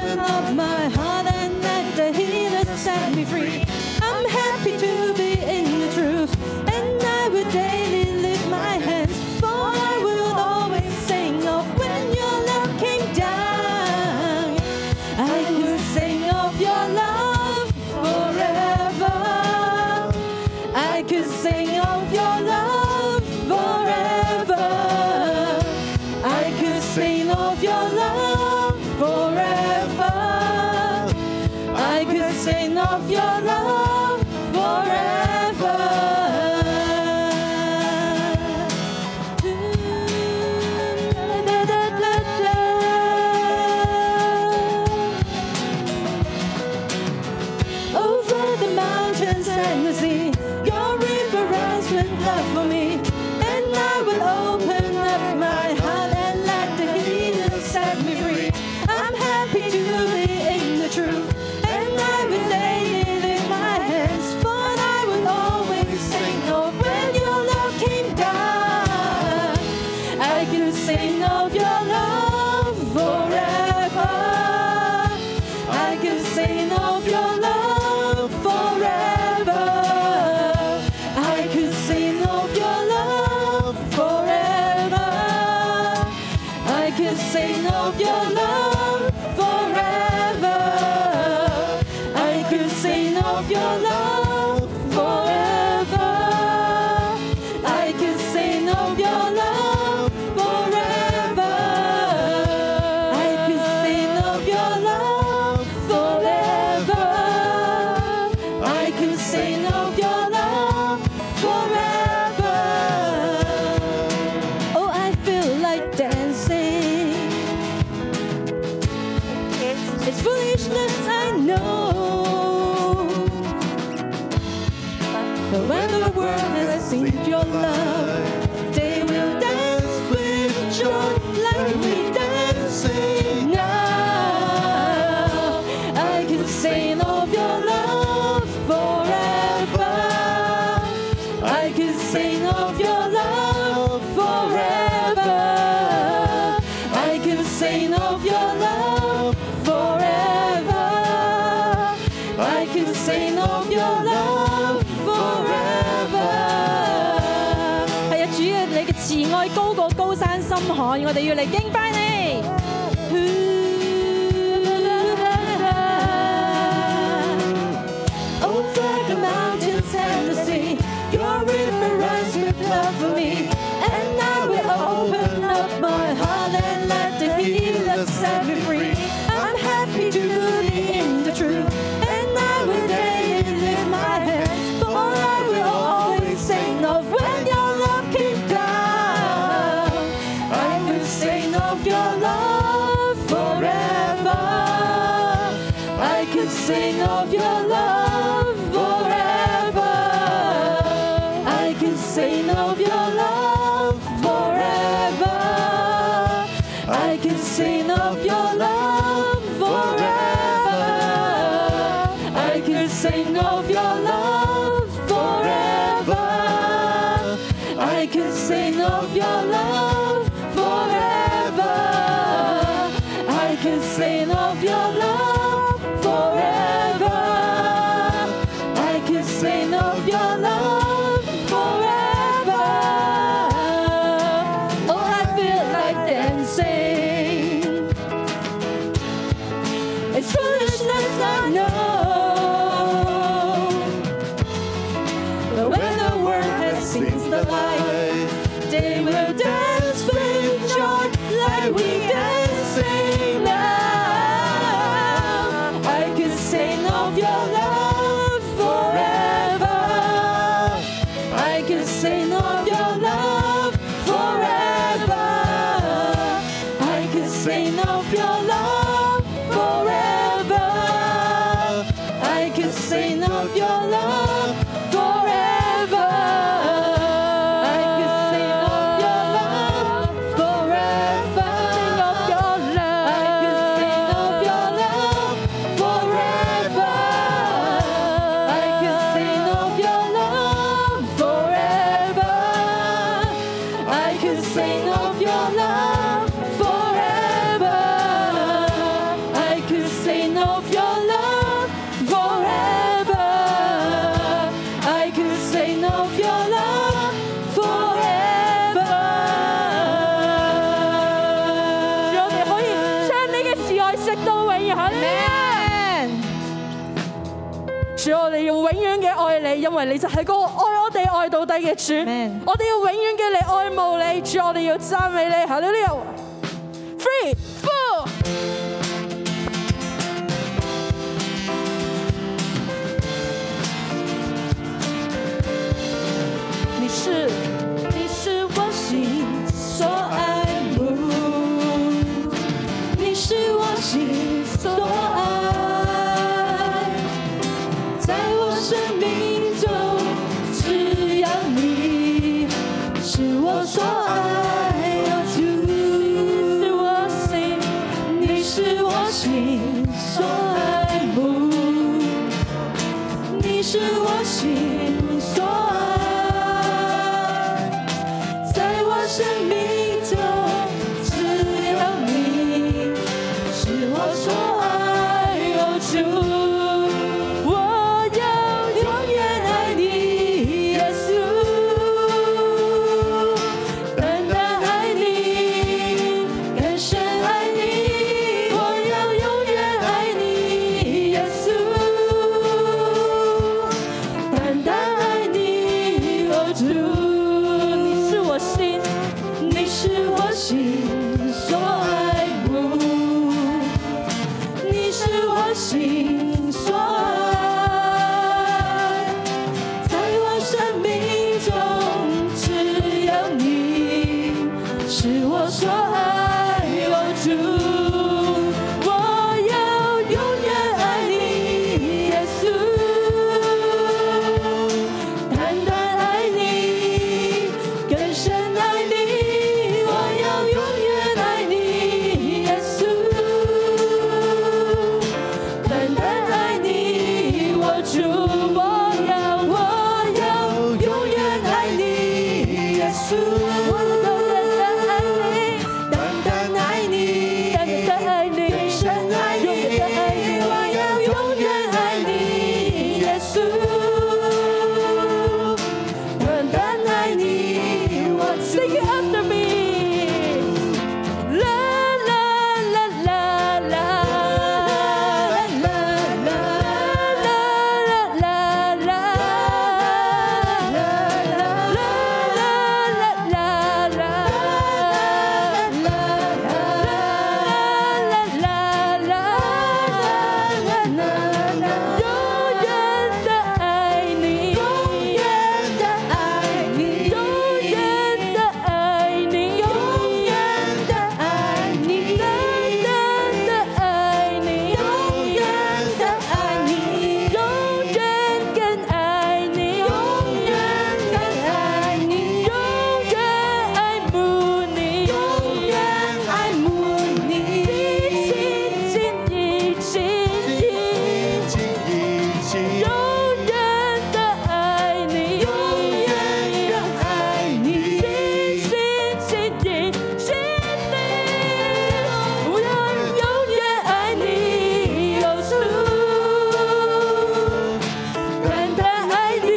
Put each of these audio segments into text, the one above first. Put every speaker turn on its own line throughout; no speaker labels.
of my heart and let the healer set me free. I'm happy to be in the truth, and I will daily lift my hands, for I will always sing of when your love came down. I will sing of your love forever. I could sing of your love forever. I could sing of your love forever. I could sing of your love forever. Over the mountains and the sea, your river runs with love for me. And I will open up my heart and let the healing set me free. I'm happy to be in the truth, and I will lay it in my hands. For I will always sing of when your love came down. I could sing of your love forever. I can sing of your love forever. I can sing of your love forever. I can sing of your love forever. I can sing of your love forever. I can sing of your love forever. I can sing of your love forever. I can sing of your love forever. Oh, I feel like dancing. It's foolishness, I know. But when the world has seen your love, they will dance with joy like we dancing now. I can sing of your love forever. I can sing of your love forever. I can sing of your love forever. I can sing of your love forever.
系啊，主啊，你嘅慈愛高過高山深海，我哋要嚟敬拜你。
Over the mountains and the sea, your river runs with love for me. And I will open up my heart and let the healer set me free. I'm happy to be in the truth, and I will daily lift my hands. For I will always sing of when your love came down. I will sing of your love forever. I can sing of your love forever. I can sing of your love forever. I can sing of your love forever. I can sing of your love forever. I can sing of your love forever. I can sing of your love forever. I can sing of your love forever. Oh, I feel like dancing. It's foolishness, I know. But when the world has seen the light, they will dance with joy like we dancing now. I can sing of your love forever. I can sing of your love forever. I can sing of your love forever. I can sing of your love forever. I can sing of your love of your love forever. I could sing of your love forever.
我哋可以將你嘅慈愛食到永恆。主，我哋要永遠嘅愛你，因為你就係嗰個愛我哋愛到底嘅主。
Amen
我哋要永遠嘅嚟愛慕你，主，我哋要讚美你。哈利路亞，three four。
你是你是我心所爱慕，你是我心所爱，在我生命中只有你是我所爱。哦主是我心，你是我心所爱慕。你是我心所爱，在我生命中只有你是我所爱，哦主，我要永远爱你，耶稣，单单爱你，更深爱你，我要永远爱你，耶稣。单单爱你，哦主，你是我心，你是我心所爱慕，你是我心所爱，在我生命中只有你是我所爱，哦主。我要永远爱你，耶稣，单单爱你，更深爱你，我要永远爱你，耶稣，单单爱你，我主，我要，我要永远爱你，耶稣，我单单爱你，单单爱你，单单爱你。深爱你，我要永远爱你，耶稣。单单爱你，我 sing it after me。啦啦啦啦啦啦啦啦啦啦啦啦啦啦啦啦。啦啦啦啦啦，永远的爱你，永远的爱你，永远的爱你，永远的爱你，单单的爱你，永远的爱你，永远更爱你，永远更爱你，永远爱慕你，永远爱慕你，一心尽意，尽意。永远的爱你，永远的爱你，真心真意真意，我要永远爱你，耶稣，单单爱你，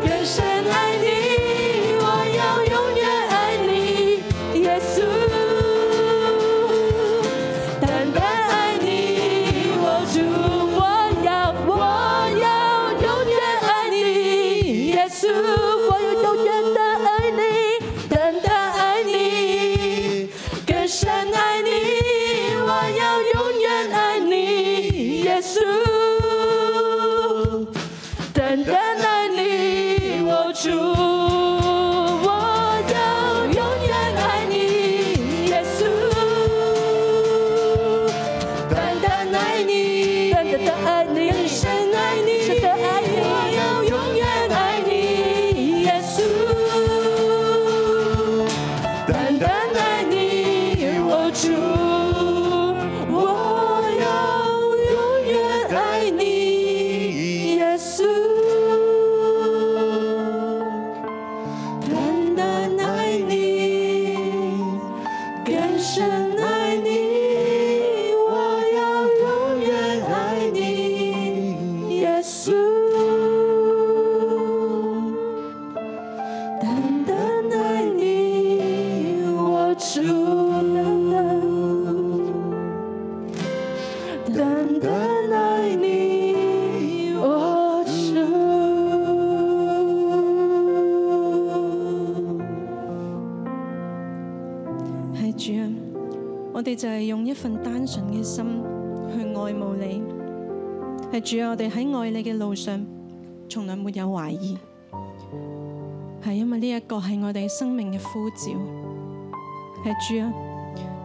更深爱你，我要永远爱你，耶稣。单单爱你，我主，我要，我要永远爱你，耶稣，我要永远的爱你，单单爱你，更深爱你，我要永远爱你，耶稣，单单爱你，我主。我要永远爱你，耶稣。单单爱你，单单的爱你，更深爱你，深的爱你，我要永远爱你，耶稣。单单爱你，我主，我要永远爱你，耶稣。单单爱你。更深爱你，我要永单单爱你，我主。系主啊，我哋就系用一份单纯嘅心去爱慕你。系主啊，我哋喺爱你嘅路上，从来没有怀疑。系因为呢一个系我哋生命嘅呼召。系主啊，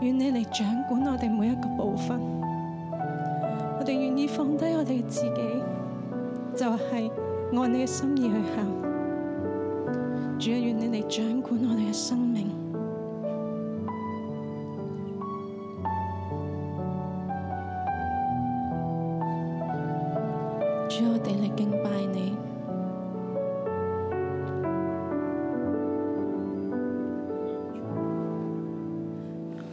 愿你嚟掌管我哋每一个部分。我哋愿意放低我哋自己，就系、按你嘅心意去行。主啊，愿你嚟掌管我哋嘅生命。主，我哋嚟敬拜你。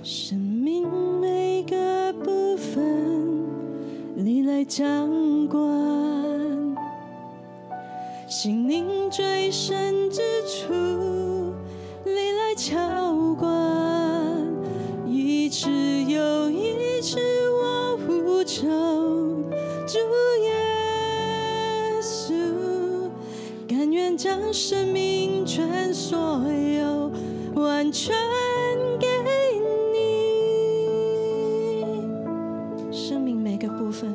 生命每个部分，你来掌管。心灵最深之处，你来浇灌。一直有，一直我无愁。主耶稣，甘愿将生命全所有完全给你。生命每个部分，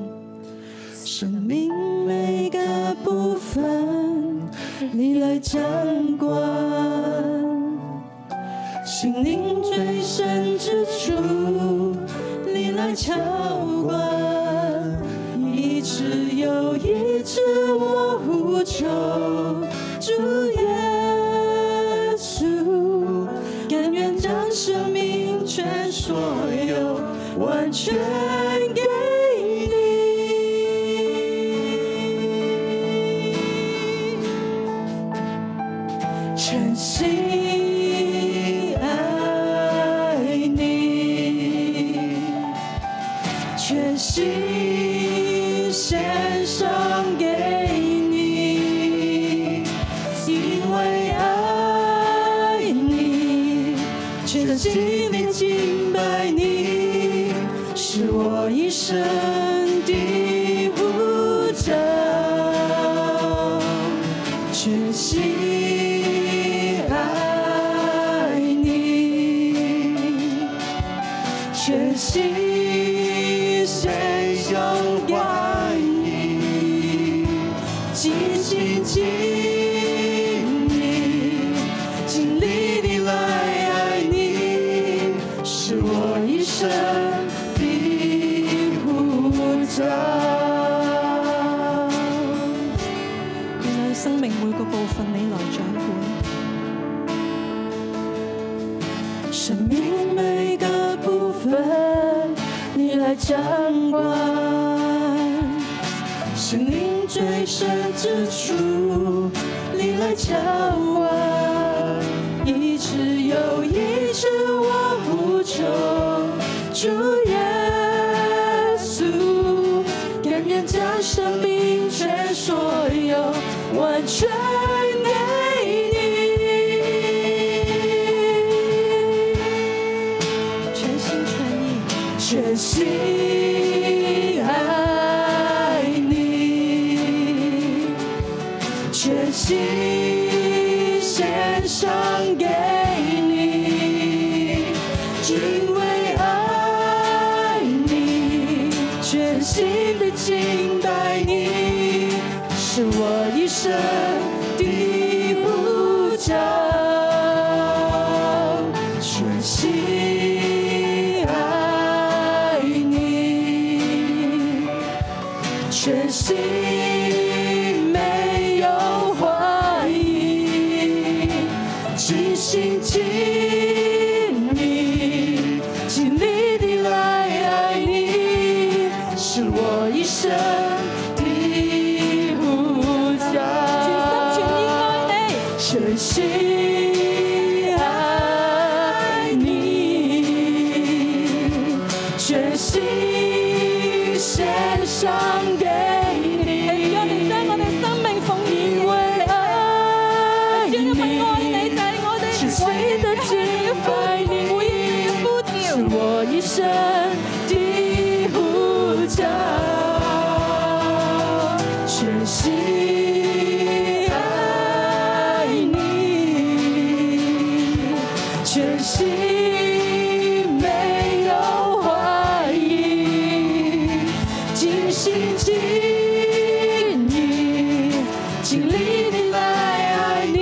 生命每个部分，你来掌管。心灵最深之处，你来浇灌，一直有，一直我无求，主耶稣，甘愿将生命全所有完全给你。全心爱你，全心献上给你，因为爱你，全心地敬拜你，是我一生的呼召。全心爱你，全心献上爱你，尽心尽力，尽力地来爱你，是我一生的护照。原来生命每個部分你來掌管，生命每個部分你來掌管，生命最深之處你來掌管，一直有，一直我呼求，主耶稣，甘愿将生命全所有完全给你，全心全意，全心爱你。全心献上给你，因为爱你，全心的敬拜你，是我一生的护照，全心爱你。全心没有怀疑，尽心尽力，尽力地来爱你，是我一生的护照。全心爱你，全心献上给你。因为爱你，全心的敬拜你，是我一生的护照。是爱你，全心没有怀疑，尽心尽意，尽力地来爱你，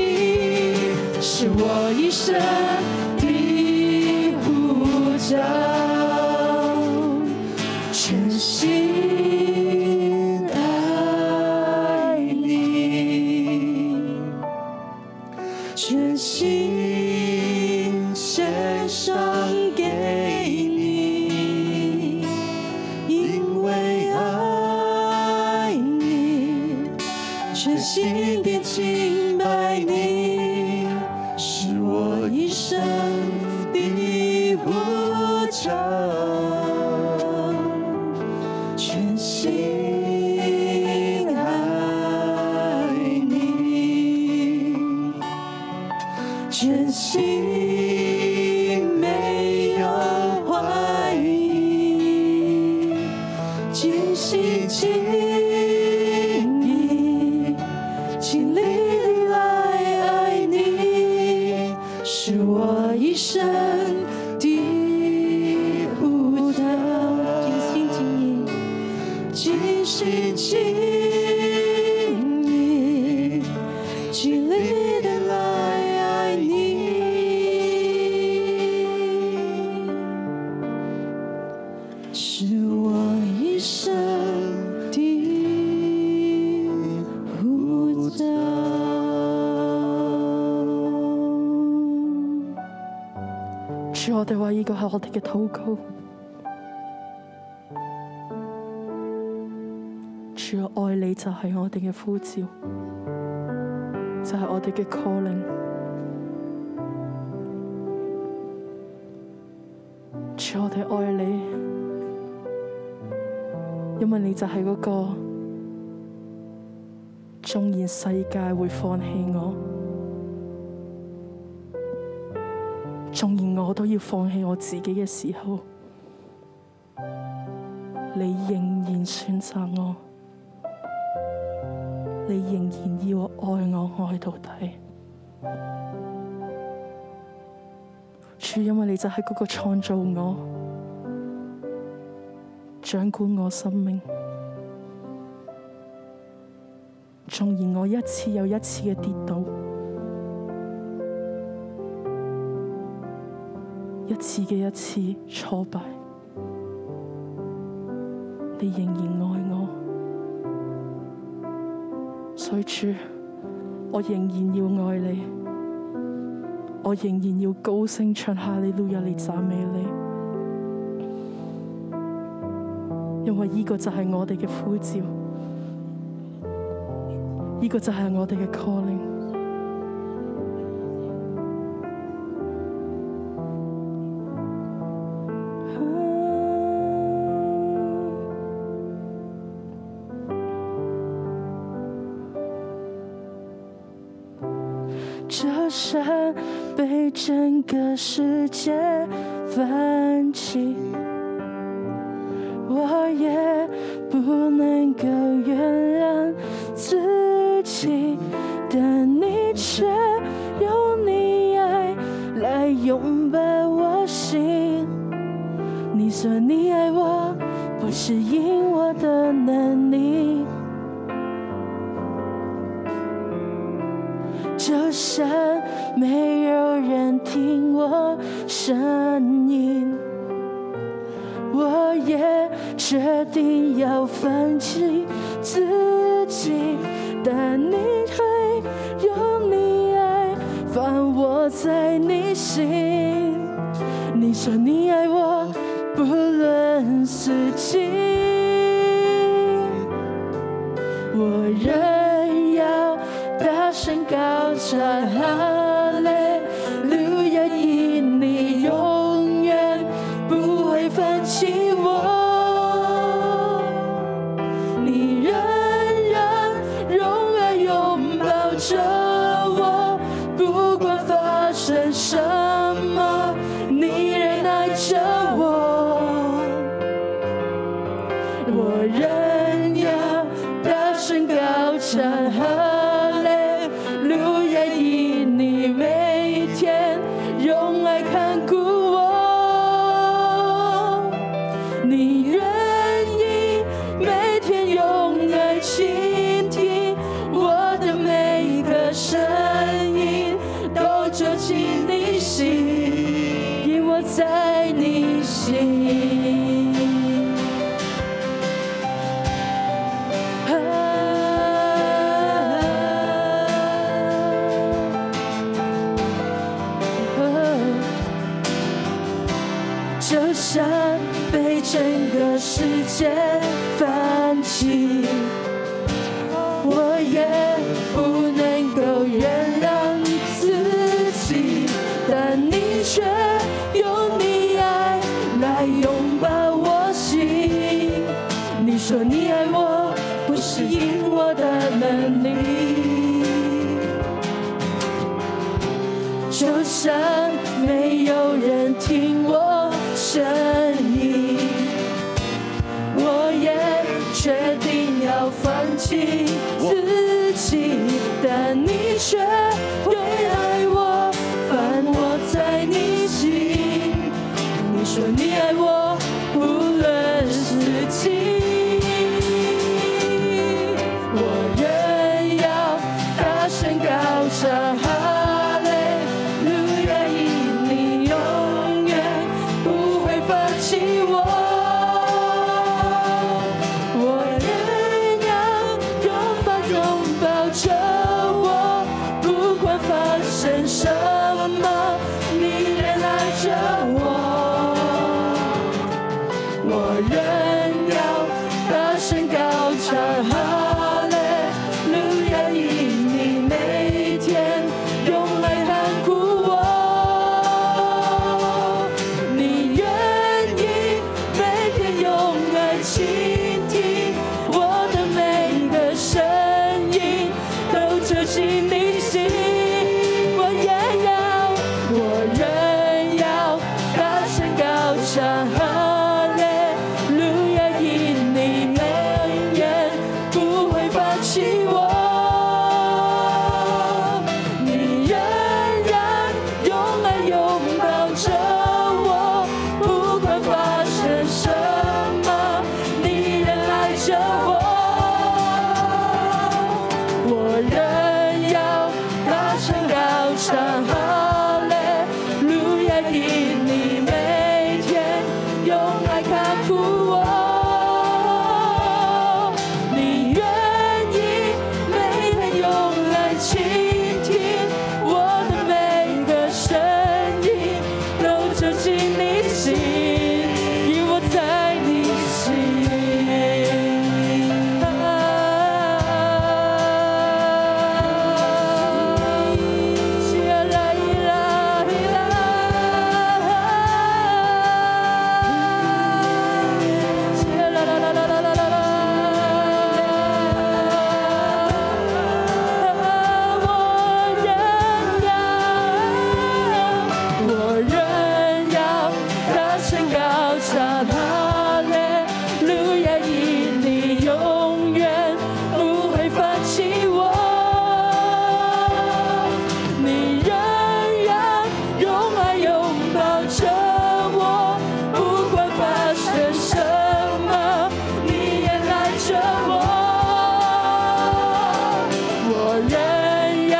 是我一生的护照。全心爱你，全心献上给你，因为爱你，全心地敬拜你，是我一生的护照。全心爱你，全心没有怀疑，尽心尽意，尽力地来爱你，是我一生的舞蹈。尽心尽意。尽心尽意，尽力的来爱你，是我一生的护照。
主，我哋話呢個係我哋嘅禱告。主，我愛你就係我哋嘅呼召，就係、我哋嘅 calling。主，我哋愛你，因為你就係嗰、個縱然世界會放棄我。縱然我都要放棄我自己嘅時候，你仍然選擇我，你仍然要我愛我愛到底。主，因為你就係嗰個創造我、掌管我生命。縱然我一次又一次嘅跌倒。一次嘅一次挫敗，你仍然愛我。所以主，我仍然要愛你，我仍然要高聲唱哈利路亞嚟讚美你，因為呢個就係我哋嘅呼召，呢、個就係我哋嘅 calling。
这山被整个世界翻起，我也不能够原谅自己，但你却用你爱来拥抱我心。你说你爱我，不是因我的能力。就像没有人听我声音，我也决定要放弃自己，但你会用你爱放我在你心。你说你爱我，不论四季。我仍要大声高唱哈利路亚，因你永远不会放弃我。你仍然永远拥抱着我，不管发生什么，你仍爱着我。我仍要大声高唱唱哈利路亚，以你每一天用爱看顾我。你愿意每天用爱倾听我的每一个声音，都折进你心，因我在你心。就像被整个世界放弃，我也不能够原谅自己，但你却用你爱来拥抱我心。你说你爱我，不是因我的能力。就算没有人听我声音，我也决定要放弃自己，但你却会爱我，烦我在你心。你说你爱我，不论是几。我仍要大声高唱哈利路亚，因你永远不会放弃我。我仍要拥抱拥抱着我，不管发生什么，你仍爱着我。我仍要大声高唱哈利路亚，因你每天用来看顾我。你愿意每天用爱倾听我的每个声音，都折进你心。我也要，我仍要大声高唱哈利路亚，因你永远不会放弃我。你仍然用爱拥抱着我，不管发生什么，你仍爱着我。我仍要大声高唱哈利路亚，因你每天用爱看顾我。你愿意每天用来倾听我的每个声音，都走进你心，因我在你心。啊我仍要大声高唱哈利路亚，因你永远不会放弃我。你仍然用爱拥抱着我，不管发生什么，你也爱着我。我仍要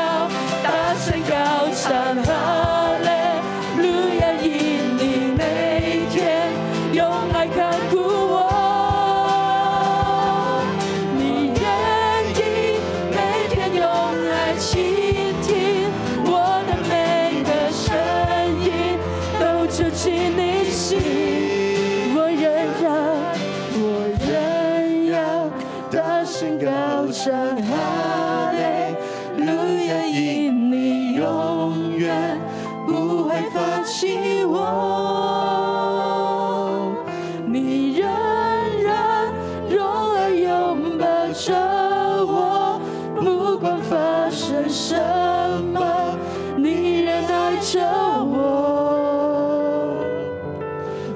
大声高唱哈利路亚，因你每天用爱看顾我。你愿意每天用爱倾听我的每个声音，都走进你心。我仍要，我仍要大声高唱哈利路亚，因你永远不会放弃我。你仍然用爱拥抱着我，不管发生什么，你仍爱着我。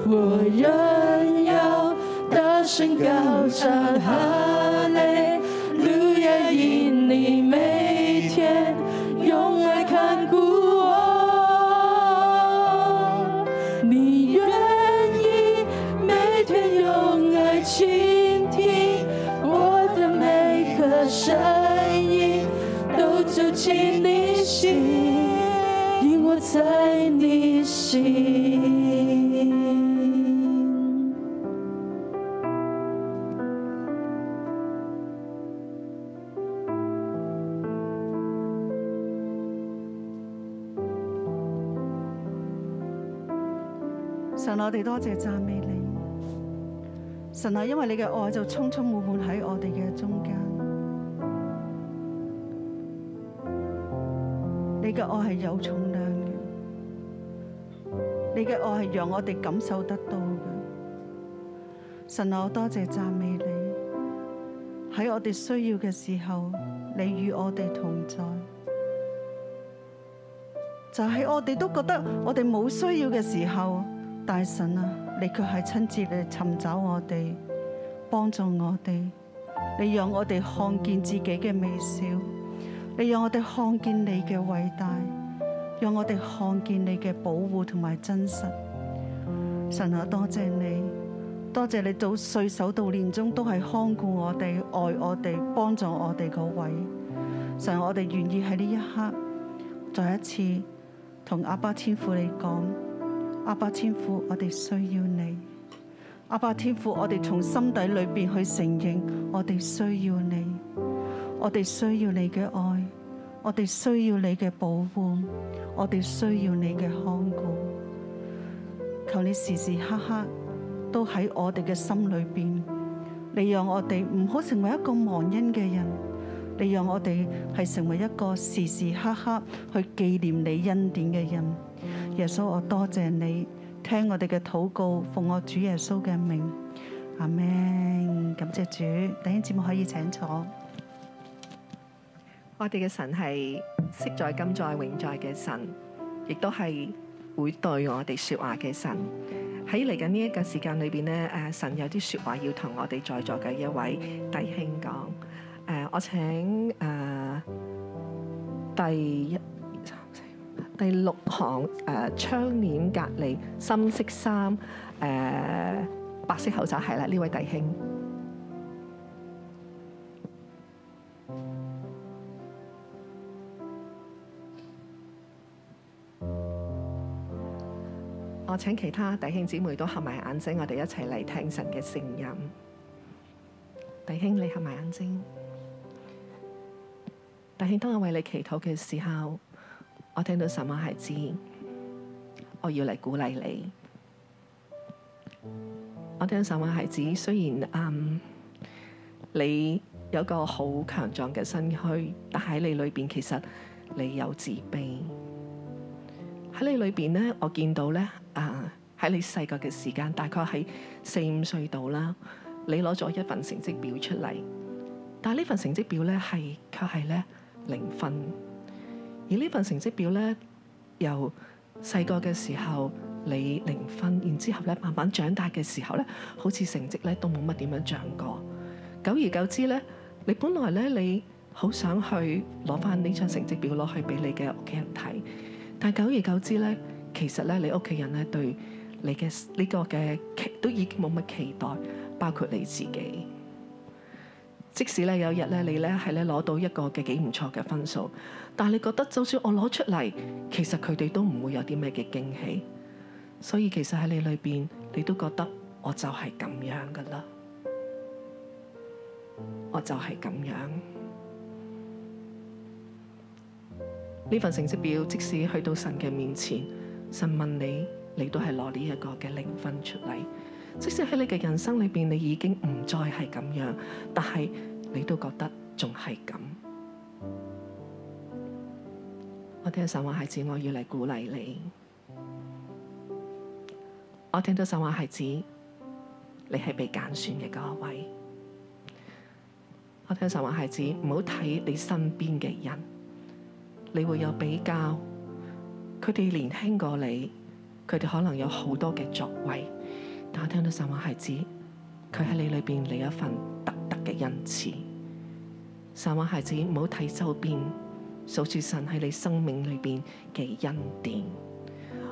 我仍要大声高唱哈利路亚，因的声音都走进你心，因我在你心。
神，我哋多謝讚美你。神啊，因為你嘅愛就充充滿滿喺我哋嘅中間。你嘅愛係有重量嘅，你嘅愛係讓我哋感受得到嘅。神啊，我多謝讚美你。喺我哋需要嘅時候，你與我哋同在。就喺我哋都覺得我哋冇需要嘅時候，大神啊，你卻係親自嚟尋找我哋，幫助我哋，你讓我哋看見自己嘅微笑，你讓我哋看見你嘅偉大，讓我哋看見你嘅保護同埋真實。神啊，多謝你，多謝你早歲首到年終都係看顧我哋、愛我哋、幫助我哋嗰位。神啊，我哋願意喺呢一刻。再一次同阿爸天父你講，阿爸天父，我哋需要你。阿爸天父，我哋從心底裏邊去承認，我哋需要你，我哋需要你嘅愛，我哋需要你嘅保護，我哋需要你嘅看顧。求你時時刻刻都喺我哋嘅心裏邊，你讓我哋唔好成為一個忘恩嘅人。你讓我哋係成為一個時時刻刻去紀念你恩典嘅人。耶穌，我多謝你聽我哋嘅禱告，奉我主耶穌嘅名，阿門。感謝主，弟兄姊妹可以請坐。
我哋嘅神係昔在、今在、永在嘅神，亦都係會對我哋說話嘅神。喺嚟緊呢一個時間裏邊呢，誒神有啲説話要同我哋在座嘅一位弟兄講。誒、我請誒、呃第一三四五第六行誒、呃窗簾隔離深色衫誒、呃白色口罩係啦，呢位弟兄。我請其他弟兄姊妹都合埋眼睛，我哋一齊嚟聽神嘅聲音。弟兄，你合埋眼睛。弟兄，當我為你祈禱嘅時候，我聽到神話孩子，我要嚟鼓勵你。我聽到神話孩子，雖然嗯你有個好強壯嘅身軀，但喺你裏邊其實你有自卑。喺你裏邊呢，我見到呢，啊喺你細個嘅時間，大概喺四五歲度啦，你攞咗一份成績表出嚟，但係呢份成績表呢，係卻係呢零分，而呢份成績表呢，由細個嘅時候你零分，然之後呢慢慢長大嘅時候呢，好似成績呢都冇乜點樣漲過，久而久之呢，你本來呢，你好想去攞翻呢張成績表攞去俾你嘅屋企人睇。但久而久之咧，其實咧你屋企人咧對你嘅呢個嘅呃期都已經冇乜期待，包括你自己。即使咧有一日咧你咧係咧攞到一個嘅幾唔錯嘅分數，但係你覺得就算我攞出嚟，其實佢哋都唔會有啲咩嘅驚喜。所以其實喺你裏邊，你都覺得我就係咁樣噶啦，我就係咁樣。呢份成績表，即使去到神嘅面前，神問你，你都係攞呢一個嘅零分出嚟。即使喺你嘅人生裏邊，你已經唔再係咁樣，但係你都覺得仲係咁。我聽到神話孩子，我要嚟鼓勵你。我聽到神話孩子，你係被揀選嘅嗰一位。我聽到神話孩子，唔好睇你身邊嘅人。你會有比較，佢哋年輕過你，佢哋可能有好多嘅作為，但我聽到神話孩子，佢喺你裏邊你有一份特特嘅恩賜。神話孩子唔好睇周邊，數住神喺你生命裏邊嘅恩典。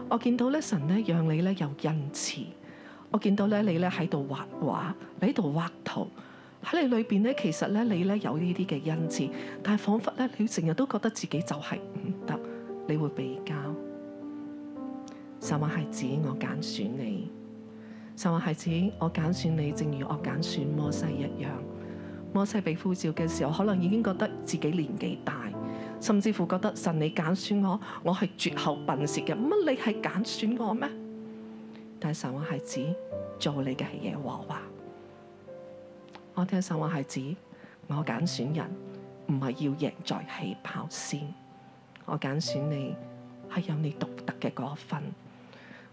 我見到咧神咧讓你咧有恩賜，我見到咧你咧喺度畫畫，你喺度畫圖，喺你裏邊咧，其實咧你咧有呢啲嘅恩賜，但係彷彿咧你成日都覺得自己就係唔得，你會比較。神話係指我揀選你，神話係指我揀選你，正如我揀選摩西一樣。摩西被呼召嘅時候，可能已經覺得自己年紀大，甚至乎覺得神你揀選我，我係絕後笨舌嘅，乜你係揀選我咩？但係神話係指做你嘅係耶和華。我聽神話係指我揀選人，唔係要贏在起跑線。我揀選你係有你獨特嘅嗰份。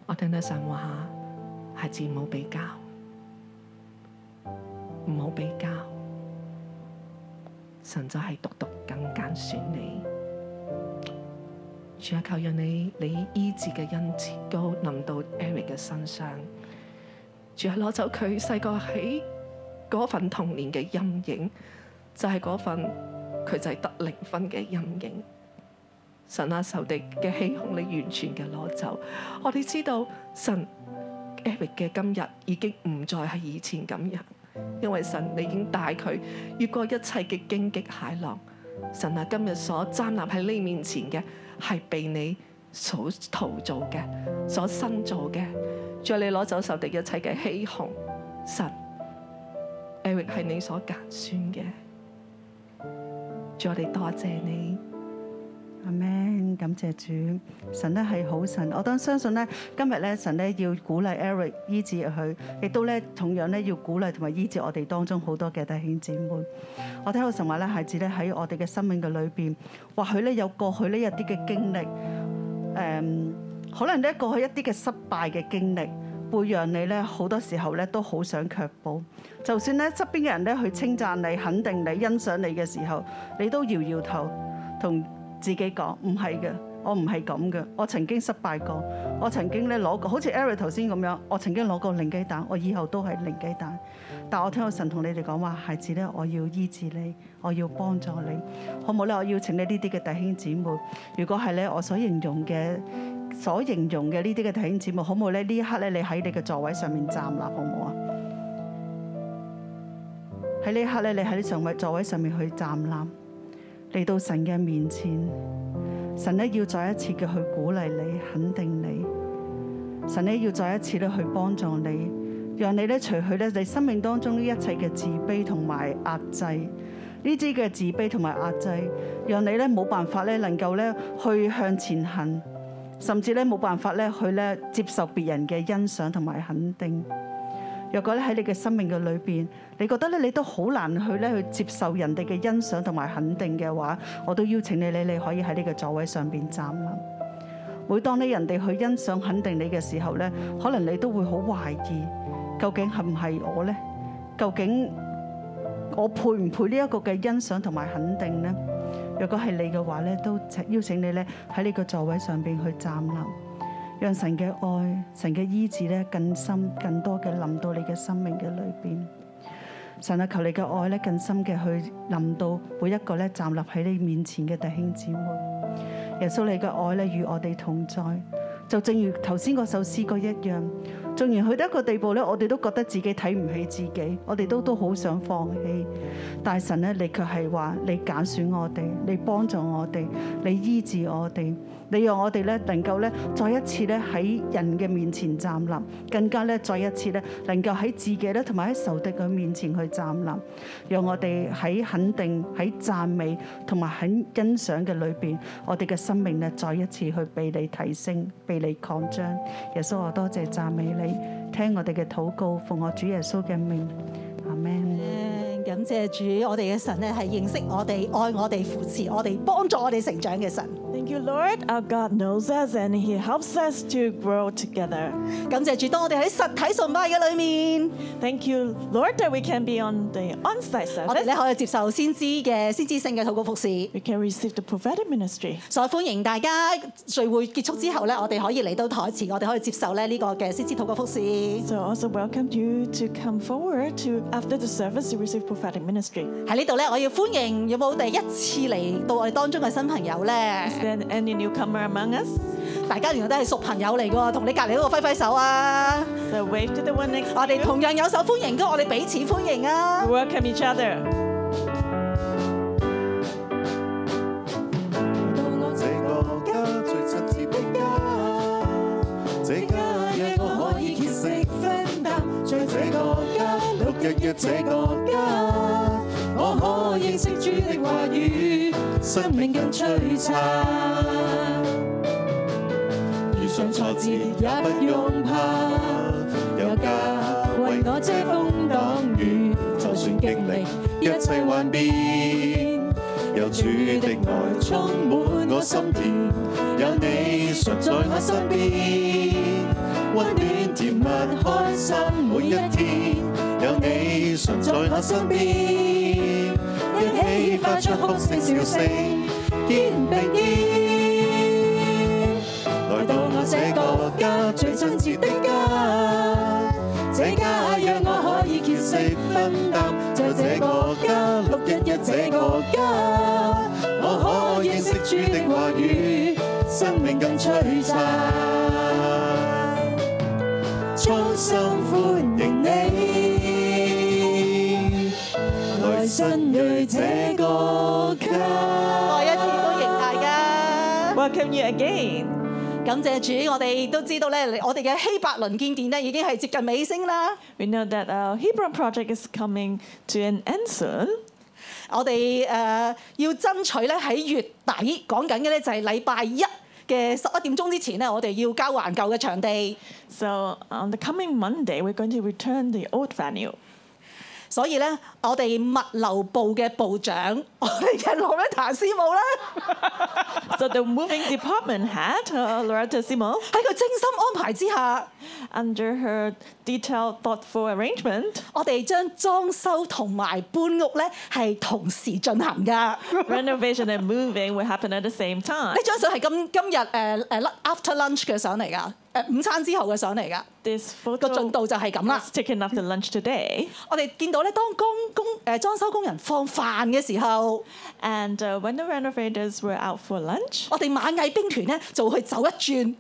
我聽到神話係指唔好比較，唔好比較。神就係獨獨咁揀選你。主啊，求讓你你醫治嘅恩賜膏臨到 Eric 嘅身上。主啊，攞走佢細個喺嗰份童年嘅陰影，就係、嗰份佢就係得零分嘅陰影。神啊，仇敵嘅欺哄你完全嘅攞走。我哋知道神 Eric 嘅今日已經唔再係以前咁樣，因為神你已經帶佢越過一切嘅荊棘蟹浪。神啊，今日所站立喺你面前嘅係被你所陶造嘅、所新造嘅。主啊，你攞走仇敵一切嘅欺哄，神。Eric 係你所揀選嘅，主我哋多謝你。
阿 Man，感謝主，神咧係好神，我當相信咧，今日咧神咧要鼓勵 Eric 醫治佢，亦都咧同樣咧要鼓勵同埋醫治我哋當中好多嘅弟兄姊妹。我聽到神話咧，孩子咧喺我哋嘅生命嘅裏邊，或許咧有過去呢一啲嘅經歷，誒、可能咧過去一啲嘅失敗嘅經歷，會讓你咧好多時候咧都好想卻步。就算咧側邊嘅人咧去稱讚你、肯定你、欣賞你嘅時候，你都搖搖頭，同自己講唔係嘅，我唔係咁嘅，我曾經失敗過，我曾經咧攞過，好似 Eric 頭先咁樣，我曾經攞過零雞蛋，我以後都係零雞蛋。但我聽到神同你哋講話，孩子咧，我要醫治你，我要幫助你，好唔好咧？我邀請你呢啲嘅弟兄姊妹，如果係咧我所形容嘅。所形容嘅呢啲嘅弟兄姊妹，好唔好咧？呢一刻咧，你喺你嘅座位上面站立，好唔好啊？喺呢一刻咧，你喺你上位座位上面去站立，嚟到神嘅面前，神咧要再一次嘅去鼓勵你、肯定你，神咧要再一次咧去幫助你，讓你咧除去咧你生命當中呢一切嘅自卑同埋壓制，呢啲嘅自卑同埋壓制，讓你咧冇辦法咧能夠咧去向前行，甚至咧冇辦法咧去咧接受別人嘅欣賞同埋肯定。若果咧喺你嘅生命嘅裏邊，你覺得咧你都好難去咧去接受人哋嘅欣賞同埋肯定嘅話，我都邀請你你你可以喺你嘅座位上邊站啦。每當咧人哋去欣賞肯定你嘅時候咧，可能你都會好懷疑，究竟係唔係我呢？究竟我配唔配呢一個嘅欣賞同埋肯定呢？若果係你嘅話咧，都請邀請你咧喺你個座位上邊去站立。讓神嘅愛、神嘅醫治咧更深、更多嘅臨到你嘅生命嘅裏邊。神啊，求你嘅愛咧更深嘅去臨到每一個咧站立喺你面前嘅弟兄姊妹。耶穌，你嘅愛咧與我哋同在，就正如頭先嗰首詩歌一樣。縱然去到一個地步咧，我哋都覺得自己睇唔起自己，我哋都都好想放棄。但係神咧，你卻係話你揀選我哋，你幫助我哋，你醫治我哋，你讓我哋咧能夠咧再一次咧喺人嘅面前站立，更加咧再一次咧能夠喺自己咧同埋喺仇敵嘅面前去站立，讓我哋喺肯定、喺讚美同埋喺欣賞嘅裏邊，我哋嘅生命咧再一次去被你提升、被你擴張。耶穌，我多謝讚美你，聽我哋嘅禱告，奉我主耶穌嘅名，阿門。
感謝主，我哋嘅神咧係認識我哋、愛我哋、扶持我哋、幫助我哋成長嘅神。
Thank you, Lord. Our God knows us and He helps us to grow together.
感謝主，當我哋喺實體崇拜嘅裏面，
Thank you, Lord, that we can be on the on-site
我哋
service.
咧可以接受先知嘅先知性嘅禱告服侍。
We can receive the prophetic ministry.
所以歡迎大家聚會結束之後咧，我哋可以嚟到台前，我哋可以接受咧呢個嘅先知禱告服侍。喺
So also welcome you to come forward to after the service to receive prophetic ministry.
呢度咧，我要歡迎有冇第一次嚟到我哋當中嘅新朋友咧？
Then find any newcomer among us?
大家原來都係熟朋友嚟噶，同你隔離嗰個揮揮手啊！
So wave to the one next
我
to
哋
you.
同樣有受歡迎噶，我哋彼此歡迎啊！
Welcome each other.
到我這個家最親切的家，這家嘢我可以竭力分擔，將這個家六日約這個家，我可認識主的話語，生命更璀璨。遇上挫折也不用怕，有家為我遮風擋雨，就算經歷一切幻變。有主的愛充滿我心田，有你常在我身邊，溫暖甜蜜開心每一天，有你常在我身邊，一起發出哭聲笑聲，肩並肩。來到我這個家最親切的家，這家讓我可以竭力分擔，在這個家六一一這個家，我可認識主的話語，生命更璀璨。衷心歡迎你，來新蕊這個家。
再一次歡迎大家。
Welcome you again.
感謝主，我哋都知道咧，我哋嘅希伯倫見典咧已經係接近尾聲啦。
We know that our Hebron project is coming to an end soon.
我哋誒、呃要爭取咧喺月底講緊嘅咧就係禮拜一嘅十一點鐘之前咧，我哋要交還舊嘅場地，
So on the coming Monday, we're going to return the old venue.
所以咧我哋物流部嘅部長， 我哋嘅羅瑞達師母咧
So the moving department head, uh, Loretta Simo,
喺佢精心安排之下，
under her detailed, thoughtful arrangement,
我哋將裝修同埋搬屋咧係同時進行㗎。
renovation and moving will happen at the same time.
呢張相係今今日誒誒 after lunch 嘅相嚟㗎，誒、午餐之後嘅相嚟㗎。
This
個進
photo
度就係咁啦
was。taken after lunch today.
我哋見到咧，當工工誒裝修工人放飯嘅時候，
And uh, when the renovators were out for lunch,
我哋螞蟻兵團咧就會去走一轉。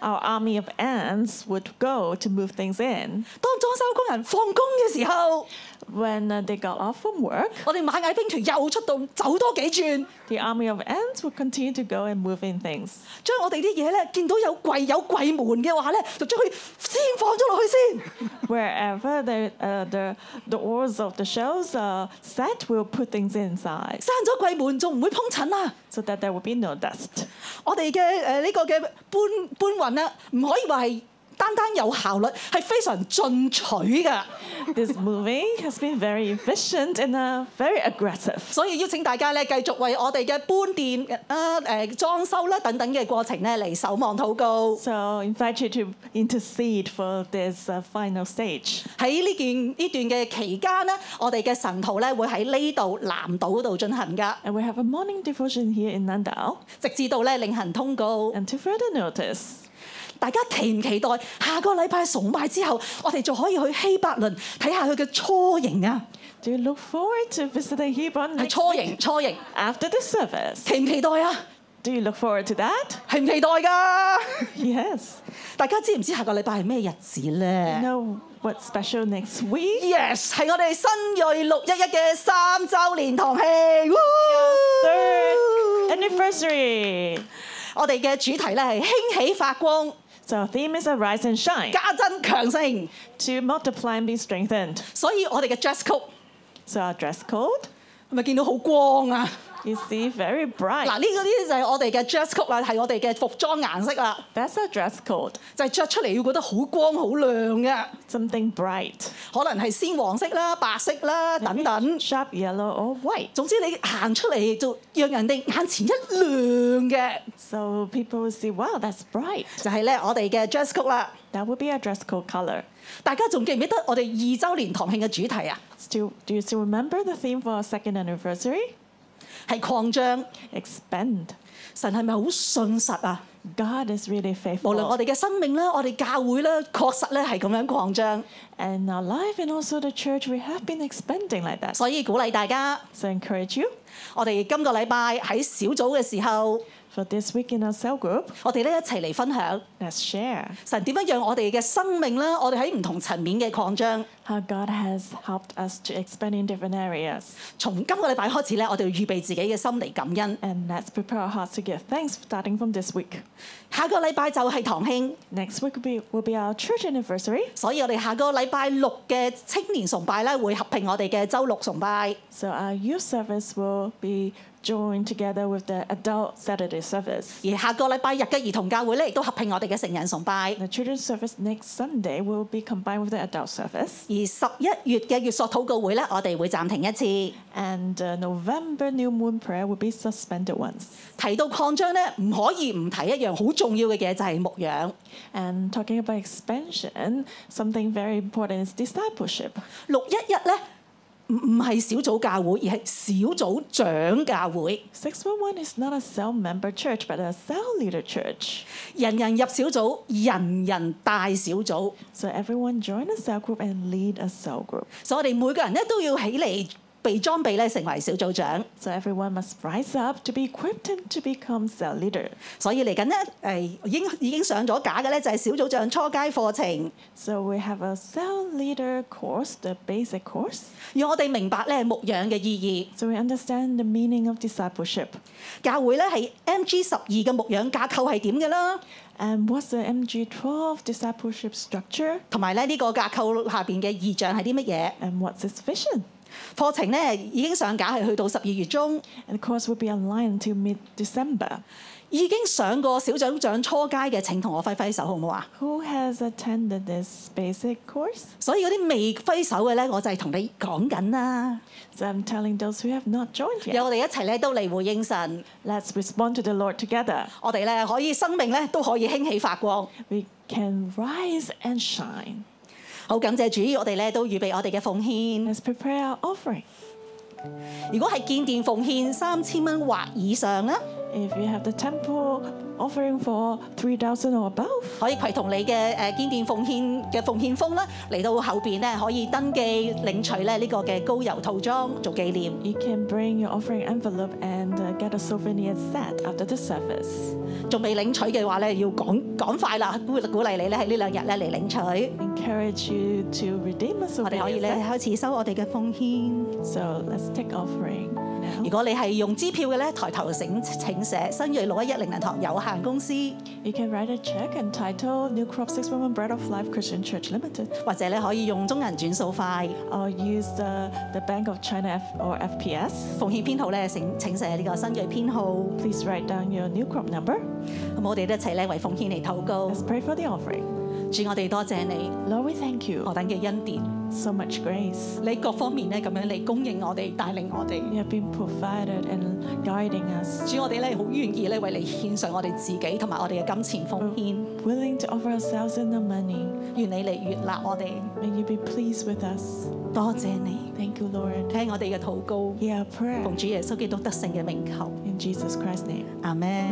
our army of ants would go to move things in.
當裝修工人放工嘅時候，
When uh, they got off from work,
我哋螞蟻兵團又出動走多幾轉，
the army of ants would continue to go and move in things.
將我哋啲嘢咧見到有櫃有櫃門嘅話咧，就將佢先放咗落去 先。
Wherever the, uh, the doors of the shelves are set, we'll put things inside
閂咗櫃門仲唔會碰塵啊！
so that there will be no dust.
我哋嘅誒呢個嘅搬搬運咧，唔可以話係單單有效率，係非常進取㗎。
This moving has been very efficient and uh, very aggressive.
所以邀請大家咧繼續為我哋嘅搬電啊、誒、裝修啦等等嘅過程咧嚟守望禱告。
So, invite you to intercede for this uh, final stage.
喺呢件呢段嘅期間咧，我哋嘅神徒咧會喺呢度南島度進行噶，
And we have a morning devotion here in Nandao.
直至到咧另行通告。
And to further notice,
大家期唔期待下個禮拜崇拜之後，我哋就可以去希伯倫睇下佢嘅初形啊，
do you look forward to visiting Hebron
係
next
初形初形，
after the service?
期唔期待啊？
Do you look forward to that?
期唔期待㗎？
Yes.
大家知唔知下個禮拜係咩日子咧
Know what's special next week?
？Yes，係我哋新锐六一一嘅三週年堂慶。Woo！
Anniversary.
我哋嘅主題咧係興起發光，
So our theme is arise and shine
加增強盛。
to multiply and be strengthened.
所以我哋嘅 dress code
So our dress code
係咪見到好光啊？
you see very
嗱，
bright.
呢個呢就係我哋嘅 dress code 啦，係我哋嘅服裝顏色啦，
That's our dress code.
就係、着出嚟要覺得好光好亮嘅，
Something bright,
可能係鮮黃色啦、白色啦等等。
sharp yellow or white.
總之你行出嚟就讓人哋眼前一亮嘅，
So people will see, wow, that's bright.
就係、呢咧我哋嘅 dress code 啦。
That would be our dress code color.
大家仲記唔記得我哋二週年堂慶嘅主題啊？
Still, do you still remember the theme for our second anniversary?
係擴張，
Expand.
神係咪好信實啊？
God is really
無論
faithful.
我哋嘅生命啦，我哋教會啦，確實咧係咁樣擴張，
And our life and also the church, we have been expanding like that.
所以鼓勵大家，
So I encourage you
我哋今個禮拜喺小組嘅時候，
for this week in our cell group.
我哋咧一齊嚟分享
Let's share
神點樣讓我哋嘅生命啦，我哋喺唔同層面嘅擴張。
how God has helped us to expand in different areas.
從今個禮拜開始咧，我哋要預備自己嘅心嚟感恩。
And let's prepare our hearts to give thanks starting from this week.
下個禮拜就係堂慶，
Next week will be, will be our church anniversary.
所以我哋下個禮拜六嘅青年崇拜咧，會合併我哋嘅周六崇拜。
So our youth service will be joined together with the adult Saturday service.
而下個禮拜日嘅兒童教會咧，亦都合併我哋嘅成人崇拜。
The children's service next Sunday will be combined with the adult service.
而十一月嘅月朔禱告會咧，我哋會暫停一次。
And uh, November new moon prayer will be suspended once.
提到擴張咧，唔可以唔提一樣好重要嘅嘢，就係、牧養。
And talking about expansion, something very important is discipleship.
六一一咧，唔唔係小組教會，而係小組長教會。
611 is not a cell member church, but a cell leader church.
人人入小組，人人帶小組，
So everyone join a cell group and lead a cell group.
所以我哋每個人咧都要起嚟被裝備咧，成為小組長。
So everyone must rise up to be equipped and to become cell leader.
所以嚟緊咧，誒、已經已經上咗架嘅咧，就係小組長初階課程，
So we have a cell leader course, the basic course.
讓我哋明白咧牧養嘅意
So we understand the meaning of discipleship
義。教會咧係 MG 十二嘅牧養架構係點嘅啦，
and what's the MG12 discipleship structure
同埋咧呢個架構下邊嘅意象係啲乜嘢？
and what's its vision.
課程咧已經上架係去到十二月中，
And the course will be online until mid-December.
已經上過小組長初階嘅，請同我揮揮手好唔好啊？
Who has attended this basic course?
所以嗰啲未揮手嘅咧，我就係同你講緊啦。
So I'm telling those who have not joined
有
yet.
我哋一齊咧都嚟回應神，
Let's respond to the Lord together.
我哋咧可以生命咧都可以興起發光。
We can rise and shine.
好感謝主，我哋咧都預備我哋嘅奉獻。
Let's prepare our offering.
如果係建殿奉獻三千蚊或以上啦，
If you have the temple offering for 3,000 or above,
可以攜同你嘅誒建殿奉獻嘅奉獻封啦，嚟到後邊咧可以登記領取咧呢個嘅高油套裝做紀念。
you can bring your offering envelope and uh, get a souvenir set after the service.
仲未領取嘅話咧，要趕趕快啦！鼓鼓勵你咧喺呢兩日咧嚟領取。
Encourage you to redeem a
我哋可以
souvenir
咧
set.
開始收我哋嘅奉獻。
So let's take offering
如
now.
果你係用支票嘅咧，抬頭請請寫新锐六一一零銀行有限公司，
You can write a check entitled New Crop 611 Bread of Life Christian Church Limited
或者咧可以用中銀轉數快。
or use the, the Bank of China F- or FPS.
奉獻編號咧，請請寫呢個新锐編號。咁
Please write down your new crop number.
我哋都一齊咧為奉獻嚟禱告。
Let's pray for the offering.
主，我哋多謝你，
Lord, we thank
何
you.
等嘅恩典，
So much grace.
你各方面咧咁樣嚟供應我哋，帶領我哋。
You have been provided and guiding us.
主，我哋咧好願意咧為你獻上我哋自己同埋我哋嘅金錢奉獻，
Willing to offer ourselves and the money.
願你嚟悅納我哋。
May you be pleased with us.
多謝你，
Thank you, Lord.
聽我哋嘅禱告，
Hear our prayer
奉主耶穌基督得勝嘅名求，
in Jesus Christ's name.
阿咩？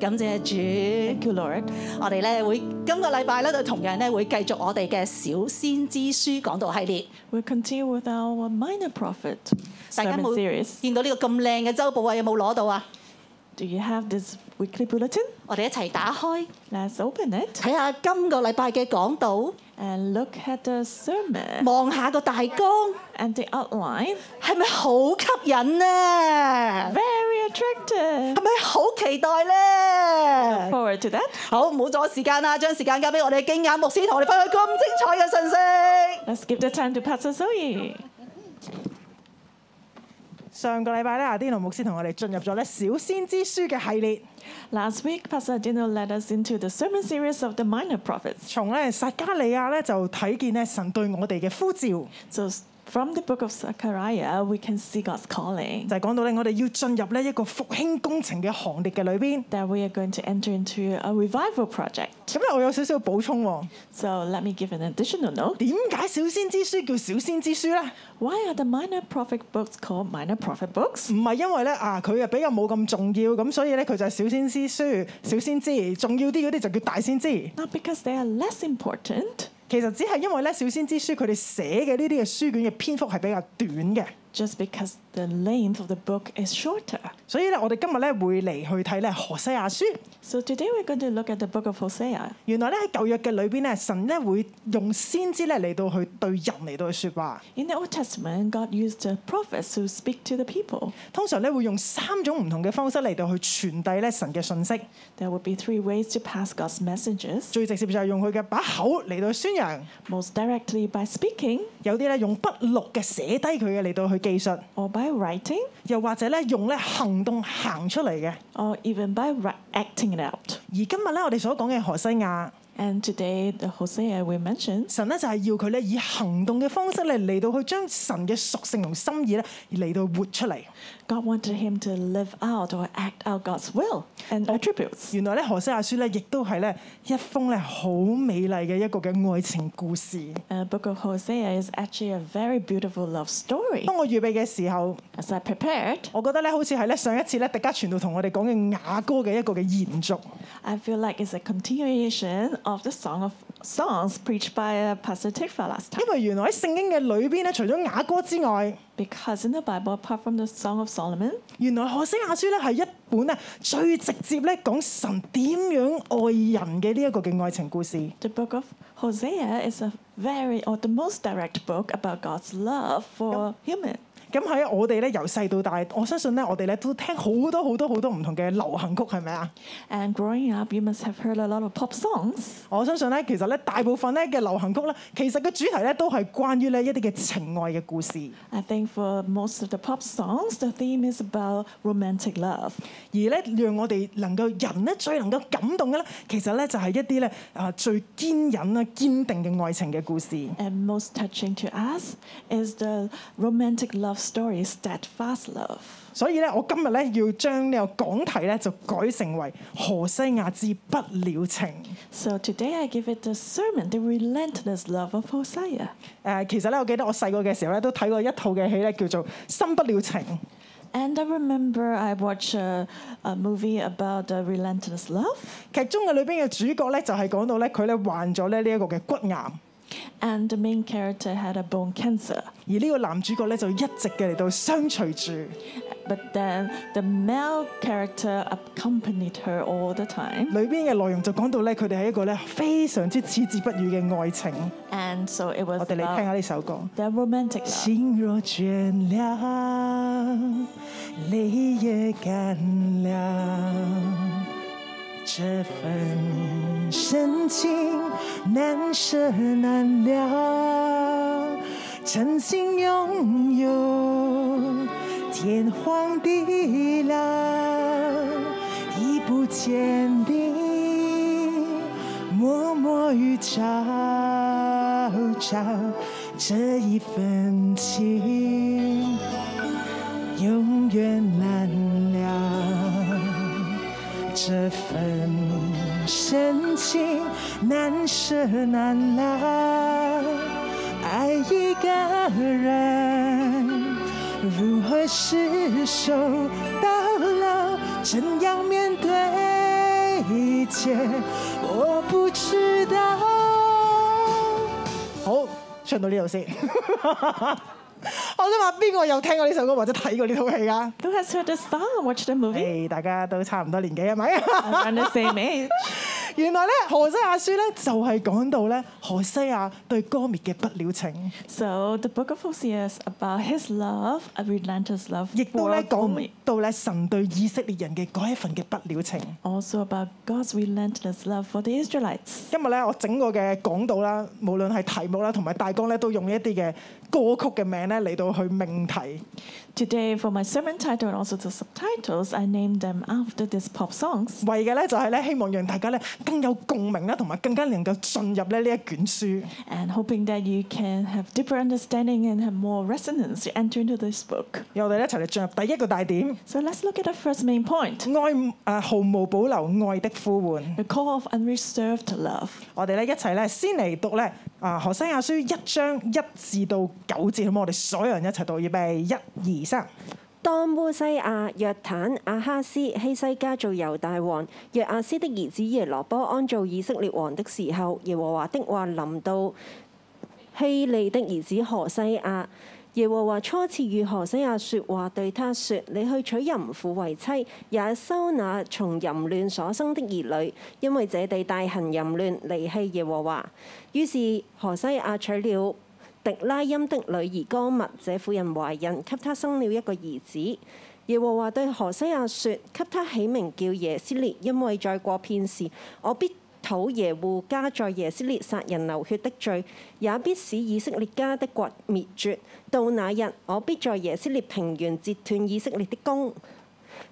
感謝主
Thank。you, Lord.
我哋咧會今個禮拜咧，就同樣咧會繼續我哋嘅小先知書講道系列。
We'll continue with our minor prophet
大家
sermon
冇
series.
見到呢個咁靚嘅周報啊？有冇攞到啊？
Do you have this weekly bulletin?
我哋一齊打開
Let's open it
睇下今個禮拜嘅講道，
and look at the sermon
望下個大綱，
and the outline.
係咪好吸引啊？
Very attractive.
係咪好期待咧？
Forward to that.
好，唔好阻時間啦，將時間交俾我哋嘅經眼牧師，同我哋分享咁精彩嘅信息。
Let's give the time to Pastor Zoe.
上個禮拜咧，阿天奴牧師同我哋進入咗咧小先知書嘅系列，
Last week, Pastor Adino led us into the sermon series of the minor prophets.
從咧撒加利亞咧就睇見咧神對我哋嘅呼召，就
So from the book of Zechariah, we can see God's calling
係講到咧我哋要進入呢一個復興工程嘅行列嘅裏邊。
that we are going to enter into a revival project.
咁咧我有少少補充喎，
So let me give an additional note.
點解小先知書叫小先知書咧？
Why are the minor prophet books called minor prophet books?
唔係因為咧啊佢啊比較冇咁重要，咁所以咧佢就係小先知書、小先知，重要啲嗰啲就叫大先知。
Not because they are less important,
其實只係因為咧小先知書佢哋寫嘅呢啲嘅書卷嘅篇幅係比較短嘅。
just because the length of the book is shorter.
所以咧，我哋今日咧會嚟去睇咧何西亞書。
So today we're going to look at the book of Hosea.
原來咧喺舊約嘅裏邊咧，神咧會用先知咧嚟到去對人嚟到去説話。
In the Old Testament, God used the prophets to speak to the people.
通常咧會用三種唔同嘅方式嚟到去傳遞咧神嘅信息。
There would be three ways to pass God's messages
最直接就係用佢嘅把口嚟到去宣揚，
most directly by speaking,
有啲咧用筆錄嘅寫低佢嘅嚟到去記述，
or by writing,
又或者咧用咧行動行出嚟嘅。
or even by ri- acting it out.
而今日咧我哋所講嘅何西亞，
And today, the Hosea we mentioned
神咧就係要佢咧以行動嘅方式咧嚟到去將神嘅屬性同心意咧嚟到活出嚟。
God wanted him to live out or act out God's will and attributes.
Oh, 原來咧何西亞書咧亦都係咧一封咧好美麗嘅一個嘅愛情故事。
Uh, Book of Hosea is actually a very beautiful love story.
當我預備嘅時候，
As I prepared,
我覺得咧好似係咧上一次咧迪加傳道同我哋講嘅雅歌嘅一個嘅延續。
I feel like it's a continuation of the song of songs preached by uh, Pastor Tikva last time.
因為原來喺聖經嘅裏邊咧，除咗雅歌之外，
Because in the Bible, apart from the Song of Solomon,
原來何西亞書咧係一本咧最直接咧講神點樣愛人嘅呢一個嘅愛情故事。
the book of Hosea is a very or the most direct book about God's love for human.
咁喺我哋咧由細到大，我相信咧我哋咧都聽好多好多好多唔同嘅流行曲，係咪啊？
And growing up, you must have heard a lot of pop songs.
我相信咧，其實咧大部分咧嘅流行曲咧，其實個主題咧都係關於咧一啲嘅情愛嘅故事。
I think for most of the pop songs, the theme is about romantic love.
而咧讓我哋能夠人咧最能夠感動嘅咧，其實咧就係一啲咧啊最堅忍啊堅定嘅愛情嘅故事。
And most touching to us is the romantic love story, steadfast love.
所以咧，我今日咧要將呢個講題咧就改成為何西亞之不了情。
So today I give it the sermon, The Relentless Love of Hosea.
誒、其實咧，我記得我細個嘅時候咧都睇過一套嘅戲咧，叫做《心不了情》。
And I remember I watched a, a movie about the relentless love,
劇中嘅裏邊嘅主角咧就係、講到咧佢咧患咗咧呢一個嘅骨癌。
and the main character had a bone cancer.
而呢個男主角咧就一直嘅嚟到相隨住，
But then the male character accompanied her all the time.
裏邊嘅內容就講到咧佢哋係一個咧非常之矢志不渝嘅愛情。
And so it was
我哋嚟聽下
about
呢首歌。
their romantic love.
心若倦了，淚也乾了，這份深情難捨難了，真心擁有天荒地老，已不堅定，默默與朝朝，這一份情。永遠難了。這份深情難捨難了，愛一個人如何廝守到老，怎樣面對一切，我不知道。好，唱到呢度先。 我想話邊個有聽過呢首歌或者睇過呢套戲啊？
Who has heard the song or watched the
誒
movie?
大家都差唔多年紀係咪？
Around the same age.
原來咧何西亞書咧就係講到咧何西亞對歌滅嘅不了情，
So the book of Hosea is about his love, a relentless love
亦都
for
咧講
Gomer.
到咧神對以色列人嘅嗰一份嘅不了情。
also about God's relentless love for the Israelites.
今日咧我整個嘅講道啦，無論係題目啦同埋大綱咧，都用一啲嘅歌曲嘅名咧嚟到去命題。
Today, for my sermon title and also the subtitles, I named them after these pop songs,
為嘅咧就係咧希望讓大家咧更有共鳴啦，同埋更加能夠進入咧呢一卷書。
and hoping that you can have deeper understanding and have more resonance to enter into this book.
讓我哋一齊嚟進入第一個大點。
So let's look at the first main point
愛啊毫無保留愛的呼喚。
the call of unreserved love.
我哋咧一齊咧先嚟讀咧啊何西亞書一章一至到九節，好唔好？我哋所有人一齊讀，預備一二三。
當烏西亞、約坦、亞哈斯、希西家做猶大王，約亞斯的兒子耶羅波安做以色列王的時候，耶和華的話臨到希利的兒子何西亞。耶和華初次與何西阿說話，對他說：你去娶淫婦為妻，也收那從淫亂所生的兒女，因為這地大行淫亂，離棄耶和華。於是何西阿娶了迪拉音的女兒歌密，這婦人懷孕，給他生了一個兒子。耶和華對何西阿說：給他起名叫耶斯列，因為再過片時，我必討耶戶家在耶斯列殺人流血的罪，也必使以色列家的國滅絕。到那日，我必在耶斯列平原截斷以色列的弓。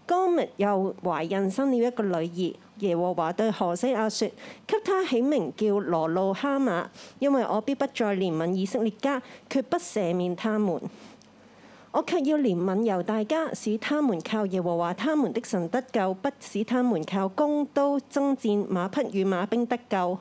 歌密又懷孕生了一個女兒。耶和華對何西阿說：給他起名叫羅路哈馬，因為我必不再憐憫以色列家，決不赦免他們。我卻要憐憫猶大家，使他們靠耶和華他們的神得救，不使他們靠弓刀爭戰、馬匹與馬兵得救。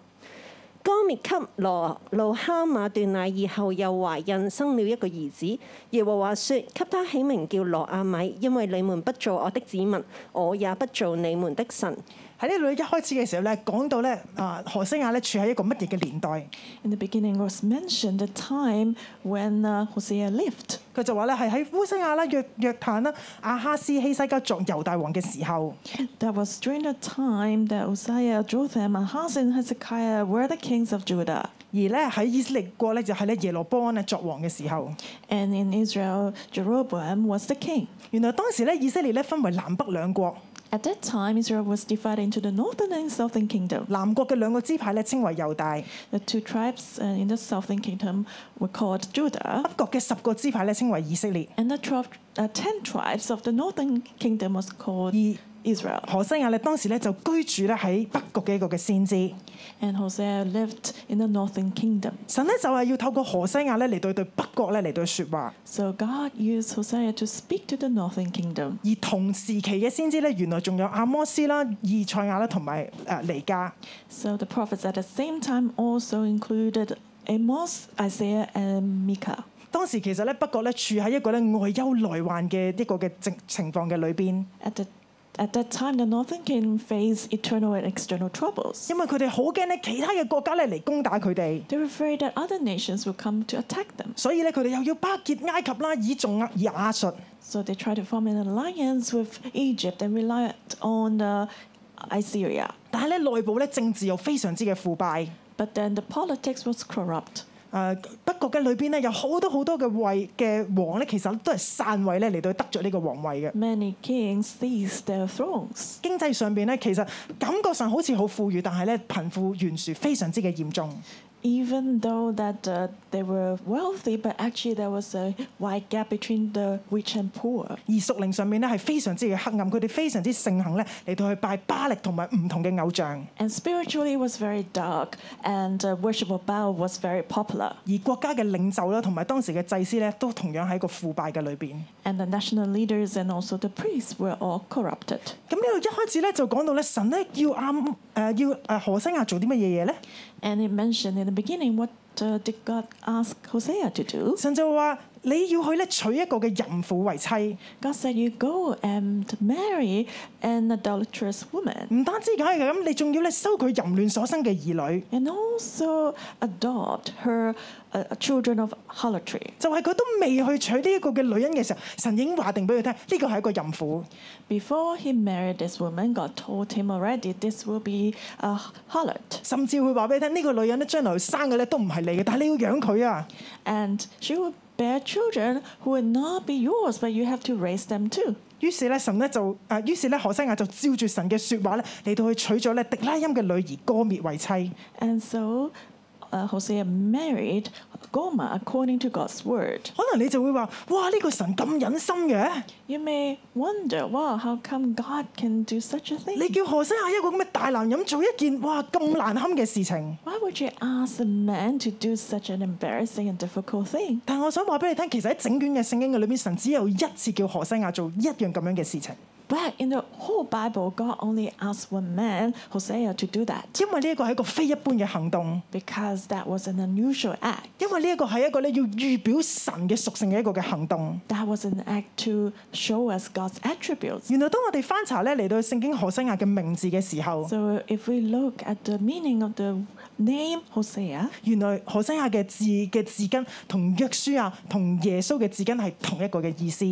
歌滅給羅路哈馬斷奶以後，又懷孕生了一個兒子。耶和華說：給他起名叫羅亞米，因為你們不做我的子民，我也不做你們的神。
喺呢度一開始嘅時候咧，講到咧啊何西亞咧處喺一個乜嘢嘅年代？
In the beginning was mentioned the time when uh, Hosea lived.
佢就話咧係喺烏西亞啦、約約坦啦、亞哈斯希西家作猶大王嘅時候，
That was during the time that Uzziah, Jotham, Ahaz, and Hezekiah were the kings of Judah.
而咧喺以色列國咧就係咧耶羅波安啊作王嘅時候。
And in Israel, Jeroboam was the king.
原來當時咧以色列咧分為南北兩國，
At that time, Israel was divided into the northern and southern kingdom.
南國嘅兩個支派咧稱為猶大，北
The two tribes uh, in the southern kingdom were called Judah,
國嘅十個支派咧稱為以色列。
and the 12, uh, ten tribes of the northern kingdom was called
Ye-
Israel.
何西亞咧當時咧就居住咧喺北國嘅一個嘅先知，
And Hosea lived in the northern kingdom.
神咧就係要透過何西亞咧嚟對對北國咧嚟對説話。
So God used Hosea to speak to the northern kingdom.
而同時期嘅先知咧，原來仲有阿摩斯啦、以賽亞啦同埋誒尼加。
So the prophets at the same time also included Amos, Isaiah, and Micah.
當時其實咧，北國咧處喺一個咧外憂內患嘅一個嘅情情況嘅裏邊，
At, the, at that time, the northern kingdom faced eternal and external troubles.
因為佢哋好驚咧其他嘅國家咧嚟攻打佢哋，
They were afraid that other nations would come to attack them.
所以咧佢哋又要巴結埃及啦、以仲以亞述。
So they tried to form an alliance with Egypt and relied on uh, Assyria.
但係咧內部咧政治又非常之嘅腐敗。
But then the politics was corrupt.
誒、北國嘅裏邊咧有好多好多嘅位嘅王咧，其實都係散位咧嚟到得着呢個皇位嘅。
Many kings seized their thrones.
經濟上邊咧，其實感覺上好似好富裕，但係咧貧富懸殊非常之嘅嚴重。
even though that uh, they were wealthy, but actually there was a wide gap between the rich and poor.
而屬靈上面咧係非常之嘅黑暗，佢哋非常之盛行咧嚟到去拜巴力同埋唔同嘅偶像，
And spiritually, it was very dark, and uh, worship of Baal was very popular.
而國家嘅領袖啦同埋當時嘅祭司咧都同樣喺個腐敗嘅裏邊。
And the national leaders and also the priests were all corrupted.
咁呢度一開始咧就講到咧神咧要阿誒、呃要誒何西亞做啲乜嘢嘢咧？
And it mentioned in the beginning what uh, did God ask Hosea to do?
神就話你要去咧娶一個嘅淫婦為妻，
God said, You go and marry an adulterous woman,
唔單止梗係咁，你仲要咧收佢淫亂所生嘅兒女，
and also adopt her uh, children of harlotry.
就係佢都未去娶呢一個嘅女人嘅時候，神已經話定俾佢聽，呢個係一個淫婦。
Before he married this woman, God told him already this will be a harlot,
甚至會話俾你聽，呢、個女人咧將來生嘅咧都唔係你嘅，但係你要養佢啊！
and she will bear children who will not be yours, but you have to raise them too.
於是咧，神咧就誒，於是咧，何西亞就照住神嘅説話咧，嚟到去娶咗咧迪拉音嘅女兒歌滅為妻。
And so uh, Hosea married Gomer according to God's word.
可能你就會話：哇！呢、個神咁忍心嘅，
You may wonder, wow, how come God can do such a
你
thing?
叫何西亞一個咁嘅大男人做一件哇咁難堪嘅事情。
Why would you ask a man to do such an embarrassing and difficult thing?
但係我想話俾你聽，其實喺整卷嘅聖經嘅裏邊，神只有一次叫何西亞做一樣咁樣嘅事情。
But in the whole Bible, God only asked one man, Hosea, to do that
因為呢一個係一個非一般嘅行動，
because that was an unusual act.
因為呢一個係一個咧要預表神嘅屬性嘅一個嘅行動。
That was an act to show us God's attributes.
原來當我哋翻查咧嚟到聖經何西亞嘅名字嘅時候，
So if we look at the meaning of the name Hosea,
原來何西亞嘅字嘅字根同約書亞同耶穌嘅字根係同一個嘅意思。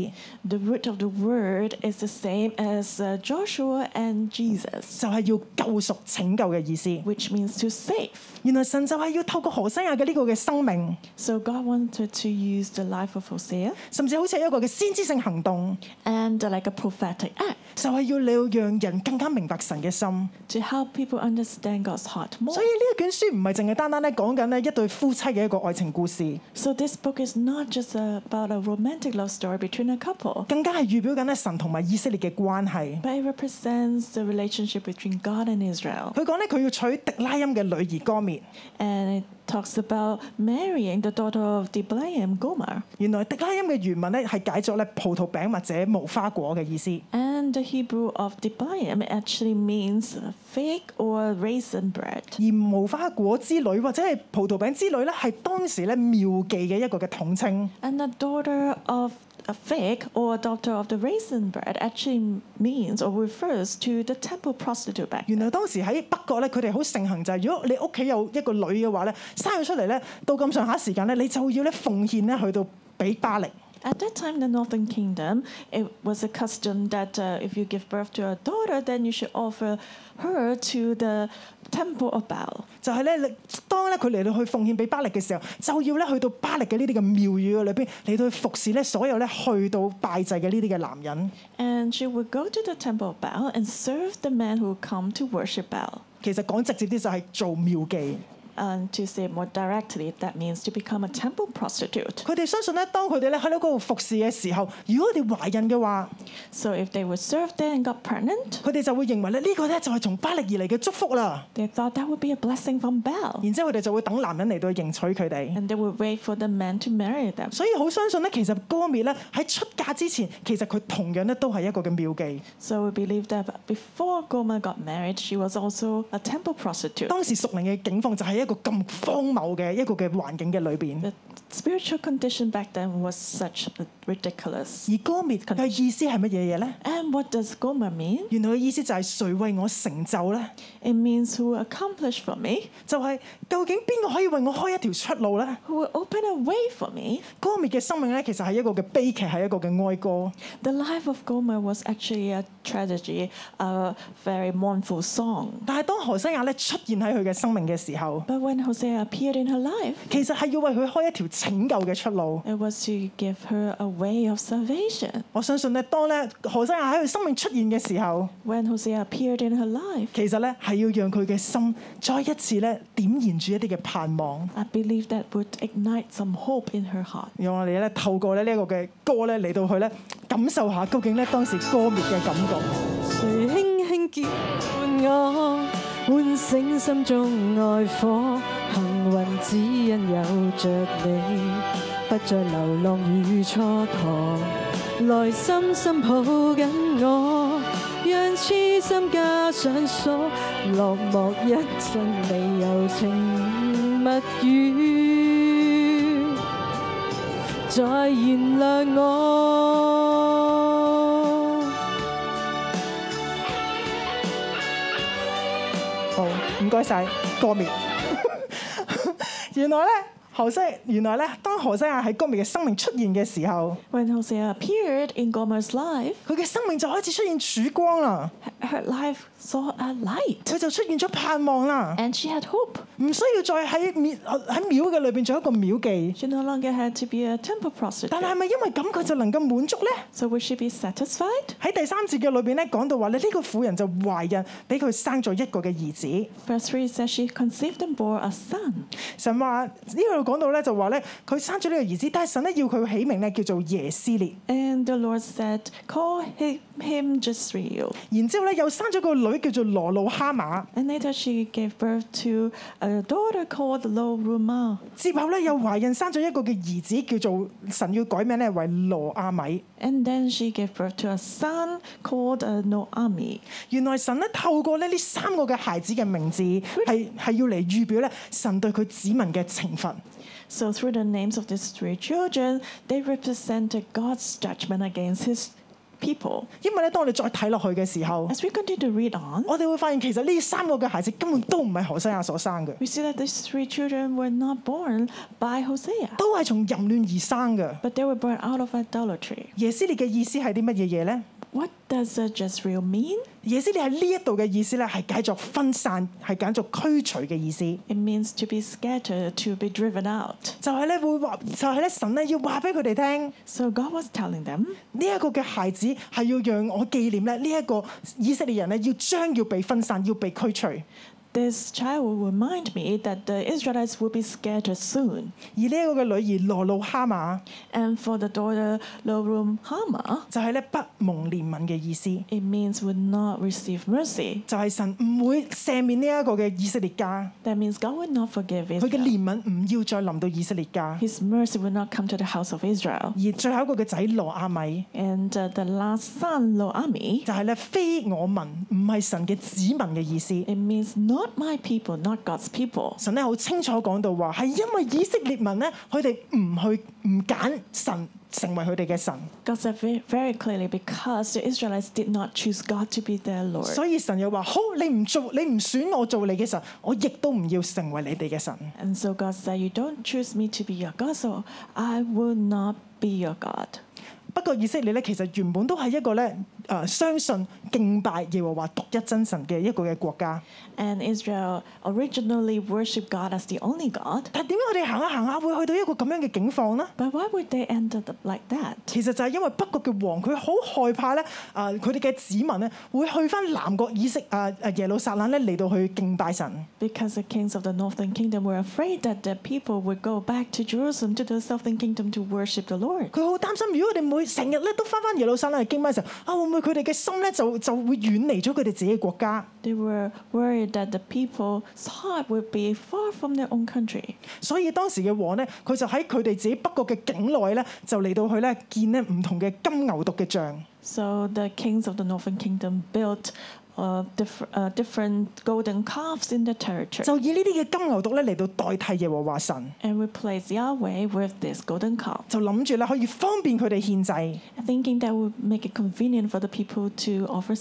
the root of the word is the same as uh, Joshua and Jesus,
就係要救贖拯救嘅意思。
which means to save.
原來神就係要透過何西亞嘅呢個嘅生命，
So God wanted to use the life of Hosea
甚至好似係一個嘅先知性行動，
and uh, like a prophetic act
就係、要你要讓人更加明白神嘅心。
to help people understand God's heart more.
所以呢一卷書唔係淨係單單咧講緊咧一對夫妻嘅一個愛情故事，
So this book is not just about a romantic love story between a couple,
更加係預表緊咧神同埋以色列嘅關係。
but it represents the relationship between God and Israel.
佢講咧佢要娶迪拉音嘅女兒歌滅。
And it talks about marrying the daughter of Diblaim, Gomer.
原來迪拉音嘅原文咧係解作咧葡萄餅或者無花果嘅意思。
And the Hebrew of Diblaim actually means fake or raisin bread.
而無花果之旅或者係葡萄餅之旅咧，係當時咧廟記嘅一個嘅統稱。
And the daughter of a fig or daughter of the raisin bread actually means or refers to the temple prostitute back
原
then.
來當時喺北國咧，佢哋好盛行就係、如果你屋企有一個女嘅話咧，生咗出嚟咧，到咁上下時間咧，你就要咧奉獻咧去到俾巴力。
At that time, in the Northern Kingdom, it was a custom that uh, if you give birth to a daughter, then you should offer her to the temple of Baal.
就係咧，你當咧佢嚟到去奉獻俾巴力嘅時候，就要咧去到巴力嘅呢啲嘅廟宇嘅裏邊嚟到去服侍咧所有咧去到拜祭嘅呢啲嘅男人。
And she would go to the temple of Baal and serve the men who come to worship Baal.
其實講直接啲就係做廟妓。
And to say more directly, that means to become a temple prostitute.
佢哋相信咧，當佢哋咧喺到嗰度服侍嘅時候，如果佢哋懷孕嘅話，
So if they would serve there and got pregnant,
佢哋就會認為咧呢個咧就係從巴力而嚟嘅祝福啦。
they thought that would be a blessing from Baal.
然之後佢哋就會等男人嚟到去迎娶佢哋。
And they would wait for the men to marry them.
所以好相信咧，其實歌滅咧喺出嫁之前，其實佢同樣咧都係一個嘅妙計。
So we believe that before Gomer got married, she was also a temple prostitute.
當時屬靈嘅境況就喺一個咁荒謬嘅一個嘅環境嘅裏邊。
The spiritual condition back then was such ridiculous.
而歌滅嘅意思係乜嘢嘢咧？
And what does Gomer mean?
原來嘅意思就係誰為我成就咧？
It means who will accomplish for me,
就係、究竟邊個可以為我開一條出路咧？
who will open a way for me.
歌滅嘅生命咧，其實係一個嘅悲劇，係一個嘅哀歌。
The life of Gomer was actually a tragedy, a very mournful song.
但係當何西亞咧出現喺佢嘅生命嘅時候，
But when Hosea appeared in her life,
其實係要為佢開一條拯救嘅出路。
it was to give her a way of salvation.
我相信咧，當咧何西亞喺佢生命出現嘅時候，
When Hosea appeared in her life,
其實咧係要讓佢嘅心再一次咧點燃住一啲嘅盼望，
I believe that would ignite some hope in her heart.
讓我哋咧透過咧呢一個嘅歌咧嚟到去咧感受下究竟咧當時歌滅嘅感覺。
誰輕輕叫喚我，喚醒心中愛火。幸運只因有着你，不再流浪與蹉跎。來深深抱緊我，讓痴心加上鎖。落寞一陣，你柔情蜜語，再原諒我。
好，唔該晒歌滅。 原來咧何西，原來咧當何西亞喺歌滅嘅生命出現嘅時候，
When Hosea appeared in Gomer's life,
佢嘅生命就開始出現曙光啦，
her life saw a light
佢就出現咗盼望啦，
and she had hope.
唔需要再喺廟喺廟嘅裏邊做一個廟妓。
She no longer had to be a temple
但
prostitute.
係咪因為咁佢就能夠滿足咧？
So would she be satisfied?
喺第三節嘅裏邊咧，講到話咧，呢個婦人就懷孕，俾佢生咗一個嘅兒子。
Verse 3 says she conceived and bore a son.
神話呢度講到咧，就話咧，佢生咗呢個兒子，但係神咧要佢起名咧叫做耶斯列。
And the Lord said, Call hi- him Jezreel.
然之後咧又生咗個女叫做羅路哈馬，
And later she gave birth to a daughter called Lo Ruma.
接後咧又懷孕生咗一個嘅兒子叫做神要改名咧為羅阿米。
And then she gave birth to a son called uh, Noami.
原來神咧透過咧呢三個嘅孩子嘅名字係係要嚟預表咧神對佢子民嘅懲罰。
So through the names of these three children, they represented God's judgment against his people.
因為咧當我哋再睇落去嘅時候，
As we continue to read on,
我哋會發現其實呢三個嘅孩子根本都唔係何西亞所生嘅，
we see that these three children were not born by Hosea,
都係從淫亂而生嘅。
but they were born out of idolatry.
耶斯列嘅意思係啲乜嘢嘢咧？
What does uh, Jezreel mean?
耶斯列喺呢一度嘅意思咧係解作分散，係解作驅除嘅意思。
It means to be scattered, to be driven out.
就係咧會話，就係咧神咧要話俾佢哋聽，呢、
So God was telling them
一個嘅孩子係要讓我紀念咧，呢、一個以色列人咧要將要被分散，要被驅除。而
This child will remind me that the Israelites will be scattered soon.
呢一個嘅女兒羅路哈馬
And for the daughter Lorum Hama,
就係咧不蒙憐憫嘅意思，
it means would not receive mercy.
就係、神唔會赦免呢一個嘅以色列家，
That means God will not forgive
佢嘅
Israel.
憐憫唔要再臨到以色列家。
His mercy will not come to the house of Israel.
而最後一個嘅仔羅阿米
And uh, the last son, Loami,
就係咧非我民，唔係神嘅子民嘅意思。
it means not my people, not God's people.
神咧好清楚講到話，係因為以色列民咧，佢哋唔去唔揀神成為佢哋嘅神，
God said very, very clearly because the Israelites did not choose God to be their Lord.
所以神又話：好，你唔做，你唔選我做你嘅神，我亦都唔要成為你哋嘅神。
And so God said, You don't choose me to be your God, so I will not be your God.
不過以色列咧，其實原本都係一個咧誒、呃相信敬拜耶和華獨一真神嘅一個嘅國家。
And Israel originally worshipped God as the only God.
但係點解佢哋行下行下會去到一個咁樣嘅境況呢？
But why would they end up like that?
其實就係因為北國嘅王佢好害怕咧，啊佢哋嘅子民咧會去翻南國以色啊啊耶路撒冷咧嚟到去敬拜神。
Because the kings of the northern kingdom were afraid that the people would go back to Jerusalem, to the southern kingdom, to worship the Lord.
佢好擔心，如果佢哋每成日咧都翻翻耶路撒冷去敬拜神，啊會唔會佢哋嘅心咧就就會遠離咗佢哋自己嘅國家？
They were worried that the people's heart would be far from their own country.
所以當時嘅王咧，佢就喺佢哋自己北國嘅境內咧，就嚟到去咧建咧唔同嘅金牛犢嘅像，
So the kings of the northern kingdom built uh, diff- uh, different golden calves in their territory
就以呢啲嘅金牛犢咧嚟到代替耶和華神，
and replaced Yahweh with this golden calf,
就諗住咧可以方便佢哋獻祭。
thinking that would make it convenient for the people to offer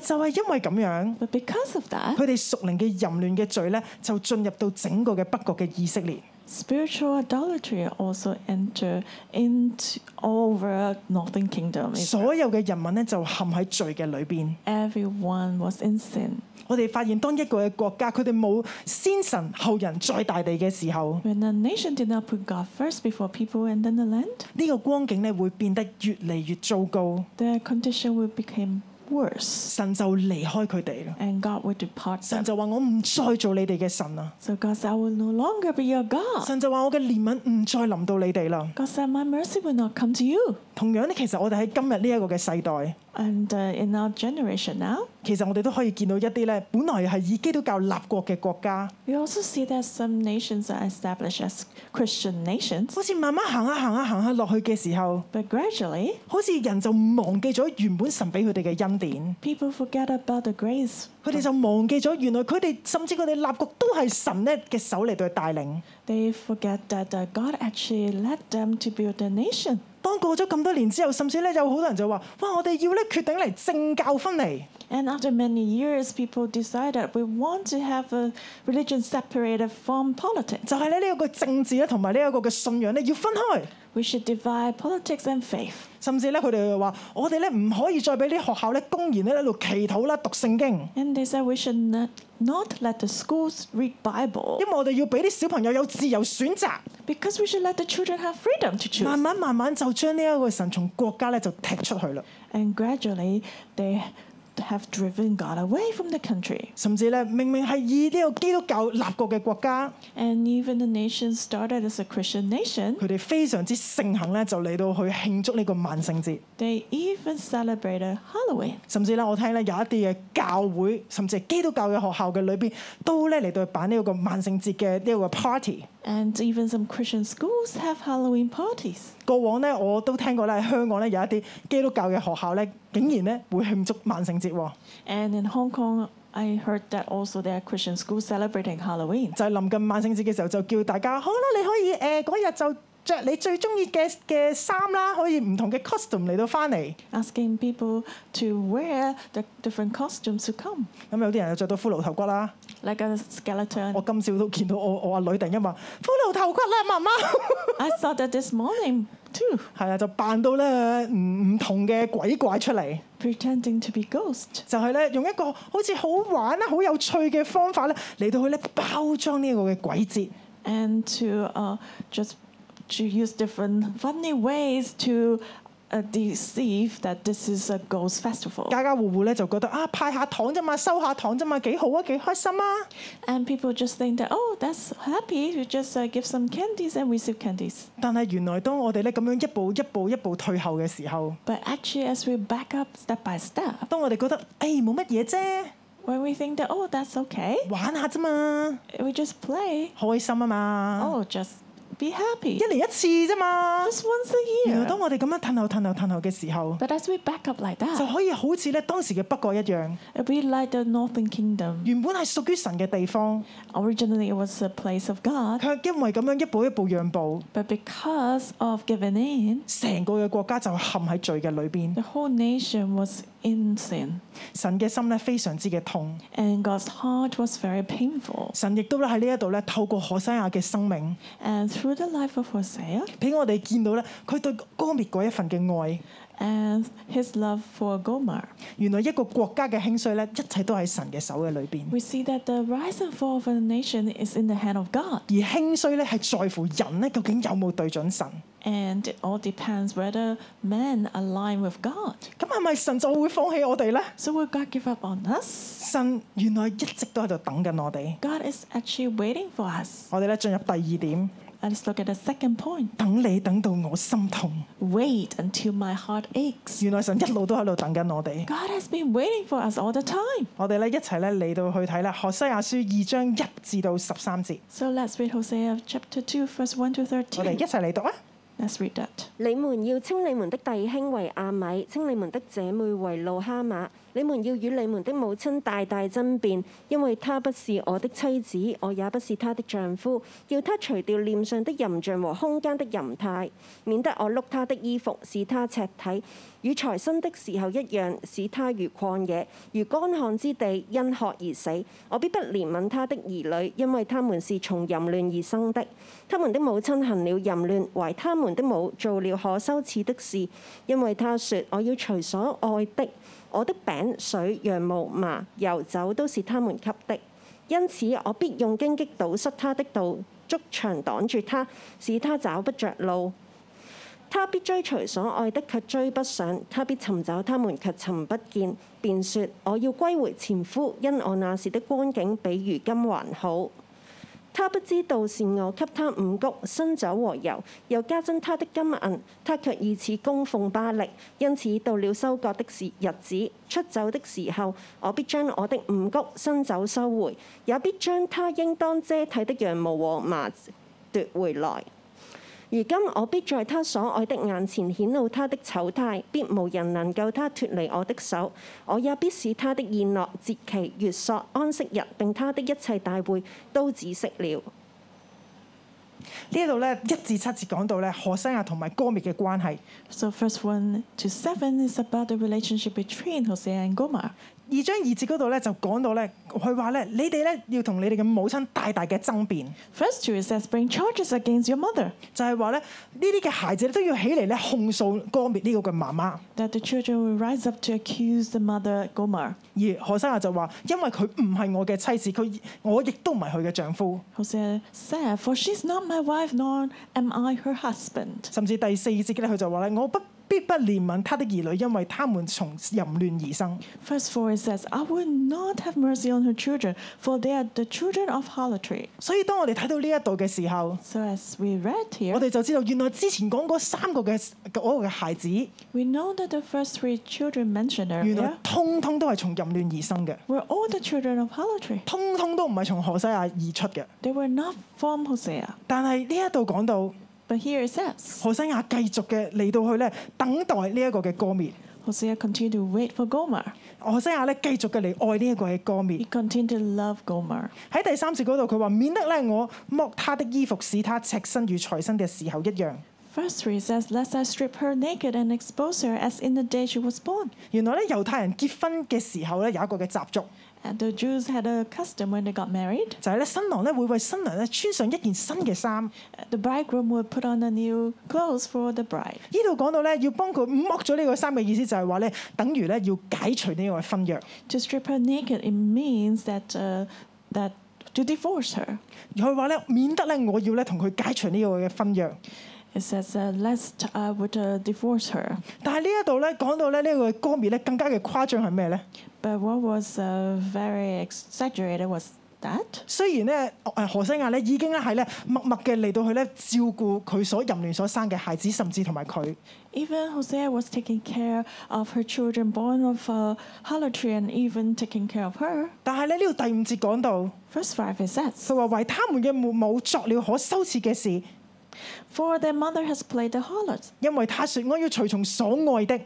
sacrifice.
係就係因為咁樣。
But because of that,
佢哋屬靈嘅淫亂嘅罪咧，就進入到整個嘅北國嘅以色列。
spiritual idolatry also entered into over northern kingdom. Israel.
所有嘅人民咧就陷喺罪嘅裏邊。
Everyone was in sin.
我哋發現，當一個嘅國家佢哋冇先神後人再大地嘅時候，
When a nation did not put God first before people and then the land,
呢、個光景咧會變得越嚟越糟糕。
their condition would become worse,
神就離開佢哋啦。
and God would depart them.
神就話：我唔再做你哋嘅神啦。
So God said, I will no longer be your God.
神就話：我嘅憐憫唔再臨到你哋啦。
啊 God said, My mercy will not come to you.
同樣咧，其實我哋喺今日呢一個嘅世代，
And uh, in our generation now,
其實我哋都可以見到一啲咧，本來係以基督教立國嘅國家，
we also see that some nations are established as Christian nations,
好似慢慢行下啊行下行下落去嘅時候，
but gradually,
好似人就忘記咗原本神俾佢哋嘅恩典，
people forget about the grace.
佢哋就忘記咗原來佢哋甚至佢哋立國都係神咧嘅手嚟到去帶領。
They forget that uh, God actually led them to build their nation.
當過咗咁多年之後，甚至咧有好多人就話：哇！我哋要咧決定嚟政教分離，
And after many years, people decided we want to have a religion separated from politics.
就係咧呢一個政治咧同埋呢一個嘅信仰咧要分開。
We should divide politics and faith.
甚至咧佢哋又話：我哋咧唔可以再俾啲學校咧公然咧喺度祈禱啦、讀聖經，
And they said we should not, not let the schools read Bible
因為我哋要俾啲小朋友有自由選擇。
because we should let the children have freedom to
慢
choose.
慢慢慢就將呢一個神從國家咧就踢出去啦。
And gradually they have driven God away from the country.
甚至咧明明係以呢個基督教立國嘅國家，
And even the nation started as a Christian nation.
佢哋非常之盛行咧，就嚟到去慶祝呢個萬聖節。
They even celebrated Halloween.
甚至咧，我聽咧有一啲嘅教會，甚至係基督教嘅學校嘅裏邊，都咧嚟到去辦呢個萬聖節嘅呢個 party。
And even some Christian schools have Halloween parties.
過往咧我都聽過咧，喺香港咧有一啲基督教嘅學校咧，竟然咧會慶祝萬聖節喎，
And in Hong Kong, I heard that also there are Christian schools celebrating Halloween.
就係臨近萬聖節嘅時候就叫大家好啦，你可以誒嗰日就着你最中意嘅嘅衫啦，可以唔同嘅 costume 嚟到翻嚟。
asking people to wear the different costumes to come,
咁有啲人又着到骷髏頭骨啦，
like a skeleton.
我今朝都見到我我阿女突然間話骷髏頭骨啦，媽媽。
I saw that this morning too,
係啊，就扮到咧唔唔同嘅鬼怪出嚟。
pretending to be ghost,
就係咧用一個好似好玩啦、好有趣嘅方法咧，嚟到去咧包裝呢一個嘅鬼節。
and to uh, just to use different funny ways to uh, deceive that this is a ghost festival.
家家户户咧就覺得啊派下糖啫嘛，收下糖啫嘛，幾好啊，幾開心啊！
And people just think that oh, that's happy. We just uh, give some candies and receive candies.
但係原來當我哋咧咁樣一步一步一步退後嘅時候，
But actually, as we back up step by step,
當我哋覺得誒冇乜嘢啫，
when we think that oh, that's okay,
玩下啫嘛，
we just play.
開心啊嘛，
Oh, just be happy.
一年一次啫嘛。
Just once a
原來
year.
當我哋咁樣褪後褪後褪後嘅時候，
But as we back up like
就
that,
可以好似咧當時嘅北國一樣，
it'll be like the northern kingdom.
原本係屬於神嘅地方，
Originally, it was a place of God,
卻因為咁樣一步一步讓步。
but because of giving in,
成個嘅國家就陷喺罪嘅裏邊，
the whole nation was in sin,
神嘅心咧非常之嘅痛，
and God's heart was very painful.
神亦都咧喺呢一度咧透過何西亞嘅生命，
And through the life of Hosea
俾我哋見到咧佢對歌滅嗰一份嘅愛，
and his love for Gomer,
原來一個國家嘅興衰咧，一切都喺神嘅手嘅裏邊，
we see that the rise and fall of a nation is in the hand of God,
而興衰咧係在乎人咧究竟有冇對準神，
and it all depends whether men align with God.
咁係咪神就會放棄我哋呢？
So will God give up on us?
神原來一直都喺度等緊我哋，
God is actually waiting for us.
我哋咧進入第二點，
Let's look at the second point.
等你等到我心痛，
Wait until my heart aches.
原來神一路都喺度等緊我哋。
God has been waiting for us all the time.
我哋咧一齊咧嚟到去睇啦，《何西亞書》二章一至到十三節，
So let's read Hosea chapter 2, verse 1 to
我哋
13.
一齊嚟讀啊！
Let's read that.
你們要稱你們的弟兄為阿米，稱你們的姐妹為路哈馬。你們要與你們的母親大大爭辯，因為她不是我的妻子，我也不是她的丈夫。要她除掉臉上的淫像和胸間的淫態，免得我碌她的衣服，使她赤體。與財生的時候一樣，使他如曠野，如乾旱之地，因渴而死。我必不憐憫他的兒女，因為他們是從淫亂而生的。他們的母親行了淫亂，懷他們的母做了可羞恥的事，因為他哎說：我要隨所愛的，我的餅、水、羊毛、麻、油、酒都是他們給的。因此我必用荊棘堵塞他的道，築牆擋住他，使他找不着路。他必追隨所愛的，卻追不上；他必尋找他們，卻尋不見。便說：我要歸回前夫，因我那時的光景比如今還好。他不知道是我給他五谷、新酒和油，又加增他的金銀，他卻以此供奉巴力。因此到了收割的時日子，出走的時候，我必將我的五谷、新酒收回，也必將他應當遮體的羊毛和麻奪回來。如今我必在他所愛的眼前顯露他的醜態，必無人能夠他脱離我的手。我也必使他的宴樂、節期、月朔、安息日並他的一切大會都止息了。
呢度咧一至七節講到咧何西亞同埋歌滅嘅關係，
So, verse 1 to 7 is about the relationship between Hosea and Gomer.
二章二節嗰度咧就講到咧，佢話咧你哋咧要同你哋嘅母親大大嘅爭辯，
Verse 2 it says, Bring charges against your mother,
就係話咧呢啲嘅孩子咧都要起嚟咧控訴歌滅呢個嘅媽媽。
that the children will rise up to accuse the mother Gomer.
而何西亞就話：因為佢唔係我嘅妻子，佢我亦都唔係佢嘅丈夫。
Hosea said, For she's not my wife, nor am I her husband.
甚至第四節咧，佢就話咧：我不必不憐憫他的兒女，因為他們從淫亂而生。
Verse 4 it says, I will not have mercy on her children, for they are the children of harlotry.
所以當我哋睇到呢一度嘅時候，
So as we read here,
我哋就知道原來之前講嗰三個嘅嗰個嘅孩子，原
we know that the first three children mentioned earlier
來通通都係從淫亂而生嘅，
were all the children of harlotry.
通通都唔係從何西亞而出嘅。
They were not from Hosea.
但係呢一度講到
But here it says,
何西亞繼續嘅嚟到去咧等待呢一個嘅歌滅，
Hosea continued to wait for Gomer.
何西亞咧繼續嘅嚟愛呢一個嘅歌
He
滅。
continued to love Gomer.
喺第三節嗰度佢話：免得咧我剝他的衣服，使他赤身與財身嘅時候一樣。
Verse 3 says, Lest I strip her naked and expose her as in the day she was born.
原來咧猶太人結婚嘅時候咧有一個嘅習俗，
And the Jews had a custom when they got married,
就係咧新郎咧會為新娘咧穿上一件新嘅衫。呢
the bridegroom would put on a new clothes for the bride.
度講到咧要幫佢剝咗呢個衫嘅意思就係話咧，等於咧要解除呢個婚約。
To strip her naked, it means that, uh, that to divorce her.
佢話咧免得咧我要咧同佢解除呢個嘅婚約。
It says, uh, Lest I would uh, divorce her.
但係呢一度咧講到咧呢個歌滅咧更加嘅誇張係咩咧？
But what was uh, very exaggerated was that
雖然咧誒何西亞咧已經咧係咧默默嘅嚟到去咧照顧佢所淫亂所生嘅孩子，甚至同埋佢。
even Hosea was taking care of her children born of uh, harlotry and even taking care of her.
但係咧呢度第五節講到，
Verse 5 it says,
佢話為他們嘅父母作了可羞恥嘅事，
For their mother has played the harlot.
因為他說我要隨從所愛的，就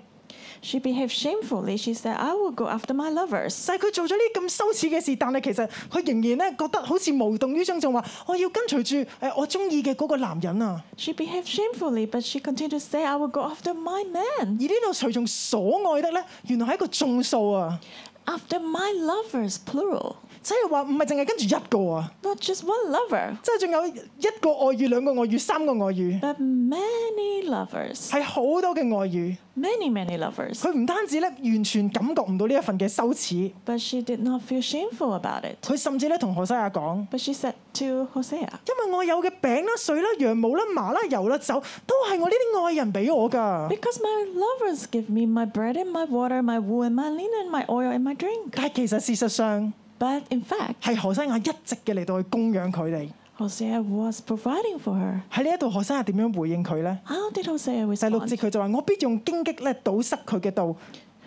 She behaved shamefully. She said, I will go after my lovers.
係佢做咗呢咁羞恥嘅事，但係其實佢仍然咧覺得好似無動於衷，就話我要跟隨住誒我中意嘅嗰個男人啊。
She behaved shamefully, but she continued to say, I will go after my man,
而呢度隨從所愛的咧，原來係一個眾數啊，
after my lovers, plural.
即係話唔係淨係跟住一個啊，
Not just one lover,
即係仲有一個外遇、兩個外遇、三個外遇。
but many lovers.
係好多嘅外遇，
Many, many lovers.
佢唔單止咧完全感覺唔到呢一份嘅羞恥，
But she did not feel shameful about it.
佢甚至咧同何西亞講：
But she said to Hosea,
因為我有嘅餅啦、水啦、羊毛啦、麻啦、油啦、酒，都係我呢啲愛人俾我㗎。
Because my lovers give me my bread and my water, my wool and my linen, and my oil and my drink.
但係其實事實上
But in fact,
係何西亞一直嘅嚟到去供養佢哋。
Hosea was providing for her.
喺呢一度，何西亞點樣回應佢呢？
How did Hosea
第六
respond?
節佢就話：我必用荊棘咧堵塞佢嘅道，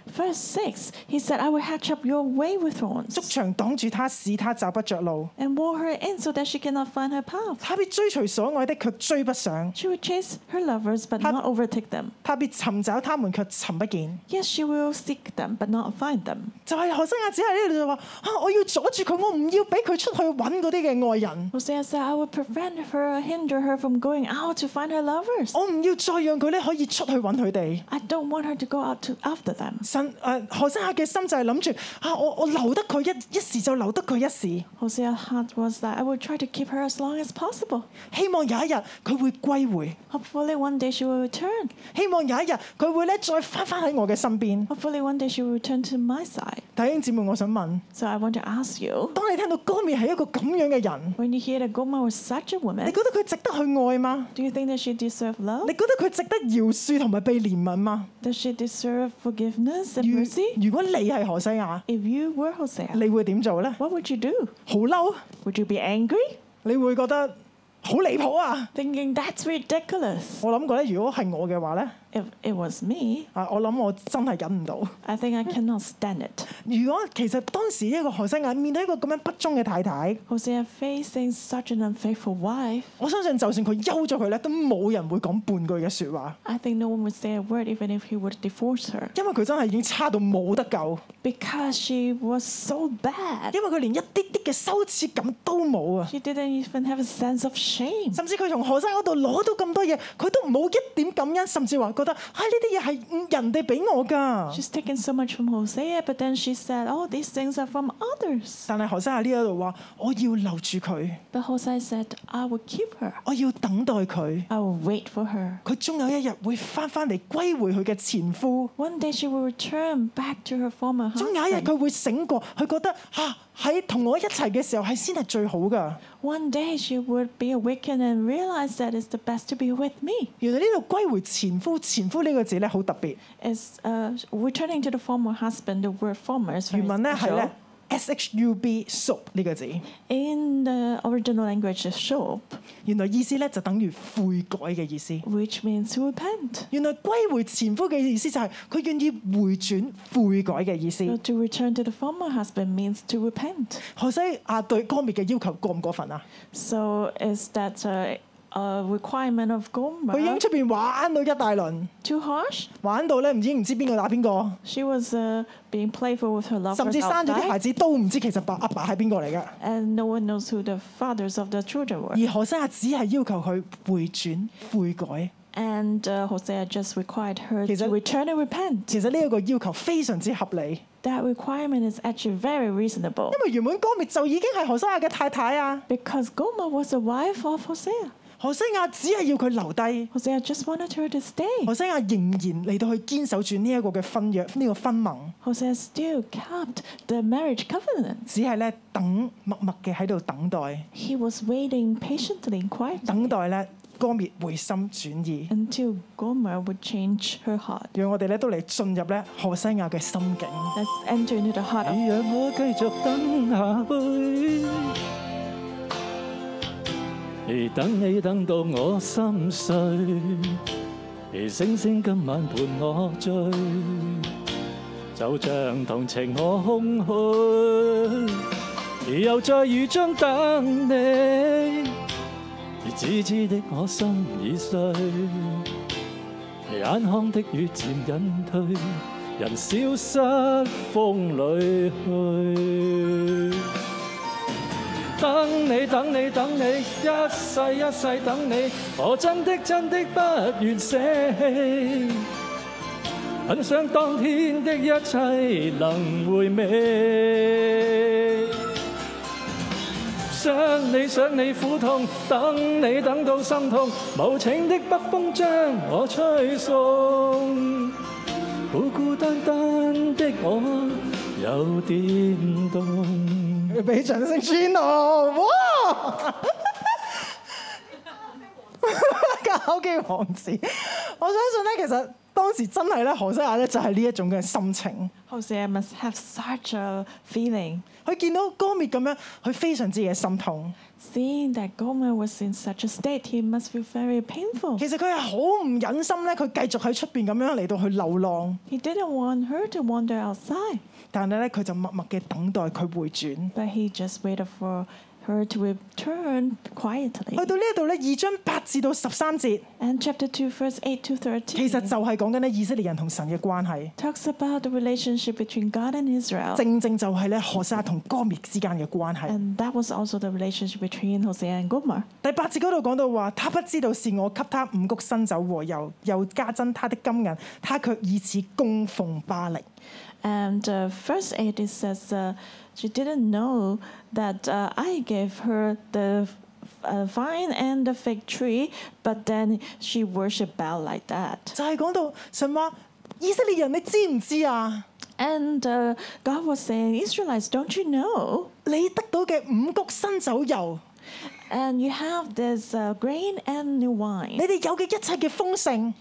Verse 6, he said, I will hatch up your way with
築
thorns
牆擋住他，使他找不着路。
and wall her in so that she cannot find her path.
他必追隨所愛的，卻追不上；
She will chase her lovers but
Hab-
not overtake them.
他必尋找他們，卻尋不見。
Yes, she will seek them but not find them.
就係何西亞只喺呢度就話啊，我要阻住佢，我唔要俾佢出去揾嗰啲嘅愛人，
Hosea said, I will prevent her, hinder her from going out to find her lovers.
我唔要再讓佢咧可以出去揾佢哋。
I don't want her to go out to after them.
神誒、呃何西亞嘅心就係諗住啊，我我留得佢一一時就留得佢一時，
Hosea's heart was that I will try to keep her as long as possible.
希望有一日佢會歸回，
Hopefully, one day she will return.
希望有一日佢會咧再翻返喺我嘅身邊。
Hopefully, one day she will return to my side.
弟兄姊妹，我想問，
So I want to ask you,
當你聽到歌蔑係一個咁樣嘅人，
when you hear that Gomer was such a
你
woman,
覺得佢值得去愛嗎？
do you think that she deserved love?
你覺得佢值得饒恕同埋被憐憫嗎？
Does she deserve forgiveness and
如
mercy?
如果你係何西亞，
If you were Hosea,
你會點做呢？
what would you do?
好嬲！
Would you be angry,
你會覺得好離譜啊！
thinking that's ridiculous?
我諗過咧，如果係我嘅話咧，
If it was me,
啊，我諗我真係忍唔到。
I think I cannot stand it.
如果其實當時一個何西亞面對一個咁樣不忠嘅太太，
Hosea facing such an unfaithful wife,
我相信就算佢休咗佢咧，都冇人會講半句嘅説話，
I think no one would say a word even if he would divorce her.
因為佢真係已經差到冇得救，
because she was so bad.
因為佢連一啲啲嘅羞恥感都冇啊！
She didn't even have a sense of shame.
甚至佢從何西亞嗰度攞到咁多嘢，佢都冇一點感恩，甚至話覺得唉呢啲嘢係人哋俾我㗎。
She's taken so much from Hosea, but then she said, Oh, these things are from others.
但係何西亞呢一度話：我要留住佢，
But Hosea said, I will keep her.
我要等待佢。
I will wait for her.
佢終有一日會翻返嚟歸回佢嘅前夫，
One day she will return back to her former
終有一日
husband.
佢會醒過，佢覺得啊喺同我一齊嘅時候係先係最好㗎。
One day she would be awakened and realize that it's the best to be with me.
原來呢度歸回前夫，前夫呢個字咧好特別，
It's uh, returning to the former husband. The word former is very
原文咧係
special.
咧 S H U B shop 呢個字，
In the original language, is shop,
原來意思咧就等於悔改嘅意思。
which means to repent.
原來歸回前夫嘅意思就係佢願意回轉悔改嘅意思。
So to return to the former husband means to repent.
何西亞對歌滅嘅要求過唔過分啊？
So is that a, a requirement of
佢已經
Gomer?
出邊玩到一大輪，
Too harsh?
玩到咧唔知唔知邊個打邊個，
She was uh, being playful with her
甚
lovers
至生咗啲
outside,
孩子都唔知其實爸阿爸係邊個嚟嘅。
and no one knows who the fathers of the children were.
而何西亞只係要求佢回轉悔改，
And uh, Hosea just required her
He's
to
a-
return and repent.
其實呢一個要求非常之合理，因
That requirement is actually very reasonable
為原本歌滅就已經係何西亞嘅太太啊。
because Gomer was the wife of Hosea.
何西亞只係要佢留低，
Hosea just wanted her to stay.
何西亞仍然嚟到去堅守住呢一個嘅婚約，呢、個婚盟，
Hosea still kept the marriage covenant.
只係咧等默默嘅喺度等待，
He was waiting patiently and quietly
等待咧歌滅回心轉意，
until Gomer would change her heart.
讓我哋咧都嚟進入咧何西亞嘅心境。
Let's enter into the heart of
你讓我繼續等下去，
而等你等到我心碎，而星星今晚伴我醉，就像同情我空虛，而又在雨中等你，而痴痴的我心已碎，而眼眶的雨漸隱退，人消失風裏去。等你等你等你，一世一世等你，我真的真的不願捨棄。很想當天的一切能回味，想你想你苦痛，等你等到心痛，無情的北風將我吹送，孤孤單單的我有點凍。
俾掌聲 Gino，哇！ 搞基王子，我相信咧，其實當時真係咧，何西亞咧就係呢一種嘅心情。
Hosea must have such a feeling.
佢見到歌滅咁樣，佢非常之嘅心痛。
Seeing that Gomer was in such a state, he must feel very painful.
其實佢係好唔忍心咧，佢繼續喺出邊咁樣嚟到去流浪，
He didn't want her to wander outside,
但係咧佢就默默嘅等待佢回轉。去
but he just waited for her to return quietly.
到呢一度咧，二章八至到十三節，
And chapter 2, verse 8 to 13.
其實就係講緊咧以色列人同神嘅關係，
talks about the relationship between God and Israel.
正正就係咧何西亞同歌滅之間嘅關係。
And that was also the relationship between Hosea and Gomer.
第八節嗰度講到話，他不知道是我給他五谷新酒和油，又加增他的金銀，他卻以此供奉巴力。
And uh, verse 8 it says, uh, She didn't know that uh, I gave her the uh, vine and the fig tree, but then she worshipped Baal like that.
就係講到神話，以色列人你知唔知啊？
And uh, God was saying, Israelites, don't you know?
你得到嘅五谷新酒油，
And you have this uh, grain and new
你
wine,
哋有嘅一切嘅豐盛，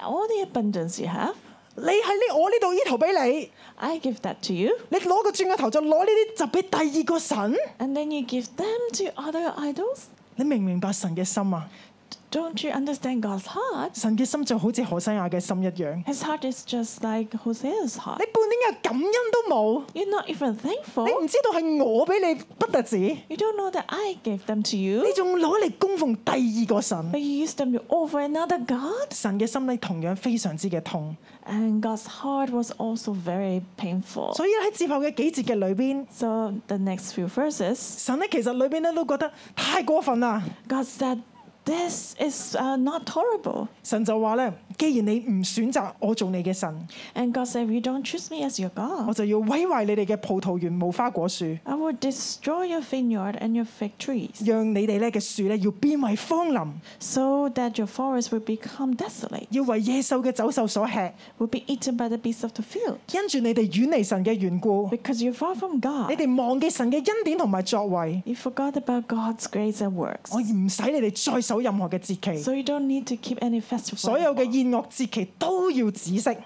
all the abundance you have.
你喺呢我呢度呢頭俾你，
I give that to you,
你攞個轉個頭就攞呢啲就俾第二個神。
and then you give them to other idols.
你明唔明白神嘅心啊？
Don't you understand God's heart?
神嘅心就好似何西亞嘅心一樣，你
His heart is just like Hosea's heart.
半年嘅感恩都冇，
You're not even
你
thankful.
唔知道係我俾你不特止。
You don't know that I gave them to
你
you,
仲攞嚟供奉第二個神。
but you use them to over another God.
神嘅心裏同樣非常之嘅痛，
And God's heart was also very painful.
所以喺接後嘅幾節嘅裏邊，
So the next few verses,
神咧其實裏邊咧都覺得太過分啦。
God said, This is uh, not tolerable.
神就話咧：既然你唔選擇我做你嘅神，
And God said, if you don't choose me as your
我
God,
就要毀壞你哋嘅葡萄園無花果樹，
I will destroy your vineyard and your fig trees,
讓你哋咧嘅樹咧要變為荒林，
so that your forest will become desolate,
要為野獸嘅走獸所吃。
will be eaten by the beasts of the field,
因住你哋遠離神嘅緣故，
because you're far from
你
God.
哋忘記神嘅恩典同埋作為，
You forgot about God's grace and works,
我唔使你哋再守任何嘅節期
so，you don't need to keep any festival,
所有嘅
anymore.
宴樂節期都要止息。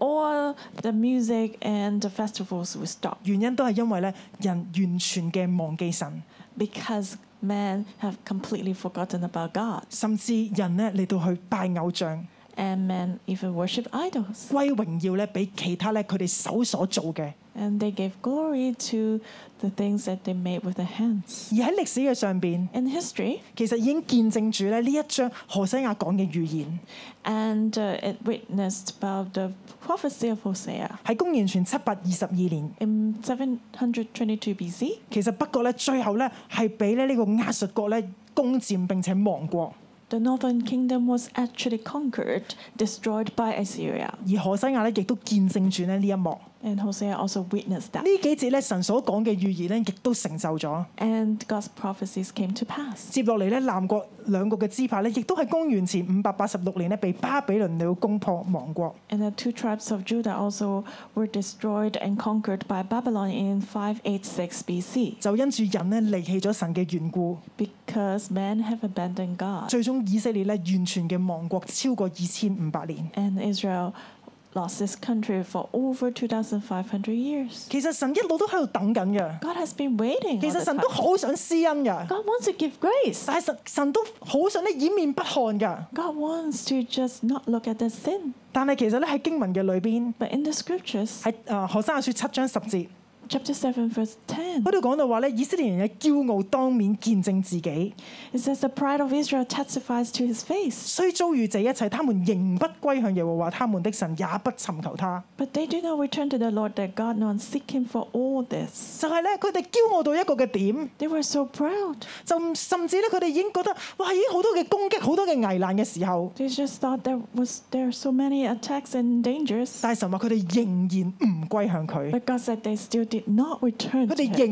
all the music and the festivals will stop.
原因都係因為咧人完全嘅忘記神，
because men have completely forgotten about God
甚至人咧嚟到去拜偶像，
and men even worship idols
歸榮耀咧俾其他咧佢哋手所做嘅。
and they gave glory to the things that they made with their hands.
而喺歷史嘅上邊，
In history,
其實已經見證住咧呢一章何西亞講嘅預言。
and uh, it witnessed about the prophecy of Hosea
喺公元前七百二十二年，
in 722 BC.
其實北國咧最後咧係俾咧呢個亞述國咧攻佔並且亡國，
The northern kingdom was actually conquered, destroyed by Assyria,
而何西亞咧亦都見證住咧呢一幕。呢
and Hosea also witnessed that.
幾節咧神所講嘅預言咧亦都成就咗。
And God's prophecies came to pass.
接落嚟咧南國兩國嘅支派咧，亦都喺公元前五百八十六年咧被巴比倫嚟到攻破亡國。
And the two tribes of Judah also were destroyed and conquered by Babylon in 586 BC
就因住人咧離棄咗神嘅緣故，
because men have abandoned God
最終以色列咧完全嘅亡國超過二千五百年。
and Israel lost this country for over 2,500 years.
其實神一路都喺度等緊嘅，
God has been waiting.
其
all
實
the
神
time.
都好想施恩㗎。
God wants to give grace.
但係神神都好想咧掩面不看㗎。
God wants to just not look at the sin.
但係其實咧喺經文嘅裏邊，
But in the scriptures,
喺誒何生亞書七章十節
chapter 7, verse 10,
嗰度講到話咧，以色列人嘅驕傲當面見證自己，
it says, The pride of Israel testifies to his face.
雖遭遇這一切，他們仍不歸向耶和華他們的神，也不尋求他。
But they do not return to the Lord their God, nor seek him for all this.
就係咧，佢哋驕傲到一個嘅點，
They were so proud.
就甚至咧，佢哋已經覺得哇，已經好多嘅攻擊，好多嘅危難嘅時候，
They just thought there was there are so many attacks and dangers.
但係神話佢哋仍然唔歸向佢，
But God said they still did not return
佢
to
哋
him.
仍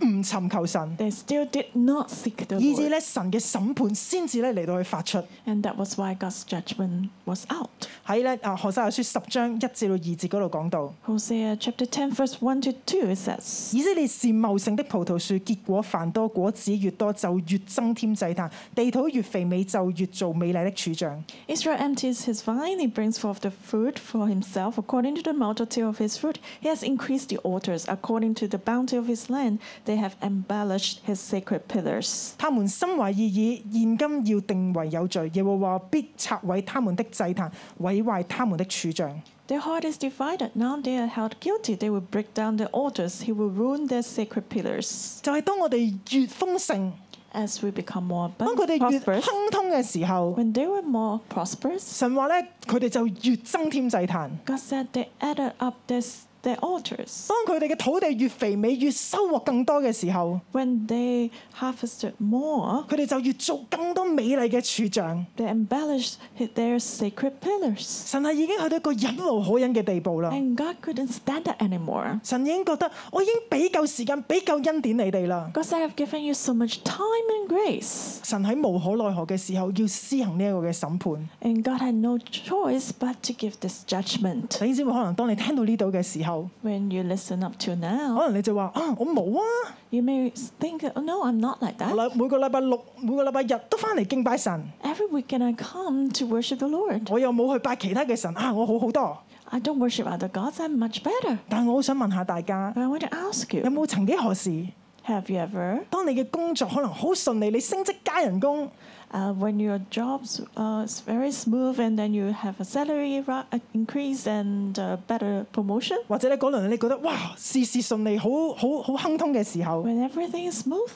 然唔尋求神，
They still did not seek the
以至
Lord.
咧神嘅審判先至咧嚟到去發出。
And that was why God's judgment was out.
喺咧啊何西阿書十章一至到二節嗰度講到，
Hosea chapter 10, verse 1 to 2 it says,
以色列是茂盛的葡萄樹，結果繁多，果子越多就越增添祭壇，地土越肥美就越做美麗的柱像。
Israel empties his vine, he brings forth the fruit for himself according to the multitude of his fruit. He has increased the altars according to the bounty of his land. They have embellished his sacred pillars.
他們心懷意義，現今要定為有罪。耶和華必拆毀他們的祭壇，毀壞他們的柱像。
Their heart is divided. Now they are held guilty. They will break down their altars. He will ruin their sacred pillars.
就係、當我哋越豐盛，
As we become more
當佢
abundant,
哋越
prosperous,
亨通嘅時候，
when they were more prosperous,
神話咧佢哋就越增添祭壇。
God said they added up this, their altars.
當佢哋嘅土地越肥美，越收穫更多嘅時候，
When they harvested more,
佢哋就越做更多美麗嘅柱像。
they embellished their sacred pillars.
神係已經去到一個忍無可忍嘅地步啦。
And God couldn't stand that anymore.
神已經覺得我已經俾夠時間，俾夠恩典你哋啦。
God said, I've given you so much time and grace.
神喺無可奈何嘅時候，要施行呢一個嘅審判。
And God had no choice but to give this judgment.
弟兄姊妹，可能當你聽到呢度嘅時候，
When you listen up till now,
可能你就話啊，我冇啊，
You may think, oh, no, I'm not like
我
that.
禮每個禮拜六、每個禮拜日都翻嚟敬拜神，
Every weekend I come to worship the Lord.
我又冇去拜其他嘅神啊，我好好多。
I don't worship other gods, I'm much better.
但我好想問下大家，
But I want to ask
有
you
冇曾幾何時，
have you ever,
當你嘅工作可能好順利，你升職加人工，
uh, when your job's uh, is very smooth and then you have a salary ri- uh, increase and uh, better promotion,
或者咧嗰輪你覺得哇事事順利，好好好亨通嘅時候，
when everything is smooth,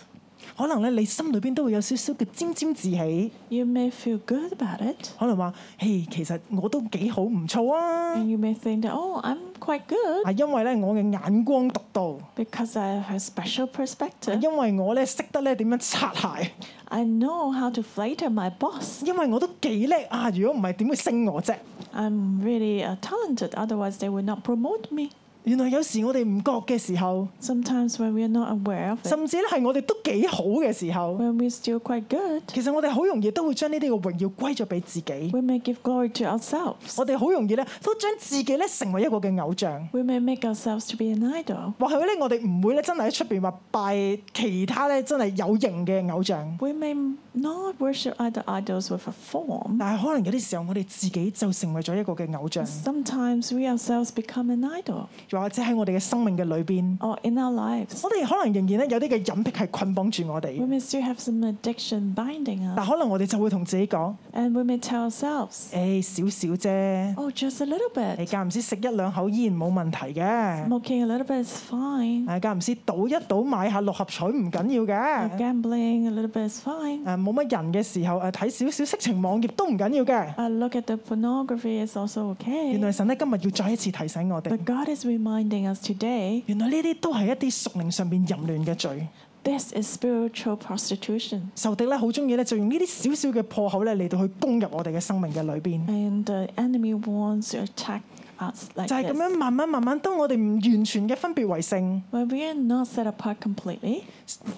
可能咧你心裏邊都會有少少嘅沾沾自喜，
you may feel good about it.
可能話：，嘿，其實我都幾好唔錯啊！啊
And you may think that, oh, I'm quite good
係因為咧我嘅眼光獨到，
because I have a special perspective.
因為我咧識得咧點樣擦鞋，
I know how to flatter my boss.
因為我都幾叻啊！如果唔係點會升我啫？
I'm really uh, talented, otherwise, they would not promote me.
原來有時我哋唔覺嘅時候，
Sometimes, when we are not aware of it,
甚至咧係我哋都幾好嘅時候，
when we're still quite good,
其實我哋好容易都會將呢啲嘅榮耀歸咗俾自己。
we may give glory to ourselves.
我哋好容易咧都將自己咧成為一個嘅偶像，
We may make ourselves to be an idol.
或許咧我哋唔會咧真係喺出邊話拜其他咧真係有形嘅偶像，
We may not worship other idols with a form.
但係可能有啲時候我哋自己就成為咗一個嘅偶像，
Sometimes we ourselves become an idol,
又或者喺我哋嘅生命嘅裏邊，
or in our lives,
我哋可能仍然咧有啲嘅隱癖係捆綁住我
we
哋，
may still have some addiction binding us,
但可能我哋就會同自己講：，
and we may tell ourselves,
誒少少啫，
oh, just a little
你
bit,
間唔時食一兩口依然冇問題嘅。
smoking a little bit is fine,
誒間唔時賭一賭買下六合彩唔緊要
or
嘅，
gambling a little bit is fine.
誒冇乜人嘅時候誒睇少少色情網頁都唔緊要嘅。
A look at the pornography is also
原
okay.
來神咧今日要再一次提醒我哋
But，God is reminding us today
原來呢啲都係一啲屬靈上邊淫亂嘅罪。
this is spiritual prostitution.
仇敵咧好中意咧就用呢啲少少嘅破口咧嚟到去攻入我哋嘅生命嘅裏邊，
And the enemy wants to attack us like
就係咁
this.
樣慢慢慢慢，當我哋唔完全嘅分別為聖，
When we are not set apart completely,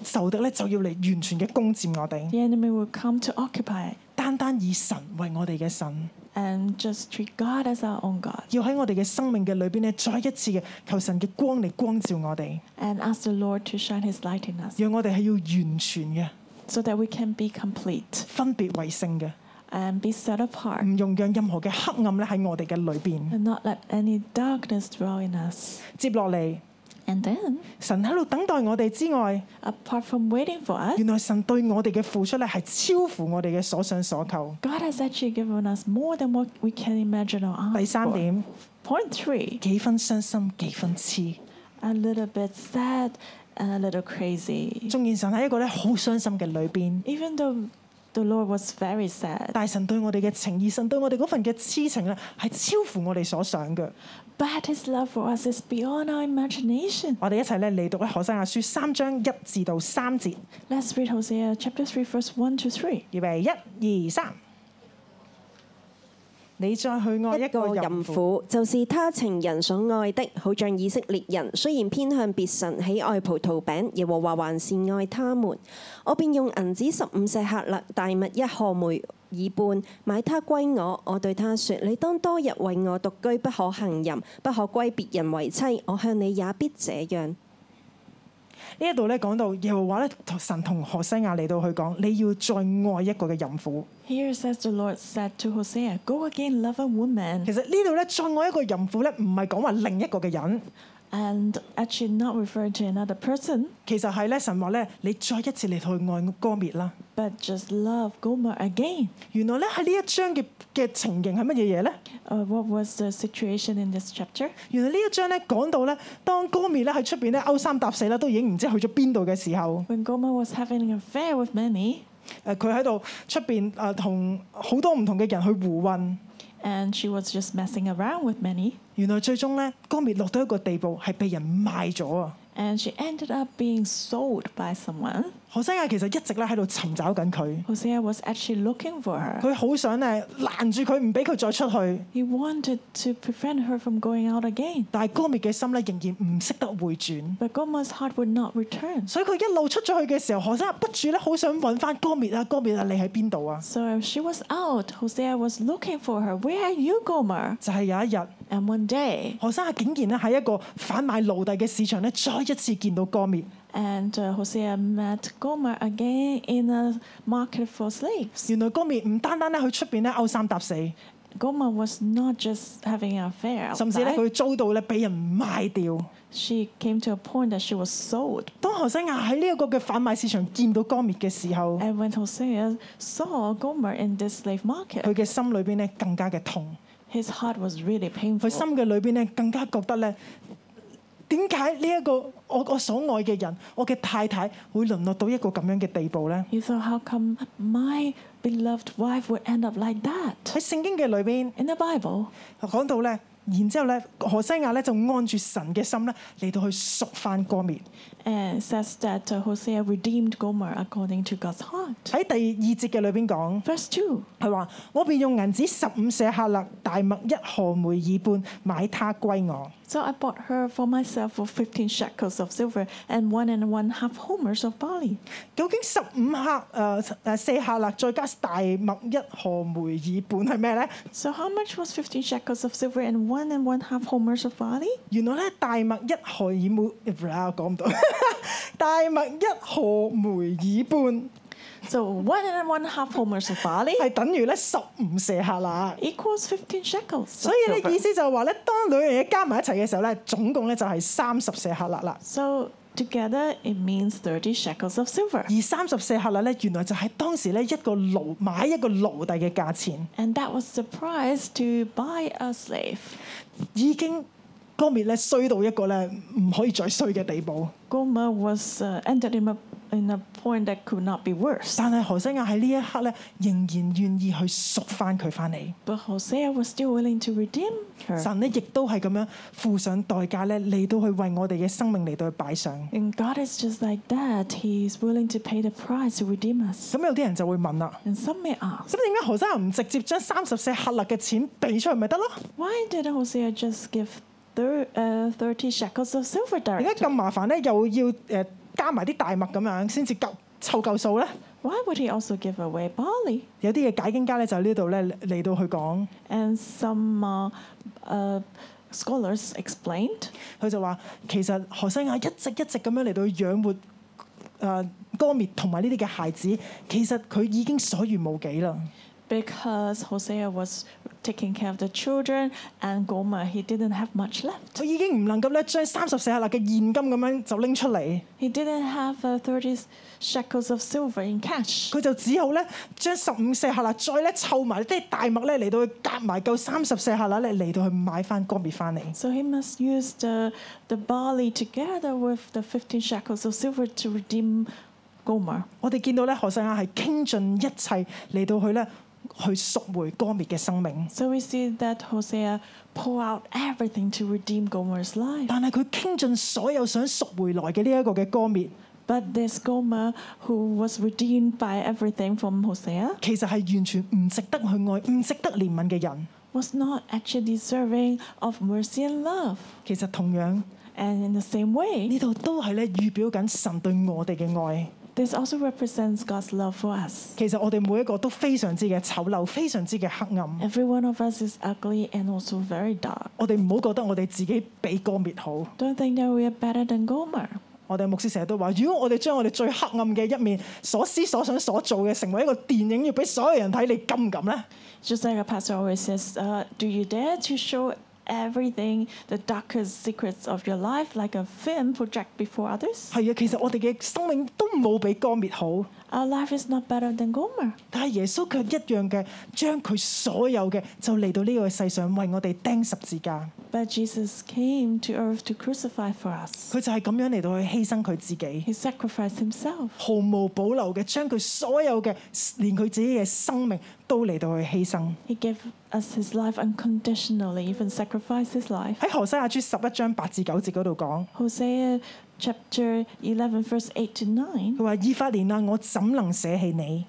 仇敵咧就要嚟完全嘅攻佔我哋。
the enemy will come to occupy it
單單以神為我哋嘅神，
and just treat God as our own God
要喺我哋嘅生命嘅裏邊咧再一次嘅求神嘅光嚟光照我哋。
and ask the Lord to shine his light in us
讓我哋係要完全嘅，
so that we can be complete
分別為聖嘅，
and be set apart
唔容讓任何嘅黑暗咧喺我哋嘅裏邊。
and not let any darkness dwell in us.
接落嚟，
And then,
神喺度等待我哋之外，
apart from waiting for us,
原來神對我哋嘅付出咧係超乎我哋嘅所想所求。
God has actually given us more than what we can imagine or
第
ask
三
for.
點，
Point three,
幾分傷心幾分痴。
a little bit sad and a little crazy.
縱然神喺一個咧好傷心嘅裏邊，
Even though the Lord was very sad,
但係神對我哋嘅情意，神對我哋嗰份嘅痴情咧係超乎我哋所想嘅。
but His love for us is beyond our imagination.
我哋一齊咧嚟讀咧何西亞書三章一至到三節，
Let's read Hosea chapter 3, verse 1 to 3.
預備一二三。你再去愛
一
一
個
個
淫
淫婦。
婦，就是他情人所愛的，好像以色列人雖然偏向別神，喜愛葡萄餅，耶和華還是愛他們。我便用銀子十五舍客勒，大麥一賀梅以半，買他歸我。我對他說：你當多日為我獨居，不可行淫，不可歸別人為妻。我向你也必這樣。
呢一度咧講到耶和華咧，神同何西亞嚟到去講，你要再愛一個嘅淫婦。
Here it says the Lord said to Hosea, Go again, love a
其
woman.
實呢度咧再愛一個淫婦咧，唔係講話另一個嘅人，
And actually, not referring to another person,
其實係咧神話咧，你再一次嚟到去愛歌滅啦。
but just love Gomer again.
原來咧喺呢一章嘅嘅情形係乜嘢嘢咧？
Uh, what was the situation in this chapter?
原來呢一章咧講到咧，當歌滅咧喺出邊咧勾三搭四啦，都已經唔知去咗邊度嘅時候，
When Gomer was having an affair with many,
誒佢喺度出邊誒同好多唔同嘅人去胡混。
and she was just messing around with many,
原來最終咧，歌滅落到一個地步係被人賣咗啊！
and she ended up being sold by someone.
何西亞其實一直咧喺度尋找緊佢。
Hosea was actually looking for her.
佢好想咧攔住佢，唔俾佢再出去。
He wanted to prevent her from going out again,
但係歌滅嘅心咧仍然唔識得回轉，
but Gomer's heart would not return.
所以佢一路出咗去嘅時候，何生不住咧好想揾翻歌滅啊，歌滅啊，你喺邊度啊？
So as she was out, Hosea was looking for her. Where are you, Gomer?
就係、有一日，
And one day,
何生啊竟然咧喺一個販賣奴隸嘅市場咧，再一次見到歌滅。
and uh, Hosea met Gomer again in a market for slaves.
原來歌滅唔單單咧去出邊咧勾三搭四，
Gomer was not just having an affair.
甚至咧
Outside.
佢遭到咧俾人賣掉。
She came to a point that she was sold.
當何生亞喺呢一個嘅販賣市場見到歌滅嘅時候，
And when Hosea saw Gomer in this slave
佢
market,
嘅心裏邊咧更加嘅痛。
his heart was really
佢
painful.
心嘅裏邊咧，更加覺得咧，點解呢一個我我所愛嘅人，我嘅太太會淪落到一個咁樣嘅地步咧？
He thought, how come my beloved wife would end up like that?
喺聖經嘅裏邊
In the Bible,
講到咧，然之後咧，何西亞咧就按住神嘅心咧嚟到去贖翻歌面。
And it says that uh, Hosea redeemed Gomer according to God's heart.
喺第二節嘅裏邊講，
Verse 2
佢話：我便用銀子十五舍客勒大麥一荷梅爾半買它歸我。
So I bought her for myself for 15 shekels of silver and one and one half homers of barley.
究竟十五克誒誒四克勒再加大麥一荷梅爾半係咩咧？
So how much was 15 shekels of silver and one and one half homers of barley?
原來咧大麥一荷爾梅，啊我講唔到， 大麥一荷梅爾半
So one and one half homers of barley
係等於咧十五舍客勒。
equals 15 shekels. of
所以咧
silver.
意思就係話咧，當兩樣嘢加埋一齊嘅時候咧，總共咧就係三十舍客勒啦。
So together it means 30 shekels of silver.
而三十舍客勒咧，原來就係當時咧一個奴買一個奴隸嘅價錢，
And that was the price to buy a slave.
已經歌滅咧衰到一個咧唔可以再衰嘅地步。
Gomer was uh, ended in a, in a point that could not be worse.
但係何西亞喺呢一刻咧，仍然願意去贖翻佢翻嚟。
But Hosea was still willing to redeem her.
神咧亦都係咁樣付上代價咧，嚟到去為我哋嘅生命嚟到去擺上。
And God is just like that. He is willing to pay the price to redeem us.
咁有啲人就會問啦，
And some may ask,
咁點解何西亞唔直接將三十四克勒嘅錢俾出去咪得咯？
why did Hosea just give thir- uh, 30 shekels of silver
點解
direct?
咁麻煩咧？又要誒、呃加埋啲大麥咁樣先至夠湊夠數咧？
Why would he also give away barley?
有啲嘅解經家咧就喺呢度咧嚟到去講，
And some uh, uh, scholars explained
佢就話其實何西亞一直一直咁樣嚟到養活誒、呃、歌滅同埋呢啲嘅孩子，其實佢已經所餘無幾啦。
because Hosea was taking care of the children and Gomer, he didn't have much left.
佢已經唔能夠咧將三十四克勒嘅現金咁樣就拎出嚟，
He didn't have uh, 30 shekels of silver in cash.
佢就只好咧將十五四克勒再咧湊埋啲大麥咧嚟到去夾埋夠三十四克勒咧嚟到去買翻歌滅翻嚟。
So he must use the, the barley together with the 15 shekels of silver to redeem Gomer.
我哋見到咧何西亞係傾盡一切嚟到去咧去贖回歌滅嘅生命，
So we see that Hosea pour out everything to redeem Gomer's life.
但係佢傾盡所有想贖回來嘅呢一個嘅歌滅，
But this Gomer, who was redeemed by everything from Hosea,
其實係完全唔值得去愛、唔值得憐憫嘅人。
was not actually deserving of mercy and love.
其實同樣
And in the same
呢
way,
度都係咧預表緊神對我哋嘅愛。
this also represents God's love for us.
其實我哋每一個都非常之嘅醜陋，非常之嘅黑暗。
Every one of us is ugly and also very dark.
我哋唔好覺得我哋自己比歌滅好。
Don't think that we are better than Gomer.
我哋牧師成日都話：如果我哋將我哋最黑暗嘅一面、所思所想所做嘅，成為一個電影，要俾所有人睇，你敢唔敢呢？
Just like a pastor always says, uh, do you dare to show everything, the darkest secrets of your life, like a film project before others?
係啊，其實我哋嘅生命都冇比歌滅好，
Our life is not better than Gomer.
但係耶穌卻一樣嘅將佢所有嘅就嚟到呢個世上，為我哋釘十字架。
But Jesus came to earth to crucify for us.
佢就係咁樣嚟到去犧牲佢自己，
He sacrificed himself
毫無保留嘅將佢所有嘅，連佢自己嘅生命都嚟到去犧牲。
He gave us his life unconditionally, even sacrificed his life.
喺何西亞書十一章八至九節嗰度講，
Hosea chapter 11, verse 8 to 9,
佢話：以法蓮啊，我怎能捨棄你？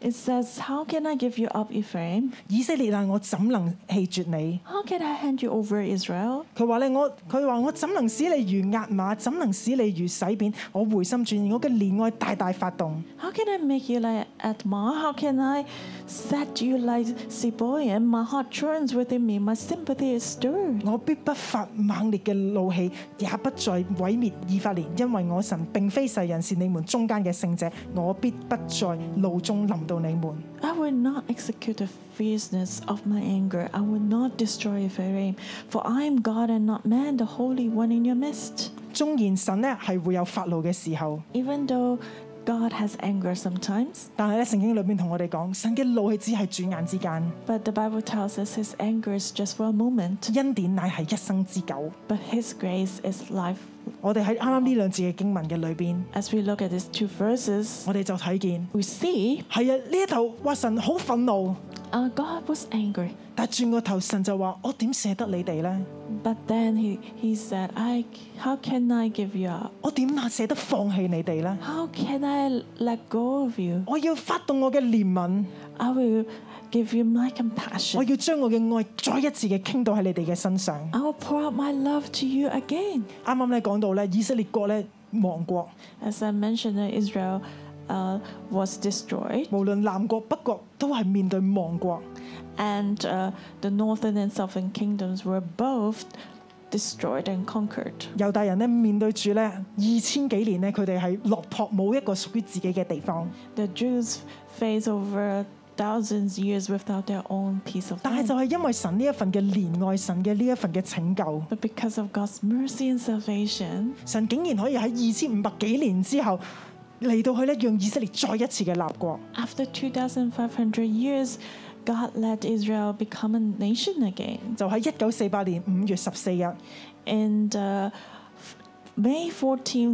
it says, How can I give you up, Ephraim?
以色列啊，我怎能棄絕你？
How can I hand you over, Israel?
佢話咧，我佢話我怎能使你如壓馬？怎能使你如洗扁？我回心轉意，我嘅憐愛大大發動。
How can I make you like Atma? How can I set you like Siboyan? My heart turns within me, my sympathy is stirred.
我必不發猛烈嘅怒氣，也不再毀滅以法蓮，因為我神並非世人，是你們中間嘅聖者。我必不在怒中臨到你們。
I will not execute the fierceness of my anger. I will not destroy Ephraim, for I am God and not man, the Holy One in your midst.
縱然神咧係會有發怒嘅時候，
Even though God has anger sometimes,
但係咧聖經裏面同我哋講，神嘅怒氣只係轉眼之間，
but the Bible tells us his anger is just for a moment,
恩典乃係一生之久。
but his grace is life
我哋喺啱啱呢兩節嘅經文嘅裏邊，
As we look at these two verses,
我哋就睇見
we see
係啊呢一頭哇神好憤怒，
uh, God was angry,
但轉個頭神就話：我點捨得你哋呢？
but then he, he said, I, How can I give you up?
我點捨得放棄你哋呢？
How can I let go of you?
我要發動我嘅憐憫，
I will give you my
我
compassion.
要將我嘅愛再一次嘅傾到喺你哋嘅身上。
I will pour out my love to you again.
啱啱咧講到咧，以色列國咧亡國，
As I mentioned, uh, Israel uh, was destroyed,
無論南國北國都係面對亡國。
and uh, the northern and southern kingdoms were both destroyed and conquered.
猶大人咧面對住咧二千幾年咧，佢哋係落魄冇一個屬於自己嘅地方，
The Jews faced over thousands years without their own piece of
但係就
land.
係因為神呢一份嘅憐愛，神嘅呢一份嘅拯救，
But because of God's mercy and salvation,
神竟然可以喺二千五百幾年之後嚟到去咧，讓以色列再一次嘅立國。
after 2,500 years, God let Israel become a nation again.
就喺一九四八年五月十四日，
And uh, f- May 14,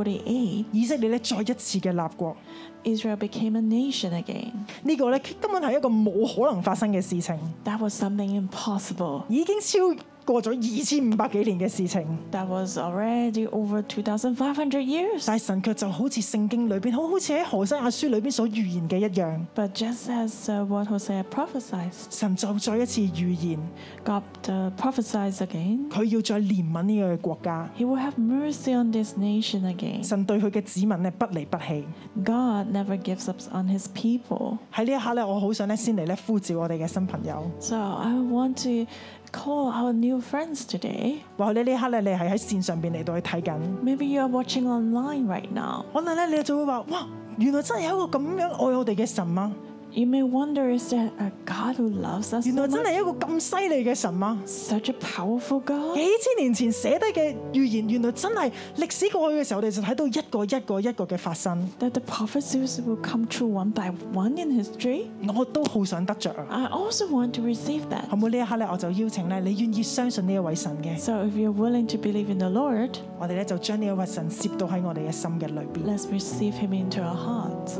1948,
以色列咧再一次嘅立國。
Israel became a nation again.
呢個咧根本係一個冇可能發生嘅事情，
That was something impossible.
已經超過咗二千五百幾年嘅事情。
That was already over 2,500 years.
但係神卻就好似聖經裏邊，好好似喺何西阿書裏邊所預言嘅一樣，
But just as uh, what Hosea prophesied,
神就再一次預言，
God uh, prophesies again.
佢要再憐憫呢個國家。
He will have mercy on this nation again.
神對佢嘅子民咧不離不棄。
God never gives up on his people.
喺呢一刻咧，我好想咧先嚟咧呼召我哋嘅新朋友，
So I want to call our new friends today.
或者呢一刻咧，你係喺線上邊嚟到去睇緊，
Maybe you are watching online right now.
可能咧你就會話：哇，原來真係有一個咁樣愛我哋嘅神啊！
You may wonder is there a God who loves us
原
so
來真
much?
係一個咁犀利嘅神啊！
Such a powerful
幾
God?
千年前寫低嘅預言，原來真係歷史過去嘅時候，我哋就睇到一個一個一個嘅發生。
That the prophecies will come true one by one in history?
我都好想得着啊！
I also want to receive that.
好冇呢一刻咧，我就邀請咧，你願意相信呢一位神嘅，
So if you're willing to believe in the Lord,
我哋咧就將呢一位神攝到喺我哋嘅心嘅裏邊。
let's receive him into our hearts.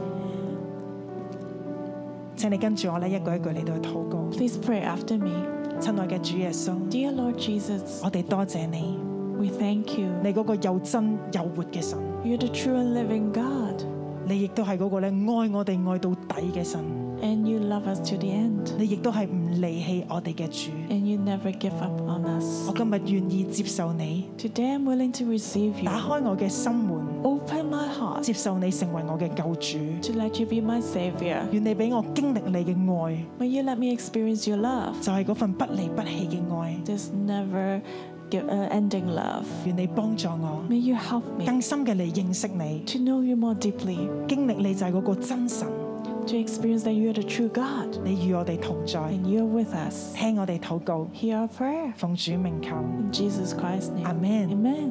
請你跟住我咧，一句一句嚟到去禱告。
Please pray after me.
親愛嘅主耶穌，
Dear Lord Jesus,
我哋多謝你，
we thank you.
你嗰個又真又活嘅神，
You're the true and living God,
你亦都係嗰個咧愛我哋愛到底嘅神，
and you love us to the end,
你亦都係唔離棄我哋嘅主。
and you never give up on us.
我今日願意接受你，
Today I'm willing to receive you.
打開我嘅心門。
Open my heart
接受你成為我嘅救主，
to let you be my Savior.
願你俾我經歷你嘅愛，
May you let me experience your love,
就係嗰份不離不棄嘅愛。
this never give, uh, ending love.
願你幫助我，
May you help me
更深嘅嚟認識你，
to know you more deeply,
經歷你就係嗰個真神，
to experience that you are the true God,
你與我哋同在，
and you're with us.
聽我哋禱告，
Hear our prayer.
奉主名求。
In Jesus Christ's name.
Amen.
Amen.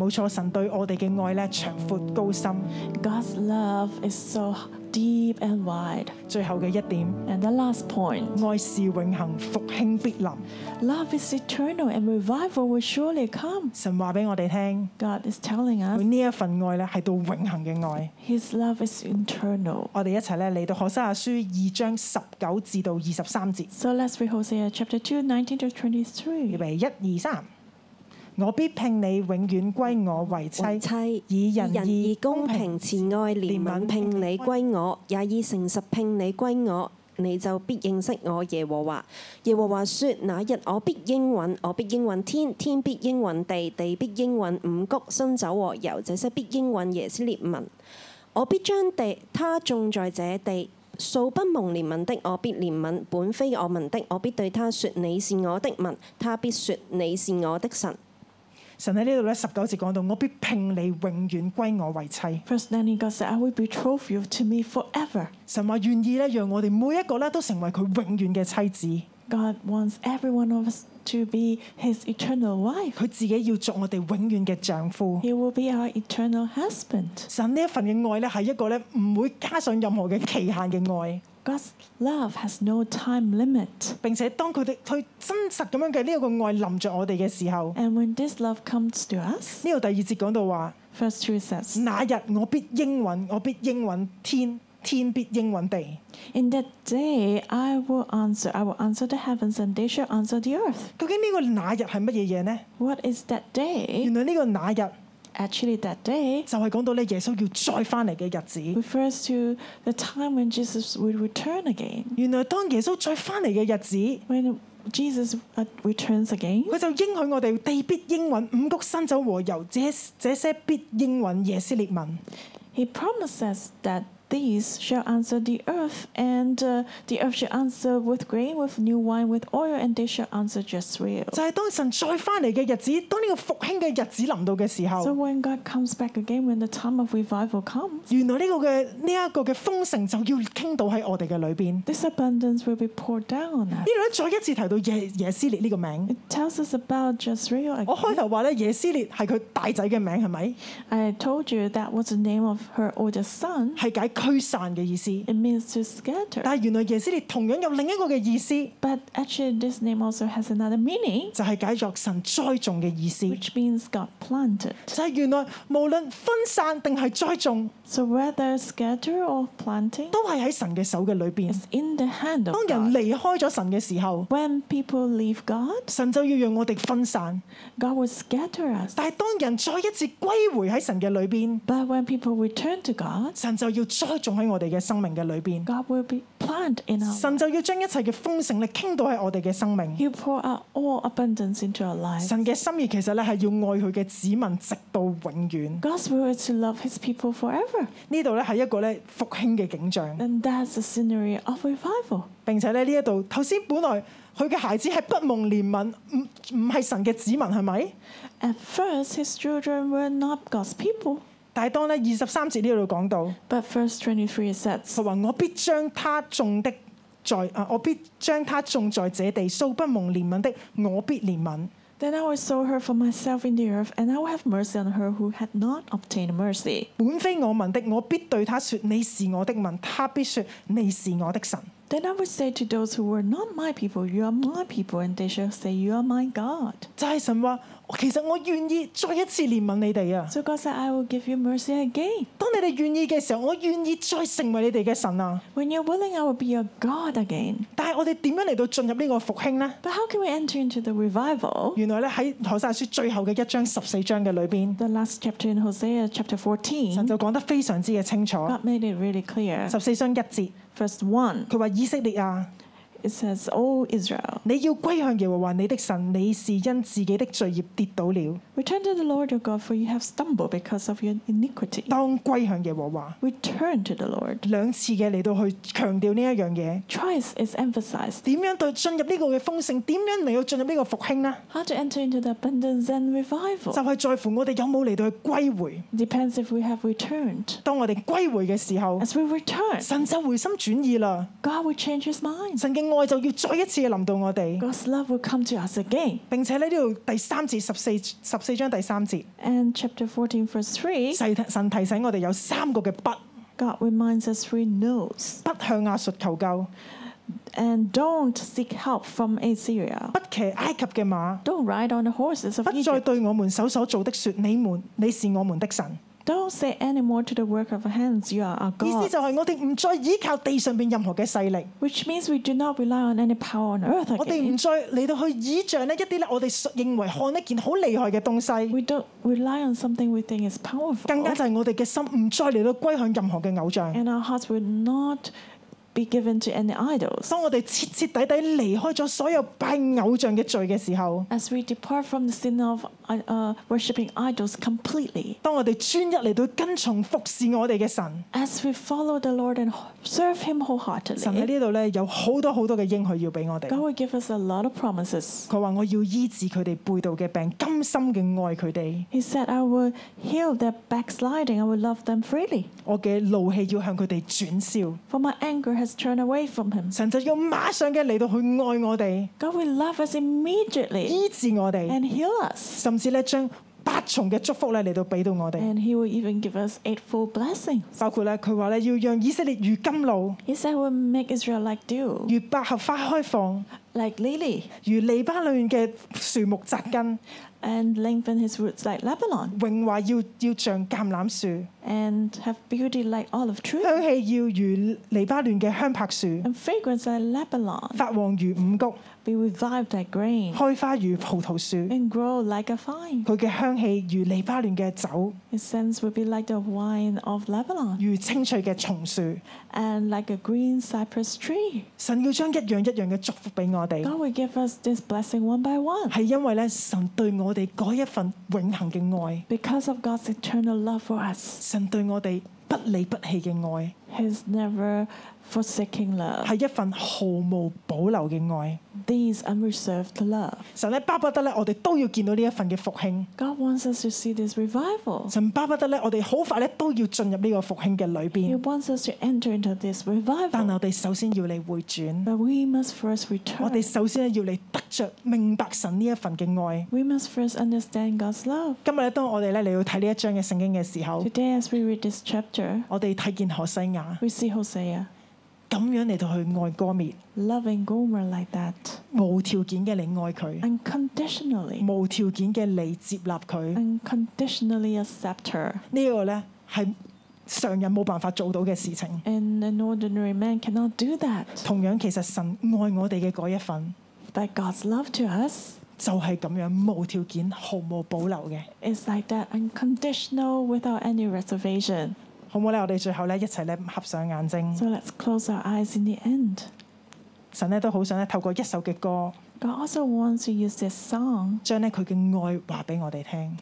冇錯，神對我哋嘅愛咧長闊高深。
God's love is so deep and wide.
最後嘅一點，
And the last point.
愛是永恆，復興必臨。
Love is eternal and revival will surely come.
神話俾我哋聽，
God is telling
佢
us
呢一份愛咧係到永恆嘅愛。
His love is eternal.
我哋一齊咧嚟到何西阿書二章十九至到二十三節。
So let's read Hosea chapter 2, 19 to
預
23.
備一二三，我必聘你永遠歸我為妻，
為妻
以仁
仁
義
義
公
公
平
平慈愛憐憫聘你歸我，也以誠實聘你歸我。你就必認識我耶和華。耶和華說：那日我必應允，我必應允天，天必應允地，地必應允五谷、新酒和油，這些必應允耶斯列民。我必將地他種在這地，素不蒙憐憫的，我必憐憫；本非我民的，我必對他說：你是我的民，他必說：你是我的神。
神喺呢度咧十九節講到，我必聘你永遠歸我為妻。
First, then God said, I will betroth you to me forever.
神話願意咧，讓我哋每一個咧都成為佢永遠嘅妻子，
God wants every one of us to be His eternal wife.
佢自己要做我哋永遠嘅丈夫。
He will be our eternal husband.
神呢一份嘅愛咧係一個咧唔會加上任何嘅期限嘅愛，
God's love has no time limit.
並且當佢哋佢真實咁樣嘅呢一個愛臨着我哋嘅時候，
And when this love comes to us,
呢度第二節講到話：
verse 2 says,
那日我必應允，我必應允天，天必應允地。
In that day I will answer, I will answer the heavens and they shall answer the earth.
究竟呢個那日係乜嘢嘢呢？
What is that
原
day?
來呢個那日
Actually, that day
就係講到咧耶穌要再翻嚟嘅日子。
refers to the time when Jesus will return again.
原來當耶穌再翻嚟嘅日子，
When Jesus uh, returns again,
佢就應許我哋地必應允五谷新酒和油，這這些必應允耶斯列民。
He promises that these shall answer the earth, and uh, the earth shall answer with grain, with new wine, with oil, and they shall answer Jezreel.
就係當神再翻嚟嘅日子，當呢個復興嘅日子臨到嘅時
So
候，
when God comes back again, when the time of revival comes,
原來呢個嘅呢一個嘅豐盛就要傾倒喺我哋嘅裏邊。
this abundance will be poured down on us.
呢度咧再一次提到耶耶斯列呢個名。
It tells us about Jezreel. Again.
我開頭話咧，耶斯列係佢大仔嘅名係咪？
I told you that was the name of her oldest son.
係解驅散嘅意思。
It means to scatter.
但係原來耶斯列同樣有另一個嘅意思，
But actually, this name also has another meaning,
就係解作神栽種嘅意思。
which means God planted.
就係原來無論分散定係栽種，
So whether scatter or planting,
都係喺神嘅手嘅裏邊。
is in the hand of
當人
God.
離開咗神嘅時候，
When people leave God,
神就要讓我哋分散。
God will scatter us.
但係當人再一次歸回喺神嘅裏邊，
But when people return to God,
神就要栽種喺我哋嘅生命嘅裏邊。
God will be planted in our.
神就要將一切嘅豐盛力傾倒喺我哋嘅生命。
He'll pour out all abundance into our lives.
神嘅心意其實咧係要愛佢嘅子民直到永遠。
God's will is to love His people forever,
呢度咧係一個咧復興嘅景象。
and that's the scenery of revival.
並且咧呢一度頭先本來佢嘅孩子係不蒙憐憫，唔唔係神嘅子民係咪？
At first, His children were not God's people,
但係當咧二十三節呢度講到，
but verse twenty-three says,
佢話我必將他種的在啊，我必將他種在這地，素不蒙憐憫的，我必憐憫。
"Then I will sow her for myself in the earth, and I will have mercy on her who had not obtained mercy."
本非我民的，我必對他說：你是我的民。他必說：你是我的神。
Then I would say to those who were not my people, You are my people, and they shall say, You are my God.
就係神話，其實我願意再一次憐憫你哋啊！
So God said, I will give you mercy again.
當你哋願意嘅時候，我願意再成為你哋嘅神啊！
When you're willing, I will be your God again.
但係我哋點樣嚟到進入呢個復興呢？
But how can we enter into the revival?
原來咧喺何塞書最後嘅一章十四章嘅裏邊，
The last chapter in Hosea, chapter
神
14,
就講得非常之嘅清楚。
God made it really clear.
十四章一節，
Verse 1,
佢話：以色列啊，
it says, O Israel,
你要歸向耶和華你的神，你是因自己的罪孽跌倒了，
return to the Lord your God, for you have stumbled because of your iniquity.
當歸向耶和華。
Return to the Lord.
兩次嘅嚟到去強調呢一樣嘢，
Twice is emphasized.
點樣對進入呢個嘅豐盛，點樣嚟到進入呢個復興呢？
How to enter into the abundance and
就
revival
係在乎我哋有冇嚟到去歸回。
depends if we have returned.
當我哋歸回嘅時候，
As we return,
神就回心轉意啦，
God will change his mind.
神嘅愛就要再一次嘅臨到我哋。
God's love will come to us again.
並且咧呢度第三節十四十四章第三節，
And chapter 14, verse 3,
神神提醒我哋有三個嘅不，
God reminds us three no's.
不向亞述求救，
And don't seek help from Assyria.
不騎埃及嘅馬，
Don't ride on the horses of
不再
Egypt.
對我們手所做的說，你們你是我們的神。
Don't say any more to the work of our hands, you are our
意思
God.
就係我哋唔再依靠地上邊任何嘅勢力，
Which means we do not rely on any power on earth
我哋唔
again.
再嚟到去倚仗呢一啲咧我哋認為看一件好厲害嘅東西，
We don't rely on something we think is
更
powerful.
加就係我哋嘅心唔再嚟到歸向任何嘅偶像。
And our hearts will not be given to any idols.
當我哋徹徹底底離開咗所有拜偶像嘅罪嘅時候，
As we depart from the sin of uh, uh, worshipping idols completely,
當我哋專一嚟到跟從服侍我哋嘅神，
As we follow the Lord and serve Him
神喺
wholeheartedly,
呢度咧有好多好多嘅應許要俾我哋。
God will give us a lot of promises.
佢話：我要醫治佢哋背道嘅病，甘心嘅愛佢哋。
He said, I will heal their backsliding, I will love them freely.
我嘅怒氣要向佢哋轉消。
For my anger has turned away from Him.
神就要馬上嘅嚟到去愛我哋，
God will love us immediately
醫治我哋，
and heal us,
甚至咧將八重嘅祝福咧嚟到俾到我哋，
And he will even give us eightfold blessings.
包括咧佢話咧要讓以色列如甘露，
He said, "Will make Israel like dew,
如百合花開放，
like lily,
如利巴嫩嘅樹木扎根，
and lengthen his roots like Lebanon,
榮華要要像橄欖樹，
and have beauty like olive tree,
香氣要如利巴嫩嘅香柏樹，
and fragrance like Lebanon.
發旺如五谷，
Be revived like grain,
開花如葡萄樹。
and grow like a vine.
佢嘅香氣如利巴嫩嘅酒，
His scents will be like the wine of Lebanon,
如清脆嘅松樹。
and like a green cypress tree.
神要將一樣一樣嘅祝福俾我哋，
God will give us this blessing one by one."
係因為咧神對我哋嗰一份永恆嘅愛，
Because of God's eternal love for us,
神對我哋不離不棄嘅愛，
His never forsaking love,
係一份毫無保留嘅愛。
these unreserved love.
神咧巴不得咧，我哋都要見到呢一份嘅復興。
God wants us to see this revival.
神巴不得咧，我哋好快咧都要進入呢個復興嘅裏
He
邊。
wants us to enter into this
但
revival.
係我哋首先要嚟回轉，
But we must first
我哋
return.
首先咧要嚟得着明白神呢一份嘅愛。
We must first understand God's love.
今日咧，當我哋咧嚟到睇呢一章嘅聖經嘅時候，
Today, as we read this chapter,
我哋睇見何西亞
we see Hosea
咁樣嚟到去愛歌滅，
loving Gomer like that,
無條件嘅嚟愛佢。
unconditionally,
無條件嘅嚟接納佢，呢、
unconditionally accept her.
個呢係常人冇辦法做到嘅事情。
And an ordinary man cannot do that.
同樣，其實神愛我哋嘅嗰一份
But God's love to us
就係咁樣無條件、毫無保留嘅，
It's like that unconditional without any reservation.
好唔好呢？我哋最後呢，一齊咧合上眼睛
So，let's close our eyes in the end.
神呢都好想咧透過一首嘅歌，
God also wants to use this song
將咧佢嘅愛話俾我哋聽。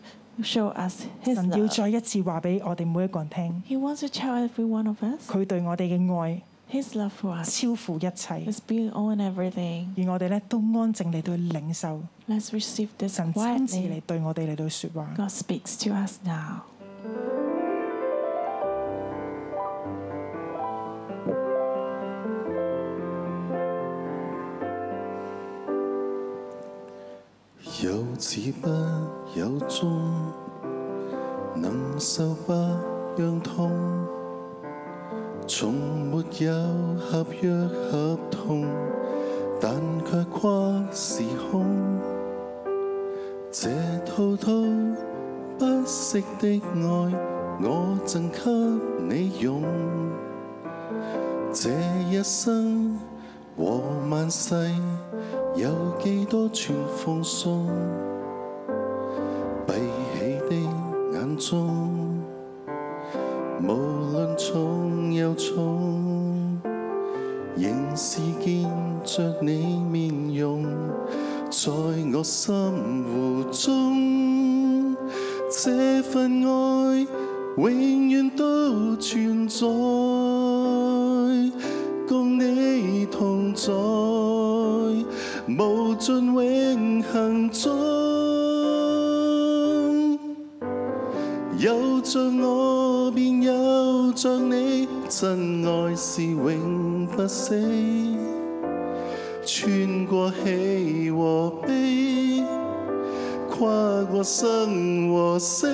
to show us His
神要
love.
再一次話俾我哋每一個人聽，
He wants to tell every one of us
佢對我哋嘅愛
His love for us
超乎一切，
is beyond everything.
而我哋呢都安靜嚟到領受
Let's receive this
神親自嚟
quietly.
對我哋嚟到説話。
God speaks to us now.
有始不有終，能受百樣痛，從沒有合約合同，但卻跨時空。這滔滔不息的愛，我贈給你用。這一生和萬世，有幾多串放鬆？閉起的眼中，無論重又重，仍是見着你面容，在我心湖中，這份愛永遠都存在，共你同在，無盡永恆中。有着我便有着你，真愛是永不死，穿過喜和悲，跨過生和死。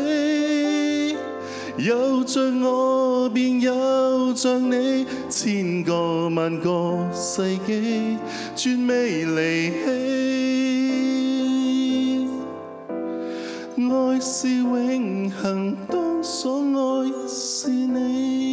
有着我便有着你，千個萬個世紀，絕未離棄。愛是永恒，當所愛是你。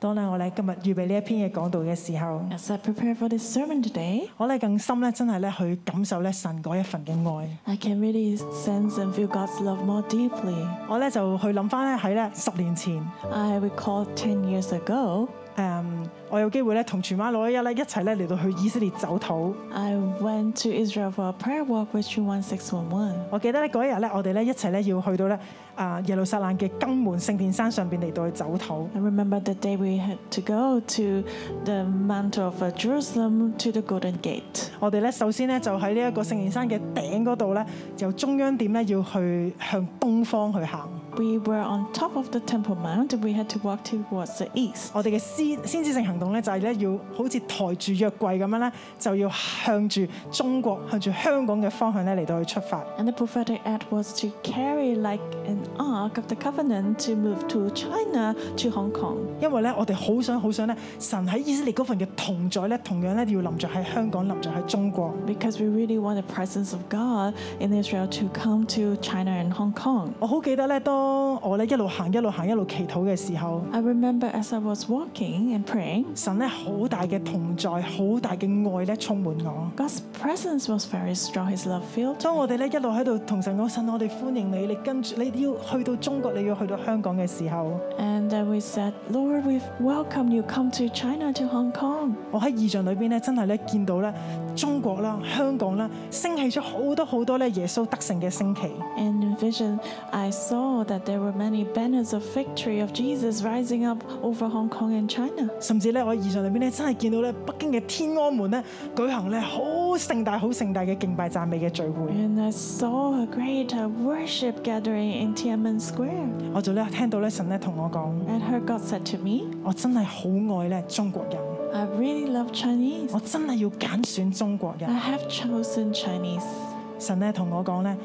當咧我咧今日預備呢一篇嘅講道嘅時候，
As I prepare for this sermon today,
我咧更深咧真係咧去感受咧神嗰一份嘅愛。
I can really sense and feel God's love more deeply.
我咧就去諗翻咧喺咧十年前，誒、
I recall 10 years ago,
um, 我有機會咧同全媽老一咧一齊咧嚟到去以色列走土。
I went to Israel for a prayer walk with True 1611.
我記得咧嗰一日咧，我哋咧一齊咧要去到咧啊耶路撒冷嘅金門聖殿山上邊嚟到去走土。
I remember the day we had to go to the mountain of uh, Jerusalem to the Golden Gate.
我哋咧首先咧就喺呢一個聖殿山嘅頂嗰度咧，由中央點咧要去向東方去行。
We were on top of the Temple Mount and we had to walk towards the east.
我哋嘅先先知性行行動咧，就係咧要好似抬住約櫃咁樣咧，就要向住中國、向住香港嘅方向咧嚟到去出發。
And the prophetic act was to carry like an ark of the covenant to move to China, to Hong Kong.
因為咧，我哋好想好想咧，神喺以色列嗰份嘅同在咧，同樣咧要臨着喺香港、臨着喺中國。
Because we really want the presence of God in Israel to come to China and Hong Kong.
我好記得咧，當我咧一路行、一路行、一路祈禱嘅時候，
I remember as I was walking and praying,
神咧好大嘅同在、好大嘅愛咧充滿我。
God's presence was very strong, His love filled.
當我哋咧一路喺度同神講，神我哋歡迎你，你跟住你要去到中國，你要去到香港嘅時候，
And then we said, Lord, we welcome you, come to China, to Hong Kong.
我喺異象裏邊咧真係咧見到咧中國啦、香港啦，升起咗好多好多咧耶穌得勝嘅升旗。
And in vision, I saw that there were many banners of victory of Jesus rising up over Hong Kong and China.
甚至咧，我喺異象裏邊咧，真係見到咧北京嘅天安門咧舉行咧好盛大、好盛大嘅敬拜讚美嘅聚會，
And I saw a great uh, worship gathering in Tiananmen Square.
我就咧聽到咧神咧同我講，
And her God said to me,
我真係好愛咧中國人，
I really love Chinese.
我真係要揀選中國
I
人。
have chosen Chinese.
神咧同我講咧，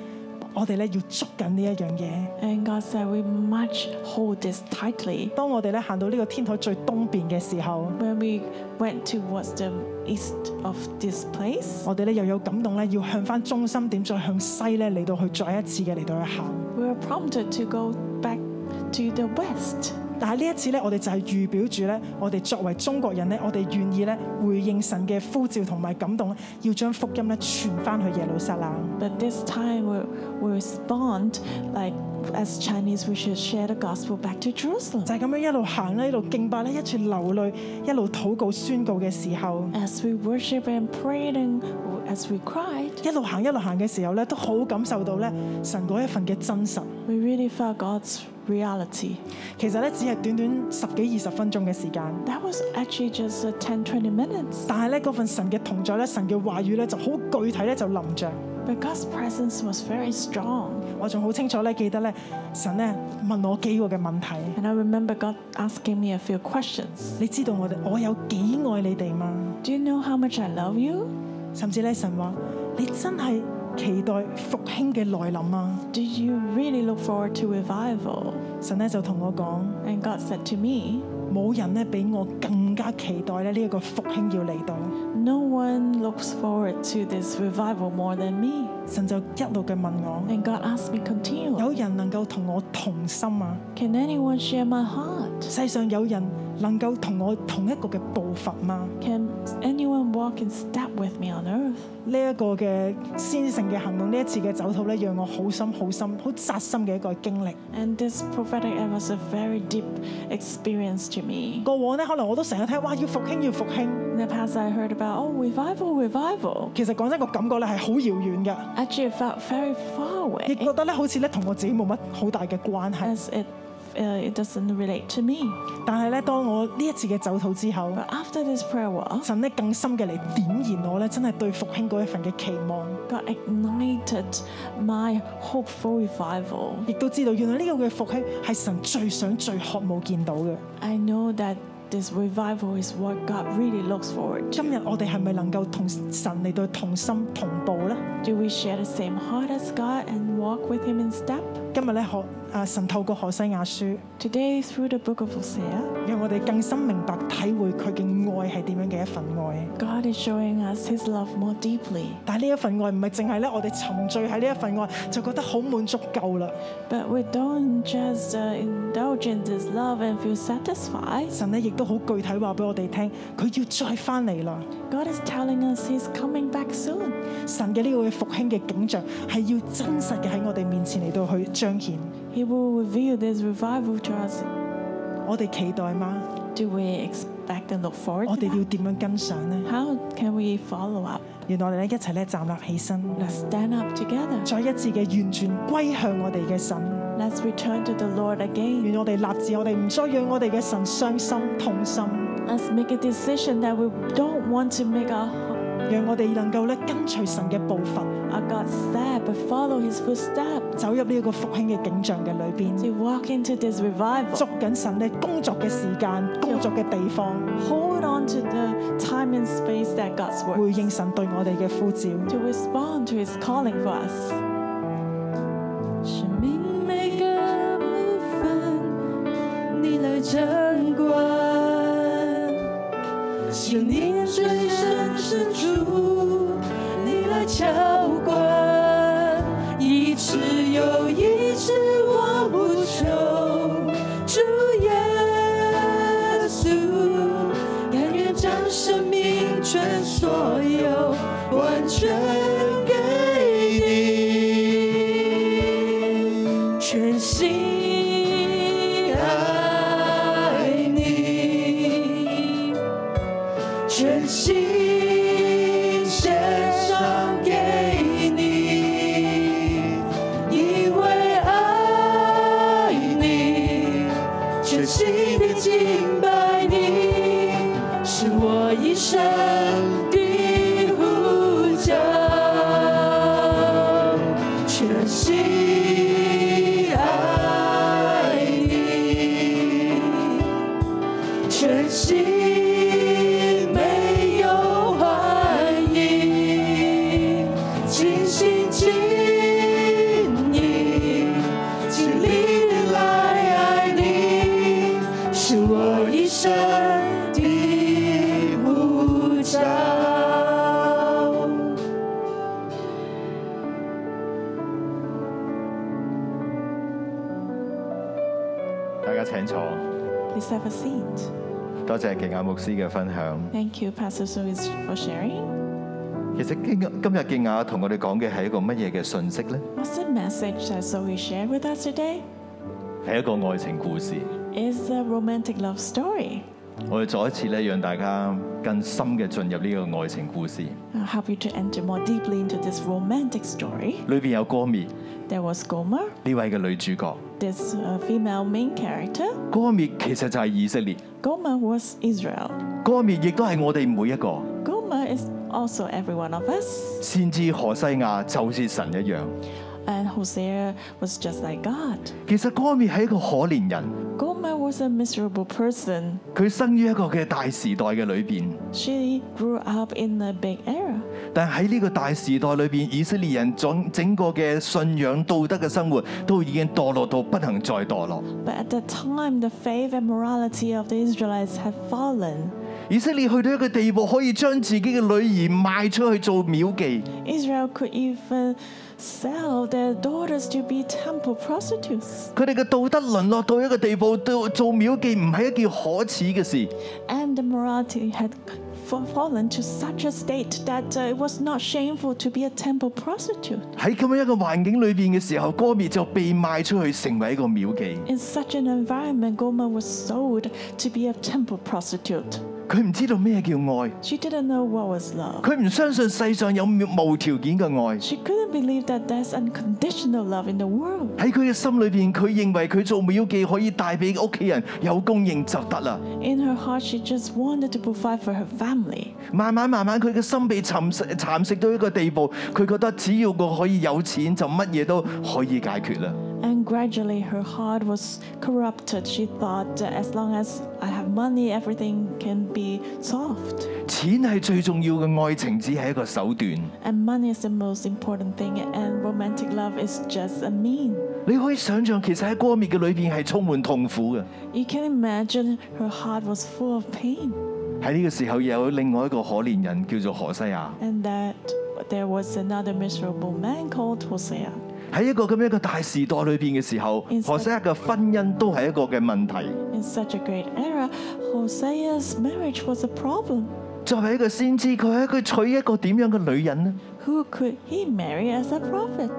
我哋咧要捉緊呢一樣嘢。
And God said we must hold this tightly.
當我哋咧行到呢個天台最東邊嘅時候，
When we went towards the east of this place,
我哋咧又有感動咧，要向翻中心點，再向西咧嚟到去再一次嘅嚟到去行。
we were prompted to go back to the west.
但係呢一次咧，我哋就係預表住咧，我哋作為中國人咧，我哋願意咧回應神嘅呼召同埋感動，要將福音咧傳翻去耶路撒冷。
But this time we, we respond like as Chinese, we should share the gospel back to Jerusalem.
就係咁樣一路行咧，一路敬拜咧，一直流淚，一路禱告宣告嘅時候，
As we worship and prayed and as we cried,
一路行一路行嘅時候咧，都好感受到咧神嗰一份嘅真實。
we really felt God's reality.
其實咧，只係短短十幾二十分鐘嘅時間，
That was actually just uh, 10, 20 minutes.
但係咧嗰份神嘅同在咧，神嘅話語咧就好具體咧就臨着。
But God's presence was very strong.
我仲好清楚咧，記得咧神咧問我幾個嘅問題。
And I remember God asking me a few questions.
你知道我哋我有幾愛你哋嗎？
Do you know how much I love you?
甚至咧神話，你真係期待復興嘅來臨啊！
Do you really look forward to revival?
神咧就同我講，
And God said to me,
冇人咧比我更加期待咧呢一個復興要嚟到。
No one looks forward to this revival more than me.
神就一路嘅問我，
And God asked me continually,
有人能夠同我同心啊？
Can anyone share my heart?
世上有人能夠同我同一個嘅步伐嗎？
Can anyone walk in step with me on earth?
呢一個嘅先聖嘅行動，呢一次嘅走禱咧，讓我好深、好深、好扎心嘅一個經歷。
And this prophetic act was a very deep experience to me.
過往咧，可能我都成日聽，哇，要復興，要復興。
In the past, I heard about, oh, revival, revival.
其實講真，個感覺咧係好遙遠嘅。
Actually, it felt very far
亦
away
覺得咧好似咧同我自己冇乜好大嘅關係。
as it, uh, it doesn't relate to me.
但係咧，當我呢一次嘅走禱之後，
But after this prayer walk,
神咧更深嘅嚟點燃我咧，真係對復興嗰一份嘅期望，
God ignited my hope for revival.
亦都知道原來呢個嘅復興係神最想、最渴望見到嘅。
I know that this revival is what God really looks forward to.
今日我哋係咪能夠同神嚟到同心同步呢？
Do we share the same heart as God and walk with Him in step?
今日咧，何啊神透過何西亞書，
Today, through the book of Hosea,
讓我哋更深明白體會佢嘅愛係點樣嘅一份愛。
God is showing us His love more deeply.
但係呢一份愛唔係淨係咧，我哋沉醉喺呢一份愛就覺得好滿足夠啦。
But we don't just uh, indulge in this love and feel satisfied.
神咧亦都好具體話俾我哋聽，佢要再翻嚟啦。
God is telling us He's coming back soon.
神嘅呢個嘅復興嘅景象係要真實嘅喺我哋面前嚟到去彰顯。
He will reveal this revival to us.
我哋期待嗎？
Do we expect and look forward
我
to
哋要
that?
點樣跟上呢？
How can we follow up?
原來我哋咧一齊咧站立起身，
Let's stand up together.
再一次嘅完全歸向我哋嘅神。
Let's return to the Lord again.
願我哋立志，我哋唔再讓我哋嘅神傷心痛心。
Let's make a decision that we don't want to make our
讓我哋能夠咧跟隨神嘅步伐，
Our God step, but follow his footsteps
走入呢個復興嘅景象嘅裏邊，
to walk into this revival.
捉緊神咧工作嘅時間、工作嘅地方，
Hold on to the time and space that God's work
回應神對我哋嘅呼召。
to respond to his calling for us.
生命每个部分，你来掌管。生命最深深处，你来浇灌，一直又一直我不求。主耶稣，甘愿将生命全所有完全给你，全心爱你，全心献上给你，因为爱你。全心的敬拜你，是我一生的呼叫，全心爱你，全心没有怀疑，尽心尽意，尽力的来爱你，是我一生的呼召。
大家請坐，
Please have a seat.
多謝敬雅牧師嘅分享。
Thank you, Pastor Suiz, for sharing.
其實今日今日敬雅同我哋講嘅係一個乜嘢嘅信息呢？
What's the message that Zoe shared with us today?
係一個愛情故事。
It's a romantic love story.
我哋再一次咧，讓大家更深嘅進入呢個愛情故事，
I'll help you to enter more deeply into this romantic story.
裏邊有歌滅
There was Gomer,
呢位嘅女主角。
this uh, female main character.
歌滅其實就係以色列，
Gomer was Israel.
歌滅亦都係我哋每一個。
Gomer is also every one of us.
先知何西亞就好似神一樣。
And Hosea was just like God.
其實歌滅係一個可憐人，
Gomer was a miserable person.
佢生於一個嘅大時代嘅裏邊，
She grew up in a big era.
但喺呢個大時代裏邊，以色列人整整個嘅信仰道德嘅生活都已經墮落到不能再墮落。
But at that time, the faith and morality of the Israelites had fallen.
以色列去到一個地步，可以將自己嘅女兒賣出去做廟妓。
Israel could even sell their daughters to be temple prostitutes.
佢哋嘅道德淪落到一個地步，到做廟妓唔係一件可恥嘅事。
And the morality had fa- fallen to such a state that uh, it was not shameful to be a temple prostitute.
喺咁樣一個環境裏邊嘅時候，歌蔑就被賣出去成為一個廟妓。
In such an environment, Gomer was sold to be a temple prostitute.
佢唔知道咩叫愛，
She didn't know what was love.
佢唔相信世上有無條件嘅愛。
She couldn't believe that there's unconditional love in the world.
喺佢嘅心裏邊，佢認為佢做廟妓可以帶俾屋企人有供應就得啦。
In her heart, she just wanted to provide for her family.
慢慢慢慢，佢嘅心被蠶食蠶食到一個地步，佢覺得只要我可以有錢，就乜嘢都可以解決啦。
And gradually, her heart was corrupted. She thought, that as long as I have money, everything can be solved.
錢係最重要嘅，愛情只係一個手段。
And money is the most important thing, and romantic love is just a mean.
你可以想象，其實喺歌滅嘅裏邊係充滿痛苦嘅。
You can imagine her heart was full of pain,
喺呢個時候，有另外一個可憐人叫做何西亞，
and that there was another miserable man called Hosea.
喺一個咁樣一個大時代裏邊嘅時候，
Inside-
何西亞嘅婚姻都係一個嘅問題。
In such a great era, Hosea's marriage was a problem.
作為一個先知，佢係一個娶一個點樣嘅女人呢？
Who could he marry as a prophet?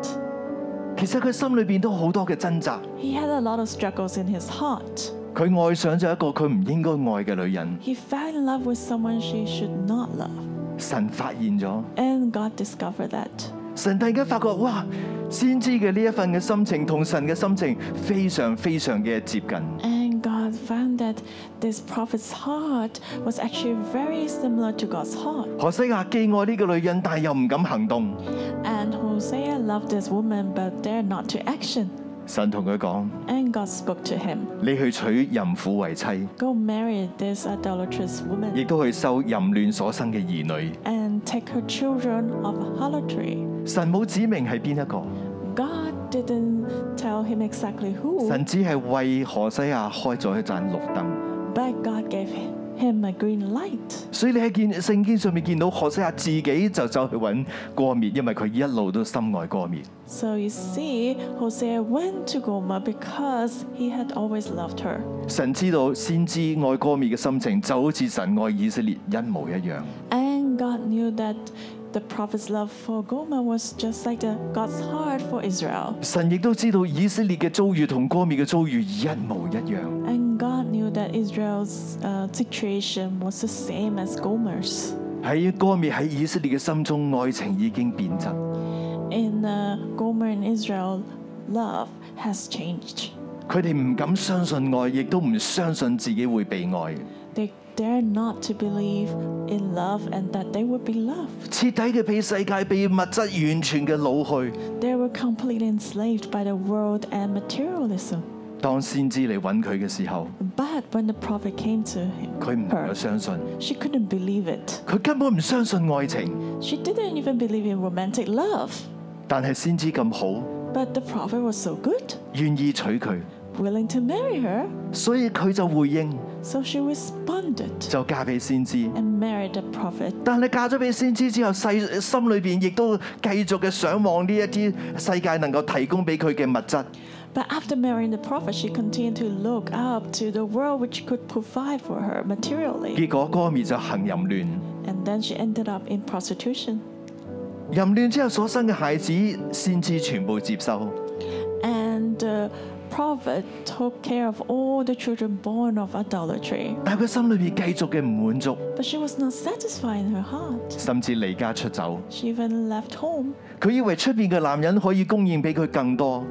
其實佢心裏邊都好多嘅掙扎。
He had a lot of struggles in his heart.
佢愛上咗一個佢唔應該愛嘅女人，
He fell in love with someone she should not love,
神發現咗，
and God discovered that.
神突然間發覺，哇！先知嘅呢一份嘅心情同神嘅心情非常非常嘅接近。
And God and found that this prophet's heart was actually very similar to God's heart.
何西亞啊既愛呢個女人，但係又唔敢行動。
And Hosea loved this woman, but dared not to action.
神同佢講：
And God spoke to him
你去娶淫婦為妻，
Go marry this idolatrous
亦
woman
都去收淫亂所生嘅兒女。
and take her children of harlotry.
神冇指明係邊一個，
God didn't tell him exactly who,
神只係為何西亞開咗一盞綠燈。
but God gave him a green light.
所以你喺見聖經上面見到何西亞自己就走去揾過滅，因為佢一路都深愛過滅。
So you see, Hosea went to Gomer because he had always loved her.
神知道先知愛歌滅嘅心情，就好似神愛以色列一模一樣。
And God knew that the prophet's love for Gomer was just like the God's heart for Israel.
神亦都知道以色列嘅遭遇同歌滅嘅遭遇一模一樣。
And God knew that Israel's uh, situation was the same as Gomer's.
喺歌滅喺以色列嘅心中，愛情已經變質。
In uh, Gomer and Israel, love has changed.
佢哋唔敢相信愛，亦都唔相信自己會被愛，
They dare not to believe in love and that they would be loved.
徹底嘅被世界、被物質完全嘅老去。
They were completely enslaved by the world and materialism.
當先知嚟揾佢嘅時候，
But when the prophet came to him,
佢唔能夠相信，
she couldn't believe it.
佢根本唔相信愛情。
She didn't even believe in romantic love.
但係先知咁好，
But the prophet was so good,
願意娶佢，
willing to marry her,
所以佢就回應，
so she responded
就嫁俾先知。
and married the prophet.
但係嫁咗俾先知之後，世心裏邊亦都繼續嘅想望呢一啲世界能夠提供俾佢嘅物質。
But after marrying the prophet, she continued to look up to the world which could provide for her materially.
結果歌篾就行淫亂，
And then she ended up in prostitution.
淫亂之後所生嘅孩子，先知全部接收。
And the prophet took care of all the children born of idolatry.
但係佢心裏邊繼續嘅唔滿足，
But she was not satisfied in her heart.
甚至離家出走。
She even left home.
佢以為出邊嘅男人可以供應俾佢更多，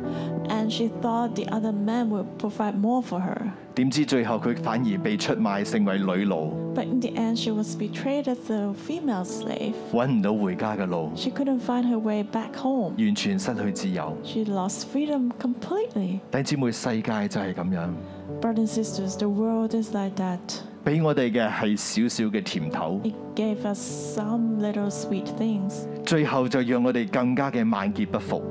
And she thought the other man would provide more for her.
點知最後佢反而被出賣成為女奴，
But in the end, she was betrayed as a female slave.
揾唔到回家嘅路，
She couldn't find her way back home.
完全失去自由。
She lost freedom completely.
弟兄姊妹，世界就係咁樣，
Brothers and sisters, the world is like that.
俾我哋嘅係少少嘅甜頭，
It gave us some little sweet things,
最後就讓我哋更加嘅萬劫不復。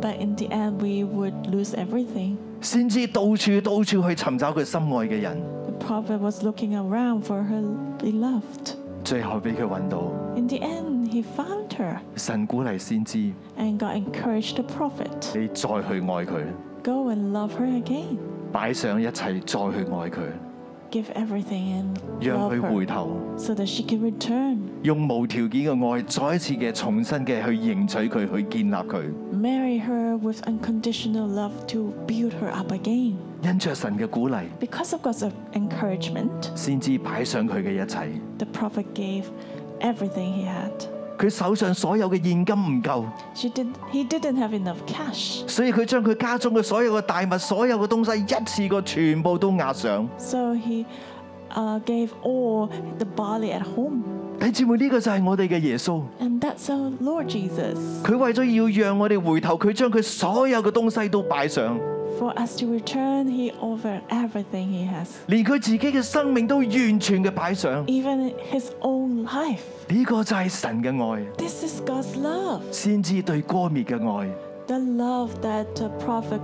but in the end, we would lose everything.
先知到處到處去尋找佢心愛嘅人，
The prophet was looking around for her beloved.
最後俾佢揾到。
In the end, he found her,
神鼓勵先知，你
and God encouraged the prophet
再去愛佢，
go and love her again.
擺上一切再去愛佢，
Give everything and
讓
love
佢
her
回頭。
so that she can return.
用無條件嘅愛，再一次嘅重新嘅去迎娶佢，去建立佢，
Marry her with unconditional love to build her up again.
因着神嘅鼓勵，
Because of God's encouragement,
先至擺上佢嘅一切。
the prophet gave everything he had.
佢手上所有嘅現金唔夠，
She did, he didn't have enough cash,
所以佢將佢家中嘅所有嘅大物、所有嘅東西一次過全部都押上。
so he uh, gave all the barley at home.
弟兄姊妹，呢、個就係我哋嘅耶穌，
And that's our Lord Jesus.
佢為咗要讓我哋回頭，佢將佢所有嘅東西都擺上，
For us to return, he offered everything he has,
連佢自己嘅生命都完全嘅擺上。
even his own life.
呢、個就係神嘅愛，
This is God's love,
先至對歌滅嘅愛。
the love that the prophet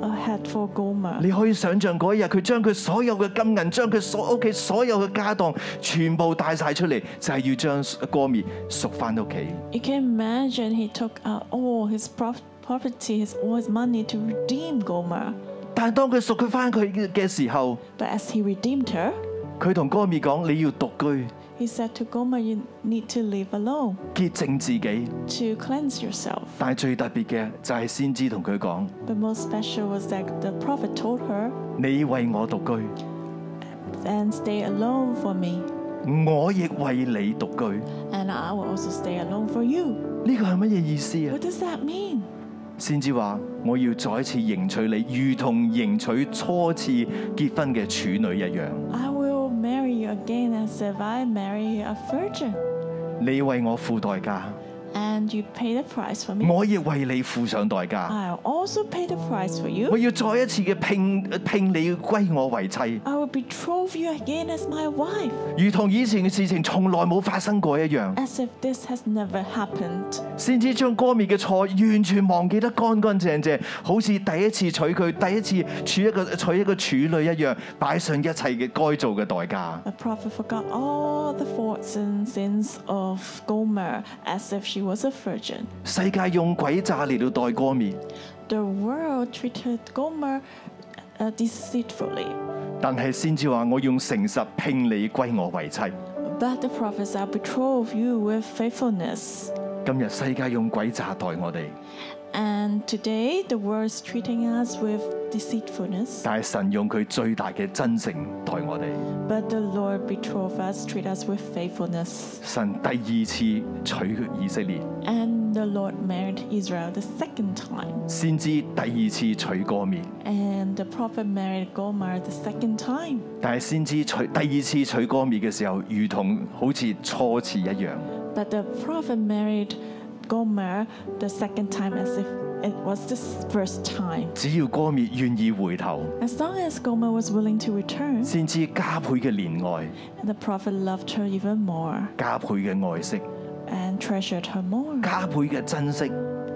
uh, had for Gomer.
你可以想象嗰一日，佢將佢所有嘅金銀，將佢所屋企所有嘅家當，全部帶晒出嚟，就係、要將歌滅贖翻屋企。
You can imagine he took out all his prof- property, his all his money to redeem Gomer.
但係當佢贖佢翻佢嘅時候，
But as he redeemed her,
佢同歌滅講：你要獨居，
he said to Gomer, "You need to live alone
潔淨自己。
to cleanse yourself."
但係最特別嘅就係先知同佢講：
But most special was that the prophet told her,
你為我獨居，
"And stay alone for me,
我亦為你獨居。
and I will also stay alone for you."
呢個係乜嘢意思啊？
What does that mean?
先至話：我要再一次迎娶你，如同迎娶初次結婚嘅處女一樣。
I will marry you again as if I marry a virgin,
你為我付代價，
and you pay the price for me.
我亦為你付上代價。
I'll also pay the price for
我
you.
要再一次嘅聘聘你歸我為妻，
I will betroth you again as my wife,
如同以前嘅事情從來冇發生過一樣。
as if this has never happened.
先至將歌滅嘅錯完全忘記得乾乾淨淨，好似第一次娶佢，第一次娶一個娶一個處女一樣，擺上一切嘅該做嘅代價。
The prophet forgot all the faults and sins of Gomer as if she was a virgin.
世界用詭詐嚟到代歌滅，
The world treated Gomer uh, deceitfully,
但係先至話我用誠實聘你歸我為妻。
but the prophet shall betroth you with faithfulness.
今日世界用詭詐待我哋，
And today the world is treating us with deceitfulness,
但係神用佢最大嘅真誠待我哋。
but the Lord betroth us, treat us with faithfulness.
神第二次娶以色列，
And the Lord married Israel the second time,
先知第二次娶歌滅，
and the prophet married Gomer the second time.
但係先知娶第二次娶歌滅嘅時候，如同好似初次一樣。
But the prophet married Gomer the second time as if it was the first time.
只要歌滅願意回頭，
As long as Gomer was willing to return,
先知加倍嘅憐愛，
the prophet loved her even more
加倍嘅愛惜，
and treasured her more
加倍嘅珍惜，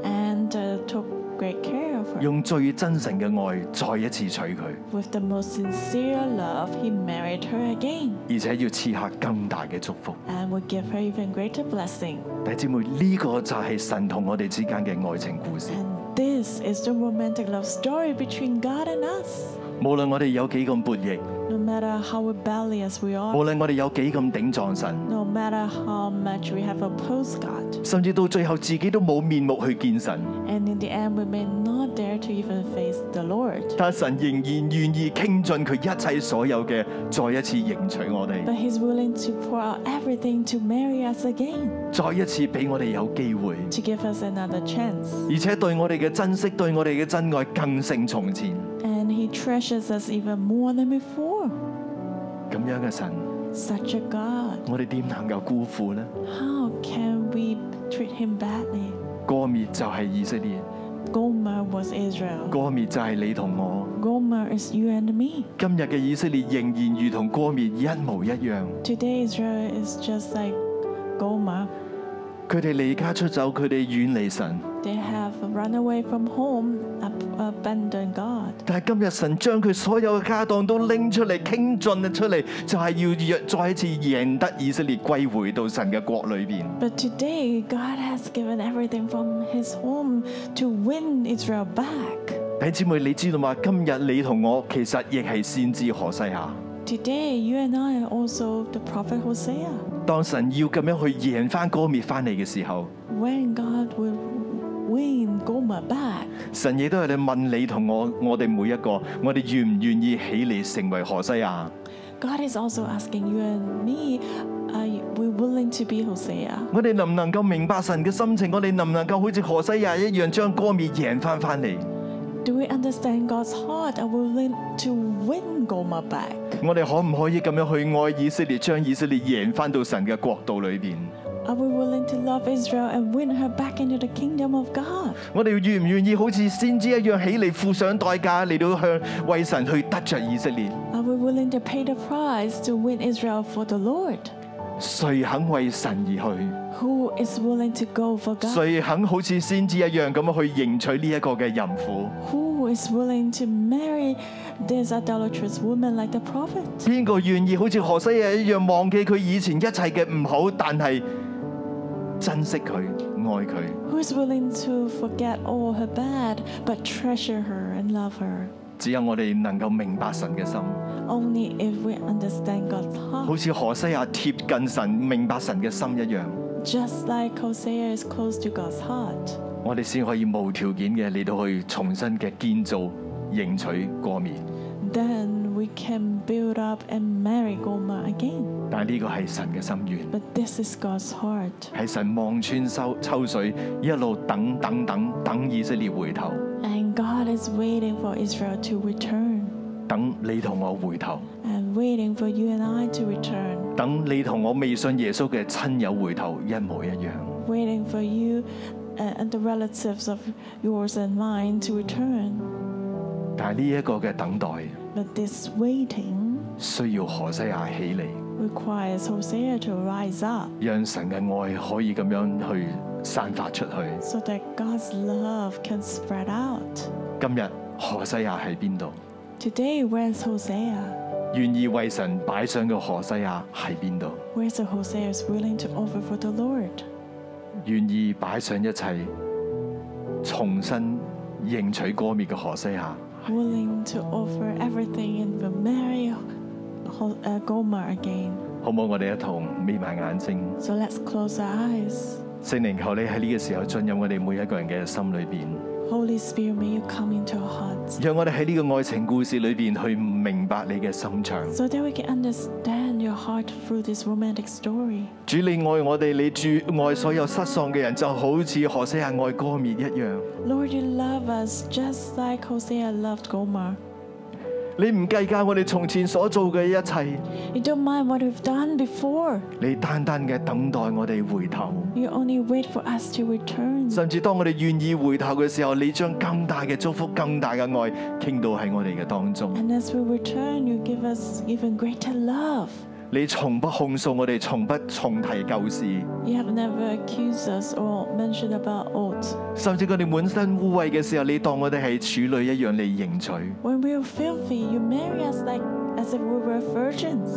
and uh, took great care of her.
用最真誠嘅愛再一次娶佢，
With the most sincere love, he married her again
而且要賜下更大嘅祝福。
and would give her even greater blessing.
弟兄姊妹，呢、個就係神同我哋之間嘅愛情故事。
And this is the romantic love story between God and us.
無論我哋有幾咁叛逆，
No matter how rebellious we
無
are,
論我哋有幾咁頂撞神，
no matter how much we have opposed God,
甚至到最後自己都冇面目去見神，
And in the end, we may not dare to even face the Lord.
但神仍然願意傾盡佢一切所有嘅，再一次迎娶我哋，
But He's willing to pour out everything to marry us again,
再一次俾我哋有機會。
to give us another chance.
而且對我哋嘅珍惜，對我哋嘅真愛更勝從前。
And He treasures us even more than before.
咁樣嘅神，
Such a God.
我哋點能夠辜負呢？
How can we treat Him badly?
歌滅就係以色列，
Gomer was Israel.
歌滅就係你同我。
Gomer is you and me.
今日嘅以色列仍然如同歌滅一模一樣，
Today, Israel is just like Gomer.
佢哋離家出走，佢哋遠離神。
They have run away from home, ab- abandoned God.
但係今日神將佢所有嘅家當都拎出嚟傾盡出嚟，就係、要再一次贏得以色列歸回到神嘅國裏邊。
But today, God has given everything from His home to win Israel back.
弟兄姊妹，你知道嘛？今日你同我其實亦係先知何西亞。
Today, you and I are also the prophet Hosea.
當神要咁樣去贏翻歌滅翻嚟嘅時候，
When God will win Gomer back,
神亦都係嚟問你同我，我哋每一個，我哋願唔願意起嚟成為何西亞？
God is also asking you and me, are we willing to be Hosea?
我哋能唔能夠明白神嘅心情？我哋能唔能夠好似何西亞一樣將歌滅贏翻翻嚟？
Do we understand God's heart? Are we willing to win Gomer back?
我哋可唔可以咁樣去愛以色列，將以色列贏翻到神嘅國度裏邊？
Are we willing to love Israel and win her back into the kingdom of God?
我哋願唔願意好似先知一樣起嚟付上代價嚟到向為神去得着以色列？
Are we willing to pay the price to win Israel for the Lord?
誰肯為神而去？
Who is willing to go for God?
誰肯好似先知一樣咁樣去迎娶呢一個嘅淫婦？
Who is willing to marry this idolatrous woman like the prophet?
邊個願意好似何西亞一樣忘記佢以前一切嘅唔好，但係珍惜佢、愛佢？
Who is willing to forget all her bad but treasure her and love her?
只有我哋能夠明白神嘅心，
Only if we understand God's
好
heart.
似何西亞貼近神、明白神嘅心一樣，
Just like Hosea is close to God's heart,
我哋先可以無條件嘅嚟到去重新嘅建造、迎娶過面。
then we we can build up and marry Goma again.
但係呢個係神嘅心願，
But this is God's heart.
係神望穿秋秋水，一路等等等等以色列回頭，
And God is waiting for Israel to return
等你同我回頭，
and waiting for you and I to return,
等你同我未信耶穌嘅親友回頭一模一樣。
waiting for you uh, and the relatives of yours and mine to return.
但係呢一個嘅等待，
But this waiting
需要何西亞起嚟，
requires Hosea to rise up
讓神嘅愛可以咁樣去散發出去。
so that God's love can spread out.
今日何西亞喺邊度？
Today, where's Hosea?
願意為神擺上嘅何西亞喺邊度？
Where's the Hosea is willing to offer for the Lord?
願意擺上一切，重新迎娶歌滅嘅何西亞，
Willing to offer everything and will marry Ho- uh, Gomer again.
好唔好？我哋一同眯埋眼睛，
So let's close our eyes.
聖靈求你喺呢個時候進入我哋每一個人嘅心裏邊，
Holy Spirit, may you come into our hearts
讓我哋喺呢個愛情故事裏邊去明白你嘅心腸。
so that we can understand your heart through this romantic story.
主你愛我哋，你主愛所有失喪嘅人，就好似何西亞愛歌滅一樣。
Lord, you love us just like Hosea loved Gomer.
你唔計較我哋從前所做嘅一切，
You don't mind what we've done before.
你單單嘅等待我哋回頭。
You only wait for us to return.
甚至當我哋願意回頭嘅時候，你將更大嘅祝福、更大嘅愛傾到喺我哋嘅當中。
And as we return, you give us even greater love.
你從不控訴我哋，從不重提舊事，
You have never accused us or mentioned about oath.
甚至佢哋滿身污穢嘅時候，你當我哋係處女一樣嚟迎娶。
When we were filthy, you marry us like as if we were virgins.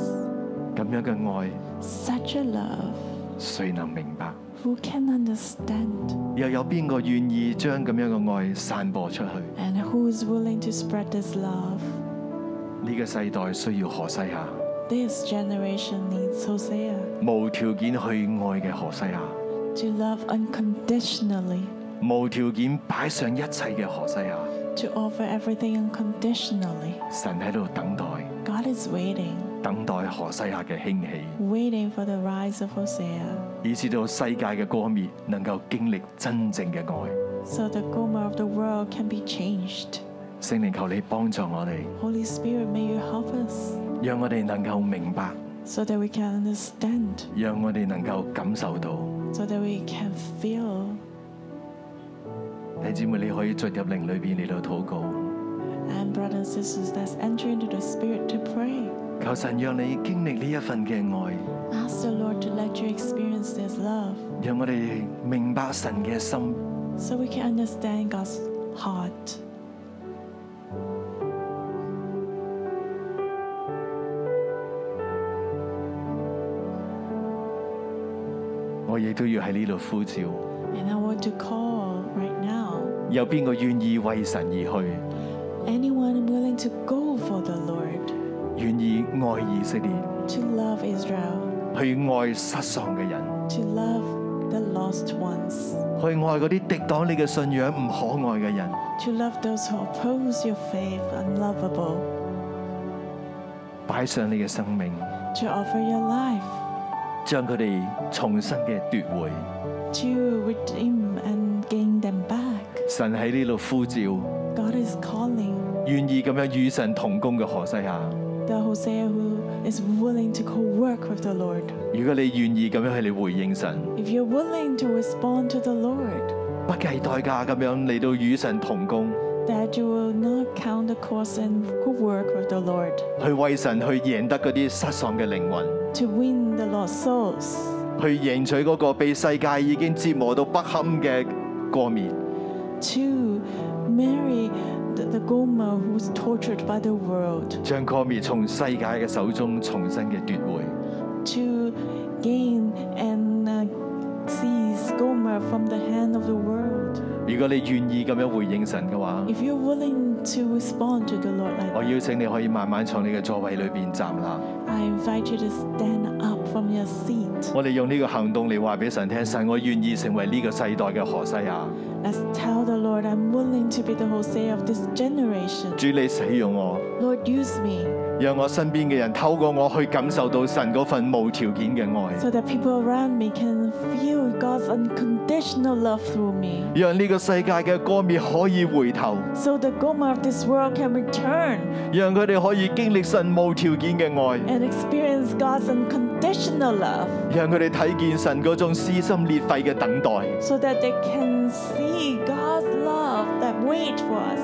咁樣嘅愛，
Such a love,
誰能明白？
who can understand?
又有邊個願意將咁樣嘅愛散播出去？
And who is willing to spread this love?
呢個世代需要何西亞，
This generation needs Hosea
無條件去愛嘅何西亞，
to love unconditionally,
無條件擺上一切嘅何西亞。
to offer everything unconditionally.
神喺度等待，
God is waiting,
等待何西亞嘅興起，
waiting for the rise of Hosea
以至到世界嘅光滅能夠經歷真正嘅愛。
so the Gomer of the world can be changed.
聖靈求你幫助我哋，
Holy Spirit, may you help us.
讓我哋能夠明白，
so that we can understand,
讓我哋能夠感受到。
so that we can feel.
弟兄姊妹，你可以進入靈裏邊嚟到禱告，
And brothers and sisters, let's enter into the Spirit to pray.
求神讓你經歷呢一份嘅愛，
Ask the Lord to let you experience this love,
讓我哋明白神嘅心，
so we can understand God's heart.
我亦都要喺呢度呼召。
And I want to call right now
有邊個願意為神而去，
anyone willing to go for the Lord,
願意愛以色列，
to love Israel,
去愛失喪嘅人？
to love the lost ones,
去愛嗰啲敵擋你嘅信仰唔可愛嘅人，
to love those who oppose your faith, unlovable,
擺上你嘅生命，
to offer your life,
將佢哋重新嘅奪回。
to redeem and gain them back.
神喺呢度呼召，
God is calling
願意咁樣與神同工嘅何西亞，
the Hosea who is willing to co-work with the Lord.
如果你願意咁樣去嚟回應神，
If you're willing to respond to the Lord,
不計代價咁樣嚟到與神同工，
that you will not count the cost and co-work with the Lord
去為神去贏得嗰啲失喪嘅靈魂，
to win the lost souls,
去贏取嗰個被世界已經折磨到不堪嘅過面。
to marry the, the Gomer who's tortured by the world,
將過面從世界嘅手中重新嘅奪回，
to gain and uh, seize Gomer from the hand of the world,
如果你願意咁樣回應神嘅話，
If you're willing to respond to the Lord like
我邀請你可以慢慢從你嘅座位裏邊站立。
I invite you to stand up from your seat.
我哋用呢個行動嚟話俾神聽，神我願意成為呢個世代嘅何西亞。
Let's tell the Lord, I'm willing to be the Hosea of this generation.
主你使用我，
Lord, use me
讓我身邊嘅人透過我去感受到神嗰份無條件嘅愛，
so that people around me can feel God's unconditional love through me.
讓呢個世界嘅歌滅可以回頭，
So the Goma of this world can return
讓佢哋可以經歷神無條件嘅愛，
and experience God's unconditional love
讓佢哋睇見神嗰種撕心裂肺嘅等待。
so that they can see God's love that wait for us.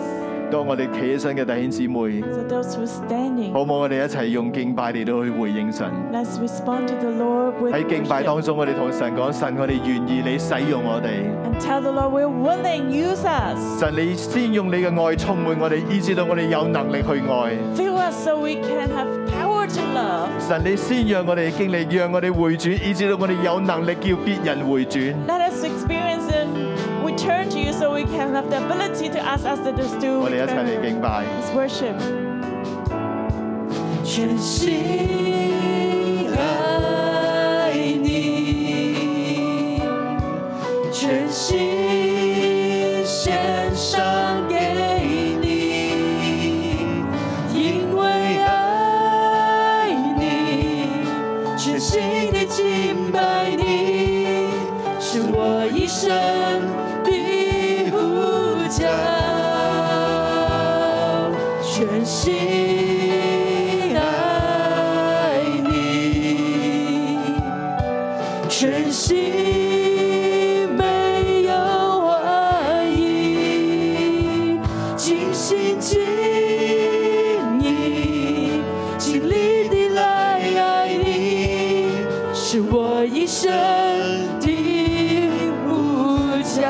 當我哋企起身嘅弟兄姊妹，
So those who are standing,
好唔好？我哋一齊用敬拜嚟到去回應神。
let's respond to the Lord with
喺敬拜
worship
當中，我哋同神講：神，我哋願意你使用我哋。
and tell the Lord we're willing, use us.
神，你先用你嘅愛充滿我哋，以至到我哋有能力去愛。
Fill us so we can have power to love.
神，你先讓我哋經歷，讓我哋回轉，以至到我哋有能力叫別人回轉。
Let us experience and return to you so we can have the ability to ask us that to do
我哋一齊嚟敬拜。
Let's worship.
全心爱你，全心献上给你，因为爱你，全心的敬拜你，是我一生的呼叫。全心爱你，全心没有怀疑，尽心尽意，尽力地来爱你，是我一生的呼叫。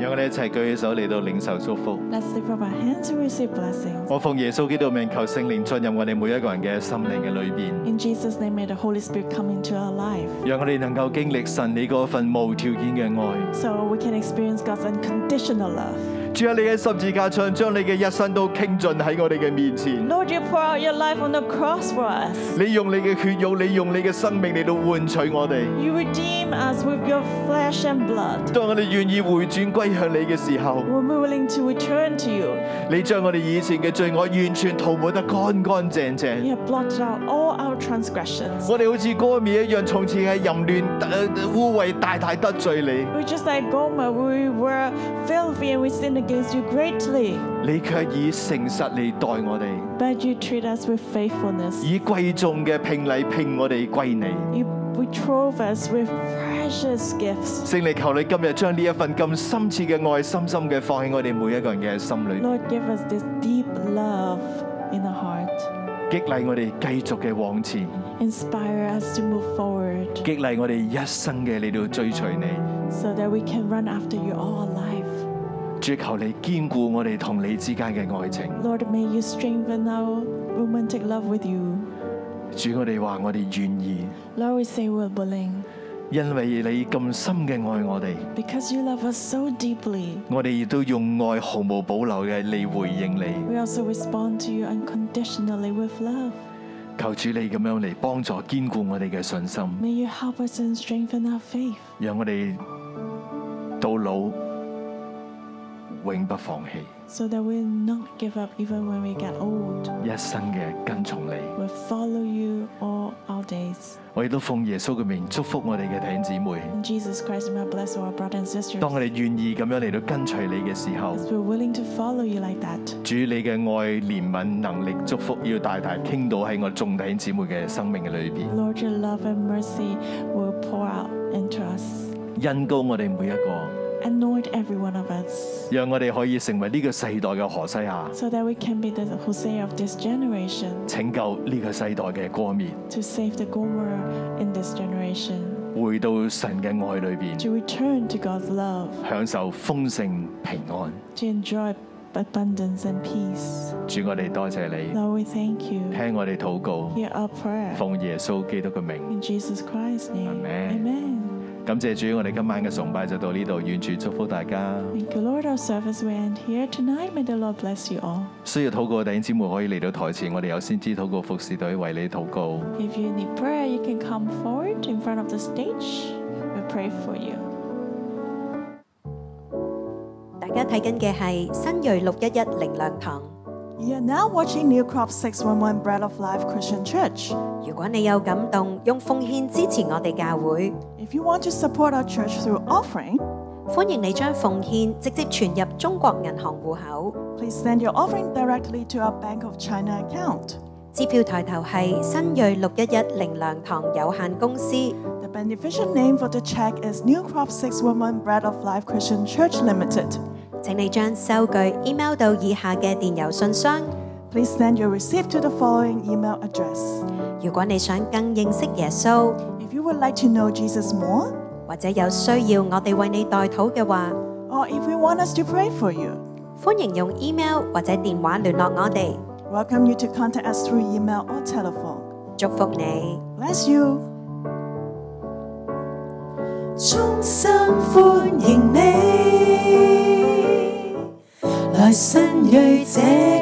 讓我哋一齊舉起手嚟到領受祝福。
Let's lift up our hands to receive blessings.
我奉耶穌基督嘅名求聖靈進入我哋每一個人嘅心靈嘅裏邊，
In Jesus' name, may the Holy Spirit come into our life
讓我哋能夠經歷神你嗰份無條件嘅愛。
so we can experience God's unconditional love.
主啊，你喺十字架上將你嘅一生都傾盡喺我哋嘅面前。
Lord, you pour out your life on the cross for us.
你用你嘅血肉，你用你嘅生命嚟到換取我哋。
You redeem us with your flesh and blood.
當我哋願意回轉歸向你嘅時候，
We're willing to return to you.
你將我哋以前嘅罪惡完全塗抹得乾乾淨
You
淨。
have blotted out all our transgressions.
我哋好似歌篾一樣，從前係淫亂、呃污穢，大大得罪你。
We're just like Gomer, we were filthy and we sinned against you greatly.
你卻以誠實嚟待我哋，
But you treat us with faithfulness.
以貴重嘅聘禮聘我哋歸你。
You betrothe us with precious gifts.
聖靈求你今日將呢一份咁深切嘅愛，深深嘅放喺我哋每一個人嘅心裏，
Lord, give us this deep love in our heart.
激勵我哋繼續嘅往前，
Inspire us to move forward
激勵我哋一生嘅嚟到追隨你。
so that we can run after you all our life.
主求你堅固我哋同你之間嘅愛情。
Lord, may you strengthen our romantic love with you.
主，我哋話我哋願意，
Lord, we say we're willing
因為你咁深嘅愛我哋，
because you love us so deeply.
我哋亦都用愛毫無保留嘅嚟回應你。
We also respond to you unconditionally with love.
求主你咁樣嚟幫助堅固我哋嘅信心，
May you help us and strengthen our faith
讓我哋到老永不放棄，
so that we'll not give up even when we get old.
一生嘅跟從你。
We'll follow you all our days.
我亦都奉耶穌嘅名祝福我哋嘅弟兄姊妹。
In Jesus Christ, my bless all our brothers and sisters.
當我哋願意咁樣嚟到跟隨你嘅時候，
As we're willing to follow you like that,
主你嘅愛、憐憫、能力、祝福，要大大傾倒喺我眾弟兄姊妹嘅生命嘅裏邊，
Lord, your love and mercy will pour out into us.
恩高我哋每一個，
Anoint every one of us
讓我哋可以成為呢個世代嘅何西亞，
so that we can be the Hosea of this generation
拯救呢個世代嘅歌滅，
to save the Gomer in this generation,
回到神嘅愛裏邊，
to return to God's love,
享受豐盛平安。
to enjoy abundance and peace.
主，我哋多謝你，
Lord, we thank you.
聽我哋禱告，
Hear our prayer.
奉耶穌基督嘅名，
In Jesus Christ's name.
Amen.
Amen.
弟感謝主，我哋今晚嘅崇拜就到呢度，願主祝福大家。
Thank you, Lord. Our service will end here tonight. May the Lord bless you all.
需要禱告嘅弟兄姊妹可以嚟到台前，我哋有先知禱告服侍隊為你禱告。
If you need prayer, you can come forward in front of the stage. We'll pray for you.
大家睇緊嘅係新锐六一一靈糧堂。
You're now watching New Crop 611 Bread of Life Christian Church.
如果你有感動，用奉獻支持我哋教會，
If you want to support our church through offering,
歡迎你將奉獻直接存入中國銀行户口。
please send your offering directly to our Bank of China account.
支票抬頭係新锐六一一靈糧堂有限公司。
The beneficial name for the check is New Crop 611 Bread of Life Christian Church Limited.
請你將收據 email 到以下嘅電郵信箱。
Please send your receipt to the following email address.
如果你想更認識耶穌，
If you would like to know Jesus more,
或者有需要我哋為你代禱嘅話，
or if you want us to pray for you,
歡迎用 email 或者電話聯絡我哋。
welcome you to contact us through email or telephone.
祝福你。
Bless you.
衷心歡迎你，來新锐這